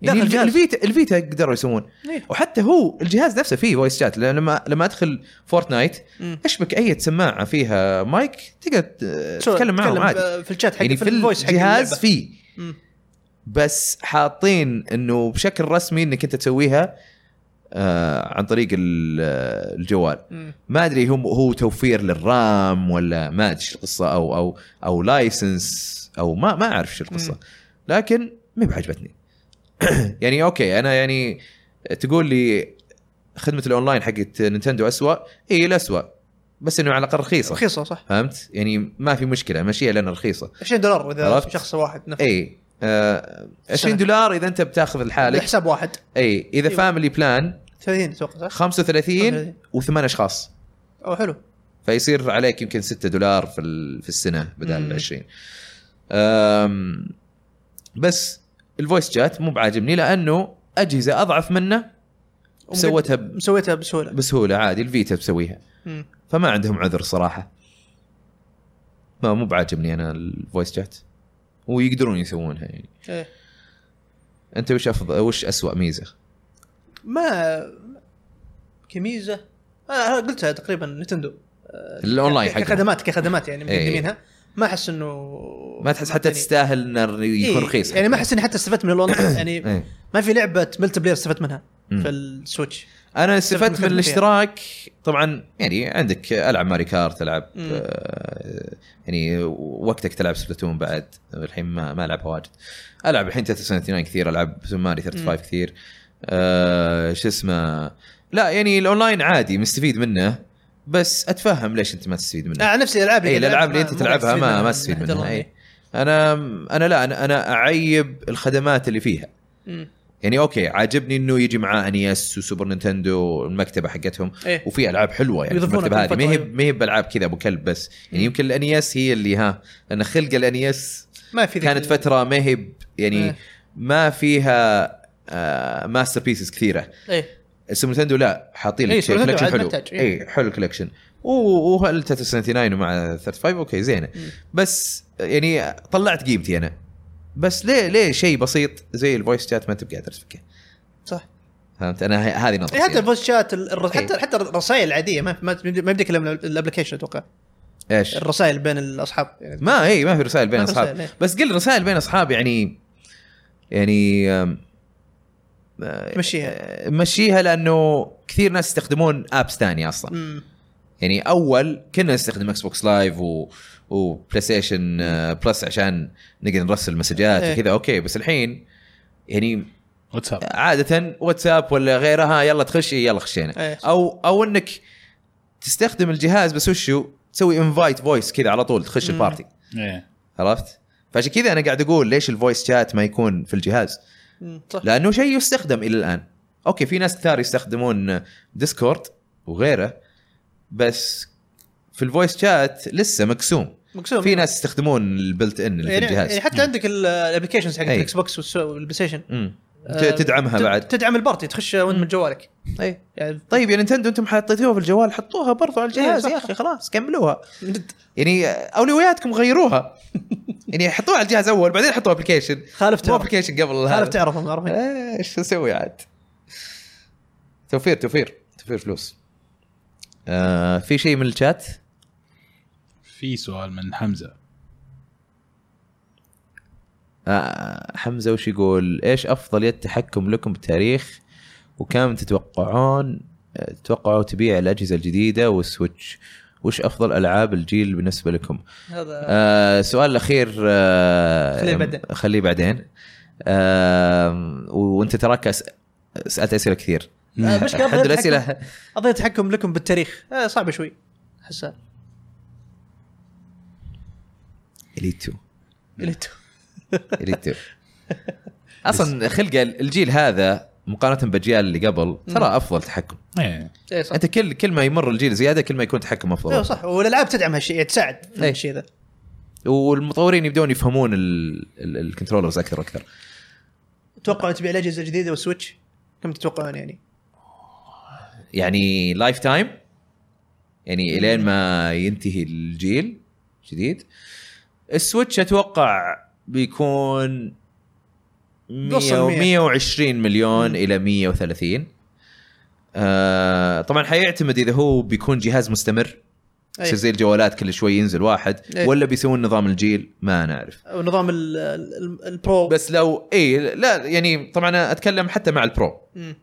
Speaker 1: يعني
Speaker 3: داخل
Speaker 1: الج-
Speaker 3: جهاز.
Speaker 1: الفيتا الفيتا قدروا يسوون
Speaker 3: إيه.
Speaker 1: وحتى هو الجهاز نفسه فيه فويس شات لأن لما لما ادخل فورتنايت
Speaker 3: مم.
Speaker 1: اشبك اي سماعه فيها مايك تقدر ت- تتكلم معهم عادي
Speaker 3: آه، في الشات حق
Speaker 1: يعني في
Speaker 3: الفويس حق
Speaker 1: الجهاز
Speaker 3: اللعبة.
Speaker 1: فيه
Speaker 3: مم.
Speaker 1: بس حاطين انه بشكل رسمي انك انت تسويها آه عن طريق ال- آه، الجوال
Speaker 3: مم.
Speaker 1: ما ادري هم هو توفير للرام ولا ما ادري إيش القصه او او او لايسنس او ما ما اعرف ايش القصه
Speaker 3: مم.
Speaker 1: لكن ما بعجبتني *clears throat* يعني اوكي انا يعني تقول لي خدمه الاونلاين حقت نينتندو اسوء اي الاسوء بس انه على الاقل رخيصه
Speaker 3: رخيصه صح
Speaker 1: فهمت يعني ما في مشكله ماشيه لان رخيصه
Speaker 3: 20 دولار اذا
Speaker 1: عرفت؟
Speaker 3: شخص واحد نفس
Speaker 1: اي آه 20
Speaker 3: سنة.
Speaker 1: دولار اذا انت بتاخذ لحالك
Speaker 3: حساب واحد
Speaker 1: اي اذا
Speaker 3: أيوة.
Speaker 1: فاميلي بلان
Speaker 3: 30 اتوقع
Speaker 1: 35
Speaker 3: صح 35.
Speaker 1: وثمان اشخاص
Speaker 3: او حلو
Speaker 1: فيصير عليك يمكن 6 دولار في ال- في السنه بدل
Speaker 3: مم.
Speaker 1: ال 20 أم، بس الفويس شات مو بعاجبني لانه اجهزه اضعف منه سوتها ب-
Speaker 3: مسويتها بسهوله
Speaker 1: بسهوله عادي الفيتا بسويها
Speaker 3: مم.
Speaker 1: فما عندهم عذر صراحه ما مو بعاجبني انا الفويس شات ويقدرون يسوونها يعني
Speaker 3: إيه.
Speaker 1: انت وش افضل وش اسوء ميزه
Speaker 3: أه، ما كميزه انا قلتها تقريبا نتندو آه،
Speaker 1: الأونلاين
Speaker 3: ك-
Speaker 1: حقهم.
Speaker 3: كخدمات كخدمات يعني
Speaker 1: إيه.
Speaker 3: مقدمينها ما احس انه
Speaker 1: ما تحس حتى
Speaker 3: يعني-
Speaker 1: تستاهل انه يكون
Speaker 3: إيه،
Speaker 1: رخيص
Speaker 3: يعني ما احس اني حتى استفدت
Speaker 1: *coughs*
Speaker 3: من الاونلاين يعني
Speaker 1: إيه.
Speaker 3: ما في لعبه ملتي بلاير استفدت منها
Speaker 1: مم.
Speaker 3: في السويتش
Speaker 1: انا
Speaker 3: من
Speaker 1: استفدت من
Speaker 3: خدمتين.
Speaker 1: الاشتراك طبعا يعني عندك العب ماري كارت العب
Speaker 3: مم.
Speaker 1: آه يعني وقتك تلعب سبلاتون بعد الحين ما ما العبها واجد العب الحين تتر 99 كثير العب ماري 35 كثير آه شو اسمه لا يعني الاونلاين عادي مستفيد منه بس اتفهم ليش انت ما تستفيد منه
Speaker 3: آه، عن نفسي الالعاب
Speaker 1: اي الالعاب إيه. اللي
Speaker 3: ما-
Speaker 1: انت
Speaker 3: ما
Speaker 1: تلعبها
Speaker 3: أستفيد
Speaker 1: ما
Speaker 3: منها
Speaker 1: ما تستفيد
Speaker 3: من ناحية
Speaker 1: منها إيه.
Speaker 3: الأونلاين.
Speaker 1: اي انا انا لا انا انا اعيب الخدمات اللي فيها
Speaker 3: مم.
Speaker 1: يعني اوكي عاجبني انه يجي معاه انيس وسوبر نينتندو المكتبه حقتهم
Speaker 3: إيه.
Speaker 1: وفي العاب حلوه يعني في
Speaker 3: يضيفونها
Speaker 1: المكتبه
Speaker 3: كل
Speaker 1: هذه ما هي
Speaker 3: فترة.
Speaker 1: ما هي بالعاب كذا ابو كلب بس يعني
Speaker 3: مم.
Speaker 1: يمكن الانيس هي اللي ها لان خلق الانيس
Speaker 3: ما في ذيك
Speaker 1: كانت
Speaker 3: ال-
Speaker 1: فتره ما هي ب- يعني
Speaker 3: إيه.
Speaker 1: ما فيها آه ماستر بيسز كثيره
Speaker 3: ايه
Speaker 1: السوبر نينتندو لا حاطين
Speaker 3: إيه،
Speaker 1: لك
Speaker 3: سوبر نينتندو
Speaker 1: كولكشن
Speaker 3: عاد
Speaker 1: حلو
Speaker 3: منتج، إيه.
Speaker 1: اي حلو كولكشن وهل 99 ومع 35 اوكي زينه
Speaker 3: مم.
Speaker 1: بس يعني طلعت قيمتي انا بس ليه ليه شيء بسيط زي الفويس شات ما انت بقادر تفكه
Speaker 3: صح
Speaker 1: فهمت انا هي- هذه
Speaker 3: إيه،
Speaker 1: نظرتي
Speaker 3: حتى
Speaker 1: يعني.
Speaker 3: الفويس شات ال- الر-
Speaker 1: إيه.
Speaker 3: حتى حتى الرسائل العاديه ما ما ما يمديك الا من ال- الابلكيشن اتوقع
Speaker 1: ايش
Speaker 3: الرسائل بين الاصحاب يعني
Speaker 1: ما اي ما في رسائل بين
Speaker 3: ما في
Speaker 1: اصحاب
Speaker 3: رسائل، إيه.
Speaker 1: بس قل رسائل بين اصحاب يعني يعني أم، آه،
Speaker 3: تمشيها
Speaker 1: آه، مشيها لانه كثير ناس يستخدمون ابس ثانيه اصلا
Speaker 3: مم.
Speaker 1: يعني اول كنا نستخدم اكس بوكس لايف و وبلاي ستيشن آه، بلس عشان نقدر نرسل مسجات
Speaker 3: إيه.
Speaker 1: وكذا اوكي بس الحين يعني
Speaker 2: واتساب
Speaker 1: عاده واتساب ولا غيرها يلا تخش إيه، يلا خشينا
Speaker 3: إيه.
Speaker 1: او او انك تستخدم الجهاز بس وشو تسوي انفايت فويس كذا على طول تخش
Speaker 3: مم.
Speaker 1: البارتي
Speaker 2: ايه
Speaker 1: عرفت فعشان كذا انا قاعد اقول ليش الفويس شات ما يكون في الجهاز
Speaker 3: مم. صح
Speaker 1: لانه شيء يستخدم الى الان اوكي في ناس كثار يستخدمون ديسكورد وغيره بس في الفويس شات لسه مقسوم
Speaker 3: مقسوم
Speaker 1: في ناس يستخدمون البلت ان اللي في
Speaker 3: يعني, يعني
Speaker 1: الجهاز
Speaker 2: مم.
Speaker 3: حتى عندك الابلكيشنز حق
Speaker 1: إيه.
Speaker 3: الاكس بوكس والس- والبلاي ستيشن
Speaker 1: مم. ت-
Speaker 3: آه،
Speaker 1: تدعمها
Speaker 3: تد-
Speaker 1: بعد
Speaker 3: تدعم البارتي تخش وانت من جوالك
Speaker 1: أي.
Speaker 3: يعني
Speaker 1: طيب يا نينتندو انتم حطيتوها في الجوال حطوها برضو على الجهاز
Speaker 3: إيه، صح.
Speaker 1: يا اخي خلاص كملوها
Speaker 3: من جد
Speaker 1: يعني اولوياتكم غيروها يعني حطوها على الجهاز اول بعدين حطوا ابلكيشن
Speaker 3: خالف
Speaker 1: مو
Speaker 3: تعرف
Speaker 1: ابلكيشن قبل
Speaker 3: خالف
Speaker 1: هذا
Speaker 3: تعرف ما اعرف
Speaker 1: ايش اسوي عاد؟ توفير توفير توفير فلوس. آه في شيء من الشات؟
Speaker 2: في سؤال من حمزه
Speaker 1: آه حمزه وش يقول؟ ايش افضل يد تحكم لكم بالتاريخ؟ وكم تتوقعون آه، تتوقعوا تبيع الاجهزه الجديده والسويتش؟ وش افضل العاب الجيل بالنسبه لكم؟
Speaker 3: هذا
Speaker 1: آه السؤال الاخير آه
Speaker 3: خليه بعدين.
Speaker 1: خليه بعدين. آه وانت تراك أس- سالت اسئله كثير.
Speaker 2: إيه.
Speaker 3: آه، مشكلة
Speaker 1: احد
Speaker 3: أفضل
Speaker 1: الاسئله
Speaker 3: يتحكم- قضية تحكم لكم بالتاريخ آه، صعبة شوي احسها
Speaker 1: اليت 2
Speaker 3: قلت *laughs*
Speaker 1: اليت 2 اصلا خلقه الجيل هذا مقارنه باجيال اللي قبل ترى افضل تحكم
Speaker 2: إيه.
Speaker 3: اي صح
Speaker 1: انت كل كل ما يمر الجيل زياده كل ما يكون تحكم
Speaker 3: ايوه
Speaker 1: افضل
Speaker 3: صح والالعاب تدعم هالشيء تساعد في
Speaker 1: إيه.
Speaker 3: الشيء ذا
Speaker 1: والمطورين يبدون يفهمون ال- ال- الكنترولرز اكثر واكثر
Speaker 3: تتوقع تبيع الاجهزه الجديده والسويتش كم تتوقعون يعني؟
Speaker 1: يعني لايف تايم يعني الين ما ينتهي الجيل جديد السويتش اتوقع بيكون
Speaker 3: توصل
Speaker 1: 100
Speaker 3: 100.
Speaker 1: 120 مليون الى 130 آه طبعا حيعتمد اذا هو بيكون جهاز مستمر
Speaker 3: أي.
Speaker 1: يصير زي الجوالات كل شوي ينزل واحد
Speaker 3: أي.
Speaker 1: ولا بيسوون نظام الجيل ما نعرف
Speaker 3: ونظام ال- ال- ال- البرو
Speaker 1: بس لو اي لا يعني طبعا أنا اتكلم حتى مع البرو
Speaker 3: مم.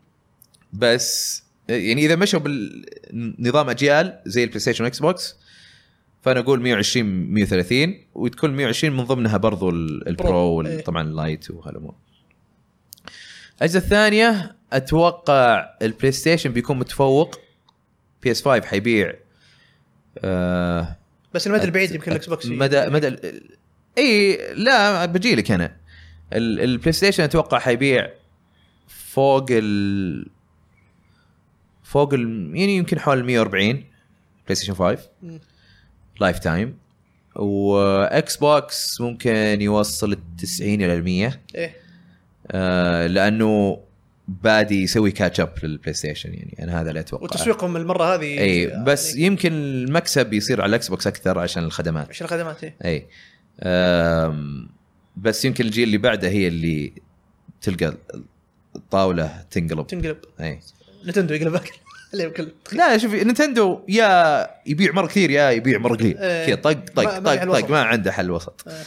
Speaker 1: بس يعني اذا مشوا بالنظام اجيال زي البلاي ستيشن واكس بوكس فانا اقول 120 130 وتكون 120 من ضمنها برضو ال- البرو
Speaker 3: برو، إيه.
Speaker 1: وطبعا اللايت وهالامور. الاجهزه الثانيه اتوقع البلاي ستيشن بيكون متفوق بي اس 5 حيبيع آه
Speaker 3: بس المدى البعيد يمكن الاكس بوكس
Speaker 1: مدى مدى ال- اي لا بجي لك انا ال- البلاي ستيشن اتوقع حيبيع فوق ال فوق ال يعني يمكن حوالي 140 بلاي ستيشن 5
Speaker 3: مم.
Speaker 1: لايف تايم واكس بوكس ممكن يوصل ال 90 الى 100
Speaker 3: ايه
Speaker 1: آه لانه بادي يسوي كاتش اب للبلاي ستيشن يعني انا هذا اللي اتوقعه
Speaker 3: وتسويقهم المره هذه
Speaker 1: اي إيه، بس
Speaker 3: يعني
Speaker 1: يمكن المكسب يصير على الاكس بوكس اكثر عشان الخدمات
Speaker 3: عشان الخدمات ايه
Speaker 1: اي أم، بس يمكن الجيل اللي بعده هي اللي تلقى الطاوله تنقلب
Speaker 3: تنقلب
Speaker 1: اي
Speaker 3: نتندو *laughs* يقلبك عليهم كله
Speaker 1: لا شوف نينتندو يا يبيع مره كثير يا يبيع مره قليل
Speaker 3: إيه.
Speaker 1: كذا طق
Speaker 3: ما-
Speaker 1: طق
Speaker 3: ما
Speaker 1: طق
Speaker 3: في حل
Speaker 1: طق
Speaker 3: وسط.
Speaker 1: ما عنده حل وسط
Speaker 3: آه.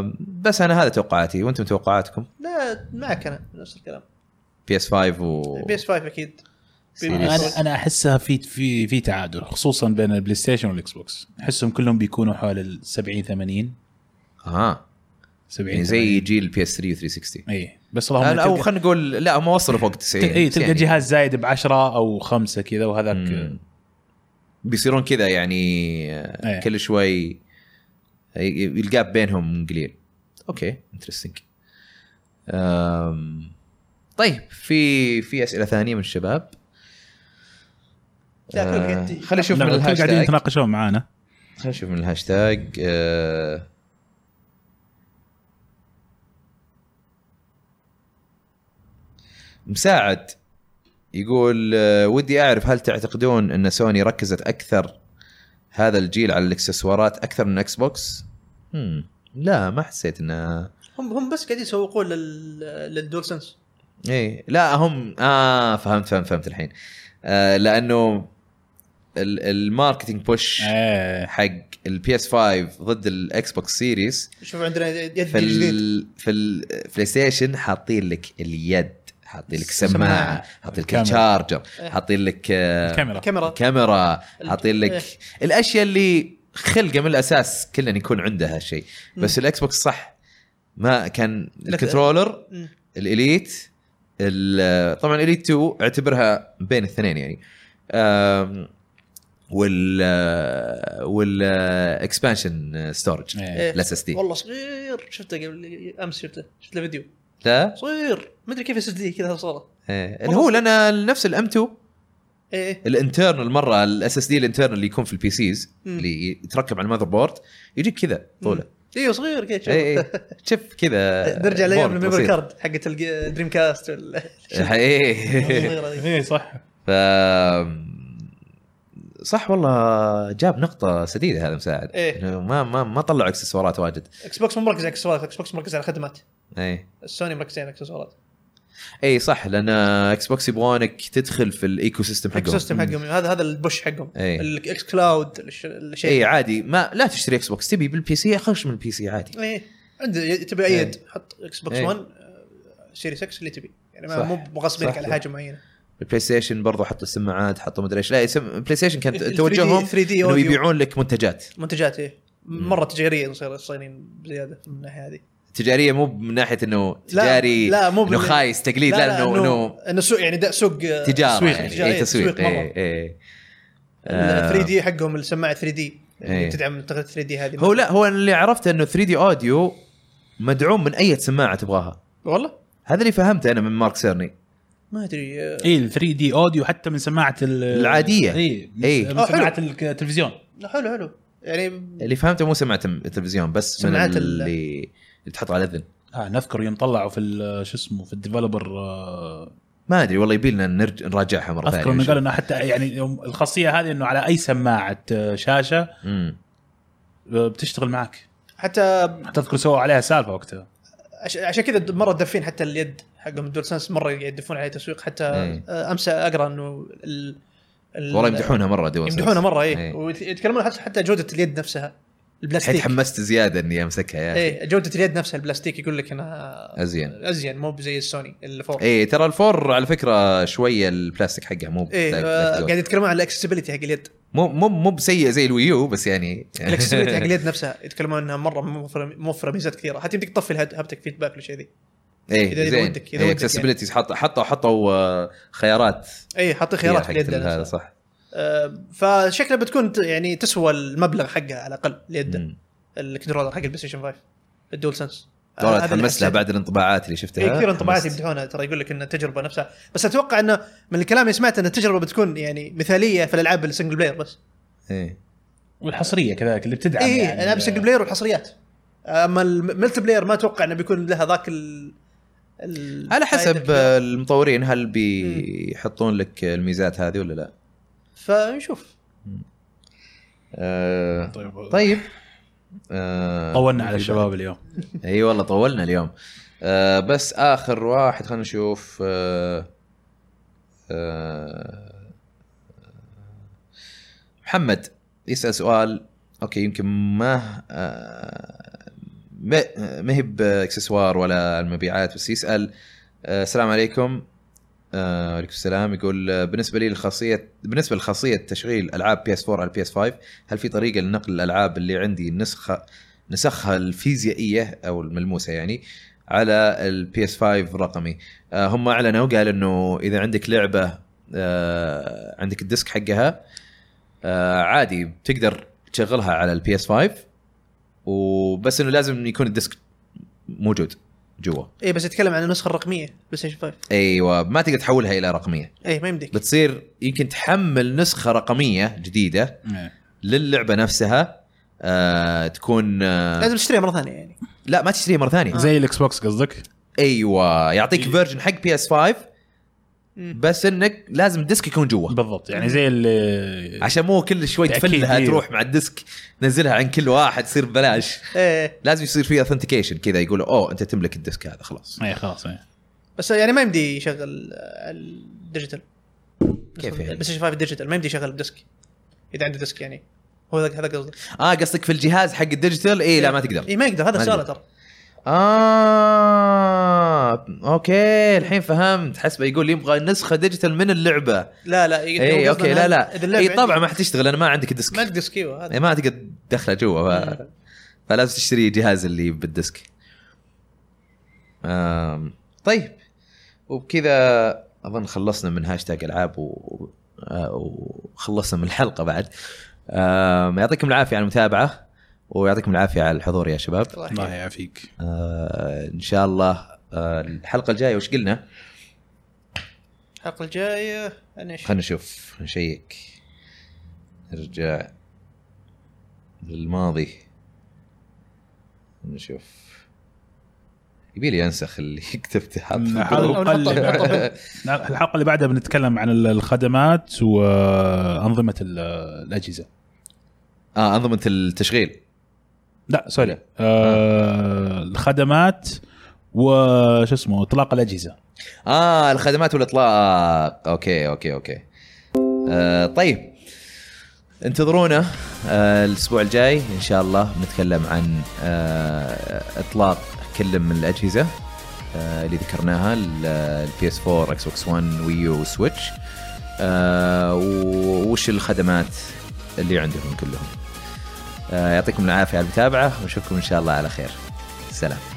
Speaker 1: أم، بس انا هذا توقعاتي وانتم توقعاتكم
Speaker 3: لا معك انا نفس الكلام
Speaker 1: بي اس 5 و
Speaker 3: بي اس 5 اكيد
Speaker 2: انا انا احسها في في في تعادل خصوصا بين البلاي ستيشن والاكس بوكس احسهم كلهم بيكونوا حول ال 70 80
Speaker 1: اه
Speaker 2: 70
Speaker 1: يعني زي جيل بي اس 3 و 360
Speaker 2: اي بس اللهم
Speaker 1: أنا- او
Speaker 2: تلقى-
Speaker 1: خلينا نقول لا هم وصلوا
Speaker 3: إيه،
Speaker 1: فوق 90
Speaker 2: اي تلقى
Speaker 1: يعني.
Speaker 2: جهاز زايد ب 10 او 5 كذا وهذاك
Speaker 1: مم. بيصيرون كذا يعني آه،
Speaker 2: إيه.
Speaker 1: كل شوي آه، ي- الجاب بينهم قليل اوكي انترستنج طيب في في اسئله ثانيه من الشباب
Speaker 3: لا، كلهم
Speaker 1: آه،
Speaker 3: قاعدين.
Speaker 1: خلينا نشوف من
Speaker 2: نعم، كل قاعدين
Speaker 1: الهاشتاج خلينا
Speaker 2: يتناقشون معانا
Speaker 1: نشوف من الهاشتاج آه، مساعد يقول آه، ودي اعرف هل تعتقدون ان سوني ركزت اكثر هذا الجيل على الاكسسوارات اكثر من اكس بوكس؟ هم، لا ما حسيت انها
Speaker 3: هم هم بس قاعدين يسوقون لل للدول سنس
Speaker 1: ايه لا هم اه فهمت فهمت فهمت الحين آه لانه ال- الماركتينج بوش
Speaker 2: إيه.
Speaker 1: حق البي اس 5 ضد الاكس بوكس سيريس
Speaker 3: شوف عندنا يد
Speaker 1: في
Speaker 3: جديد
Speaker 1: ال في البلاي ستيشن حاطين لك اليد حاطين لك
Speaker 3: السماعة.
Speaker 1: سماعه حاطين لك
Speaker 2: الكاميرا.
Speaker 1: الشارجر
Speaker 3: إيه.
Speaker 1: حاطين لك آه،
Speaker 2: الكاميرا
Speaker 3: كاميرا
Speaker 1: كاميرا
Speaker 3: ال-
Speaker 1: حاطين
Speaker 3: إيه.
Speaker 1: لك الاشياء اللي خلقه من الاساس كلنا يكون عندها شيء بس الاكس بوكس صح ما كان
Speaker 3: لك-
Speaker 1: الكنترولر
Speaker 3: مم.
Speaker 1: الاليت ال- طبعا اليت 2 اعتبرها بين الاثنين يعني آم، وال آه، والاكسبانشن ستورج
Speaker 2: إيه.
Speaker 3: إيه.
Speaker 1: الاس اس دي
Speaker 3: والله صغير شفته قبل امس شفته شفت له فيديو
Speaker 1: لا
Speaker 3: صغير ما ادري كيف اس دي كذا صوره
Speaker 1: إيه. اللي هو لان نفس الام 2
Speaker 3: ايه
Speaker 1: الانترنال مره الاس اس دي الانترنال اللي يكون في البي سيز
Speaker 3: مم.
Speaker 1: اللي يتركب على المذر بورد يجيك كذا طوله
Speaker 3: ايوه صغير كذا شوف.
Speaker 1: اي اي شف كذا
Speaker 3: *laughs* نرجع لايام
Speaker 1: إيه، بورد
Speaker 3: الميموري
Speaker 1: بسيط.
Speaker 3: كارد حقت الج- دريم كاست وال- *laughs*
Speaker 1: إيه.
Speaker 3: الصغيرة ذي.
Speaker 2: اي صح
Speaker 1: ف صح والله جاب نقطة سديدة هذا مساعد
Speaker 3: إيه.
Speaker 1: إنه ما ما ما طلعوا اكسسوارات واجد
Speaker 3: اكس بوكس مو مركز على اكسسوارات اكس بوكس مركز على خدمات
Speaker 1: اي
Speaker 3: السوني مركزين على اكسسوارات
Speaker 1: اي إيه، صح لان اكس بوكس يبغونك تدخل في الايكو سيستم
Speaker 3: الايكو
Speaker 1: حقهم
Speaker 3: سيستم حقهم هذا هذا البوش حقهم
Speaker 1: إيه.
Speaker 3: الاكس كلاود الش- الشيء
Speaker 1: اي إيه، عادي ما لا تشتري اكس بوكس تبي بالبي سي خش من البي سي عادي
Speaker 3: ايه عنده ي- تبي اي
Speaker 1: إيه.
Speaker 3: يد حط اكس بوكس
Speaker 1: إيه.
Speaker 3: 1 سيريس اكس اللي تبي يعني ما
Speaker 1: صح.
Speaker 3: مو مغصبينك
Speaker 1: صح.
Speaker 3: على حاجه معينه
Speaker 1: البلاي ستيشن برضو حطوا سماعات حطوا مدري ايش لا يسم... بلاي ستيشن كان
Speaker 3: ال- 3D
Speaker 1: توجههم
Speaker 3: 3D
Speaker 1: انه
Speaker 3: audio.
Speaker 1: يبيعون لك منتجات
Speaker 3: منتجات ايه مره تجاريه نصير الصينيين بزياده من الناحيه هذه
Speaker 1: تجاريه مو من ناحيه انه
Speaker 3: لا،
Speaker 1: تجاري
Speaker 3: لا، مو
Speaker 1: انه
Speaker 3: بال-
Speaker 1: خايس تقليد لا, لا, لا انه
Speaker 3: انه سوق يعني ده سوق آه،
Speaker 1: تجاره
Speaker 2: تسويق.
Speaker 1: يعني
Speaker 3: تجارية،
Speaker 1: اي تسويق إيه.
Speaker 3: تسويق مرة.
Speaker 1: اي اي
Speaker 3: ال 3 دي حقهم السماعه 3 دي اللي
Speaker 1: إيه.
Speaker 3: تدعم تقنيه 3 دي هذه
Speaker 1: هو لا هو أنا اللي عرفته انه 3 دي اوديو مدعوم من اي سماعه تبغاها
Speaker 3: والله
Speaker 1: هذا اللي فهمته انا من مارك سيرني
Speaker 3: ما ادري آه،
Speaker 2: اي إيه، ال 3 دي اوديو حتى من سماعه ال-
Speaker 1: العادية. إيه.
Speaker 2: اي
Speaker 1: إي.
Speaker 2: من
Speaker 3: آه، حلو.
Speaker 2: سماعه التلفزيون
Speaker 3: لا، حلو حلو يعني
Speaker 1: اللي فهمته مو سماعه التلفزيون بس من
Speaker 3: سماعة ال-
Speaker 1: اللي, اللي تحط على الاذن
Speaker 2: اه نذكر يوم طلعوا في ال- شو اسمه في الديفلوبر آه،
Speaker 1: ما ادري والله يبي لنا نرج... نراجعها مره ثانيه
Speaker 2: اذكر انه
Speaker 1: ونشوف.
Speaker 2: قال انه حتى يعني يوم- الخاصيه هذه انه على اي سماعه آه، شاشه آه،
Speaker 1: مم.
Speaker 2: بتشتغل معك
Speaker 3: حتى
Speaker 2: حتى اذكر سووا عليها سالفه وقتها
Speaker 3: عش- عشان كذا مره دافين حتى اليد حقهم الدول سنس مره قاعد يدفون عليه تسويق حتى
Speaker 1: إيه.
Speaker 3: آه، امس اقرا انه ال... ال-
Speaker 1: والله يمدحونها مره دول سنس.
Speaker 3: يمدحونها مره اي
Speaker 1: إيه.
Speaker 3: ويتكلمون حتى حتى جوده اليد نفسها
Speaker 1: الحين
Speaker 3: البلاستيك
Speaker 1: يعني تحمست زياده اني امسكها يا اخي
Speaker 3: اي جوده إيه، اليد نفسها البلاستيك يقول لك انها
Speaker 1: ازين
Speaker 3: ازين مو زي السوني الفور اي
Speaker 1: اي إيه، ترى الفور على فكره شويه البلاستيك حقها مو
Speaker 3: إيه آه، قاعد يتكلمون عن الاكسسبيليتي حق
Speaker 1: *laughs*
Speaker 3: اليد
Speaker 1: مو مو مو بسيء زي الويو بس يعني
Speaker 3: الاكسسبيليتي حق اليد نفسها يتكلمون انها مره موفره موفره ميزات كثيره حتى يمديك تطفي الهد- هابتك فيدباك والشيء ذي إذا-
Speaker 1: ايه
Speaker 3: إذا
Speaker 1: زين
Speaker 3: ودك- إذا ودك يعني.
Speaker 1: اكسسبيلتي حط حطوا حطوا آه، خيارات
Speaker 3: اي إيه، حاطين خيارات في
Speaker 1: حقت
Speaker 3: اليد
Speaker 1: ال- هذا
Speaker 3: نفسها.
Speaker 1: صح
Speaker 3: آه، فشكلها بتكون ت- يعني تسوى المبلغ حقها على الاقل اليد
Speaker 1: مم.
Speaker 3: الكنترولر حق البلاي ستيشن 5 الدول سنس آه،
Speaker 1: والله تحمست لها بعد الانطباعات اللي
Speaker 3: اي
Speaker 1: شفتها
Speaker 3: إيه، كثير انطباعات
Speaker 1: تحمست.
Speaker 3: يمدحونها ترى يقول لك ان التجربه نفسها بس اتوقع انه من الكلام اللي سمعته ان التجربه بتكون يعني مثاليه في الالعاب السنجل بلاير بس
Speaker 1: إيه.
Speaker 3: آه،
Speaker 2: والحصريه كذلك اللي بتدعم
Speaker 3: اي
Speaker 2: يعني
Speaker 3: العاب السنجل بلاير والحصريات اما الملتي بلاير ما اتوقع انه بيكون لها ذاك ال... ال-
Speaker 1: على حسب
Speaker 3: فائدة.
Speaker 1: آه، المطورين هل بيحطون لك الميزات هذه ولا لا
Speaker 3: فنشوف
Speaker 1: آه،
Speaker 2: طيب, طيب.
Speaker 1: طيب آه،
Speaker 2: طولنا على الشباب اليوم
Speaker 1: اي والله طولنا اليوم آه بس اخر واحد خلينا نشوف آه آه محمد يسال سؤال اوكي يمكن ما آه ما- ما هي باكسسوار ولا المبيعات بس يسال آه السلام عليكم آه وعليكم السلام يقول آه، بالنسبه لي الخاصيه بالنسبه لخاصيه تشغيل العاب بي اس 4 على بي اس 5 هل في طريقه لنقل الالعاب اللي عندي نسخه نسخها الفيزيائيه او الملموسه يعني على البي اس 5 رقمي آه، هم اعلنوا قال انه اذا عندك لعبه آه، عندك الديسك حقها آه، عادي بتقدر تشغلها على البي اس 5 وبس انه لازم يكون الديسك موجود جوا
Speaker 3: اي إيه، بس يتكلم عن النسخه الرقميه بلاي ستيشن 5
Speaker 1: ايوه ما تقدر تحولها الى رقميه
Speaker 3: اي إيه، ما يمديك
Speaker 1: بتصير يمكن تحمل نسخه رقميه جديده للعبه نفسها آه تكون آه
Speaker 3: لازم تشتريها مره ثانيه يعني
Speaker 1: لا ما تشتريها مره ثانيه
Speaker 2: آه. زي الاكس بوكس قصدك؟
Speaker 1: ايوه يعطيك
Speaker 3: إيه.
Speaker 1: فيرجن حق بي اس 5
Speaker 3: مم.
Speaker 1: بس انك لازم الديسك يكون جوا
Speaker 3: إيه.
Speaker 2: بالضبط يعني زي اللي
Speaker 1: عشان مو كل شوي
Speaker 2: تأكيد،
Speaker 1: تفلها
Speaker 3: إيه.
Speaker 2: أيوة.
Speaker 1: تروح مع الديسك تنزلها عن كل واحد يصير ببلاش
Speaker 3: ايه
Speaker 1: لازم يصير في اثنتيكيشن كذا يقولوا اوه انت تملك الديسك هذا خلاص
Speaker 2: اي إيه، خلاص اي
Speaker 3: بس يعني ما يمدي يشغل آه، الديجيتال
Speaker 1: كيف يعني؟
Speaker 3: بس 5 ديجيتال ما يمدي يشغل الديسك اذا عنده ديسك يعني هو هذا هذا قصدي
Speaker 1: اه قصدك في الجهاز حق الديجيتال اي إيه، لا ما
Speaker 3: اي
Speaker 1: تقدر
Speaker 3: ما يقدر هذا
Speaker 1: ما
Speaker 3: سؤاله
Speaker 1: يقدر.
Speaker 3: ترى
Speaker 1: اه اوكي الحين فهمت حسبه يقول يبغى نسخه ديجيtal من اللعبه
Speaker 3: لا لا يقدر-
Speaker 1: اي
Speaker 3: إيه، هو قصده
Speaker 1: اوكي إيه، لا
Speaker 3: إنه
Speaker 1: لا إيه،
Speaker 3: إذا اللعبة
Speaker 1: اي طبعا
Speaker 3: عندي-
Speaker 1: ما حتشتغل لان ما عندك الديسك
Speaker 3: ما عندك ديسك ايوه هذا
Speaker 1: إيه، ما تقدر تدخله جوا ف...
Speaker 3: مم.
Speaker 1: فلازم تشتري جهاز اللي بالديسك آم، طيب وبكذا اظن خلصنا من هاشتاج العاب و... آه، وخلصنا من الحلقه بعد آم، يعطيكم العافيه على المتابعه ويعطيكم العافيه على الحضور يا شباب
Speaker 3: الله يحييك.
Speaker 2: الله يعافيك
Speaker 1: آه، ان شاء الله آه، الحلقه الجايه وش قلنا
Speaker 3: الحلقه الجايه انا
Speaker 1: خلينا نشوف نشيك نرجع للماضي نشوف يبي لي انسخ اللي *laughs* كتبته حاط في
Speaker 2: الحلقه
Speaker 1: الجروب.
Speaker 2: اللي- الحلقه اللي بعدها بنتكلم عن الخدمات وانظمه ال- الاجهزه
Speaker 1: اه انظمه التشغيل
Speaker 2: لا سوري آه الخدمات وش اسمه اطلاق الاجهزه
Speaker 1: اه الخدمات والاطلاق اوكي اوكي اوكي آه طيب انتظرونا آه الاسبوع الجاي ان شاء الله بنتكلم عن آه اطلاق كل من الاجهزه آه اللي ذكرناها البي اس 4 اكس بوكس 1 ويو سويتش آه و- وش الخدمات اللي عندهم كلهم آه يعطيكم العافيه على المتابعه ونشوفكم ان شاء الله على خير سلام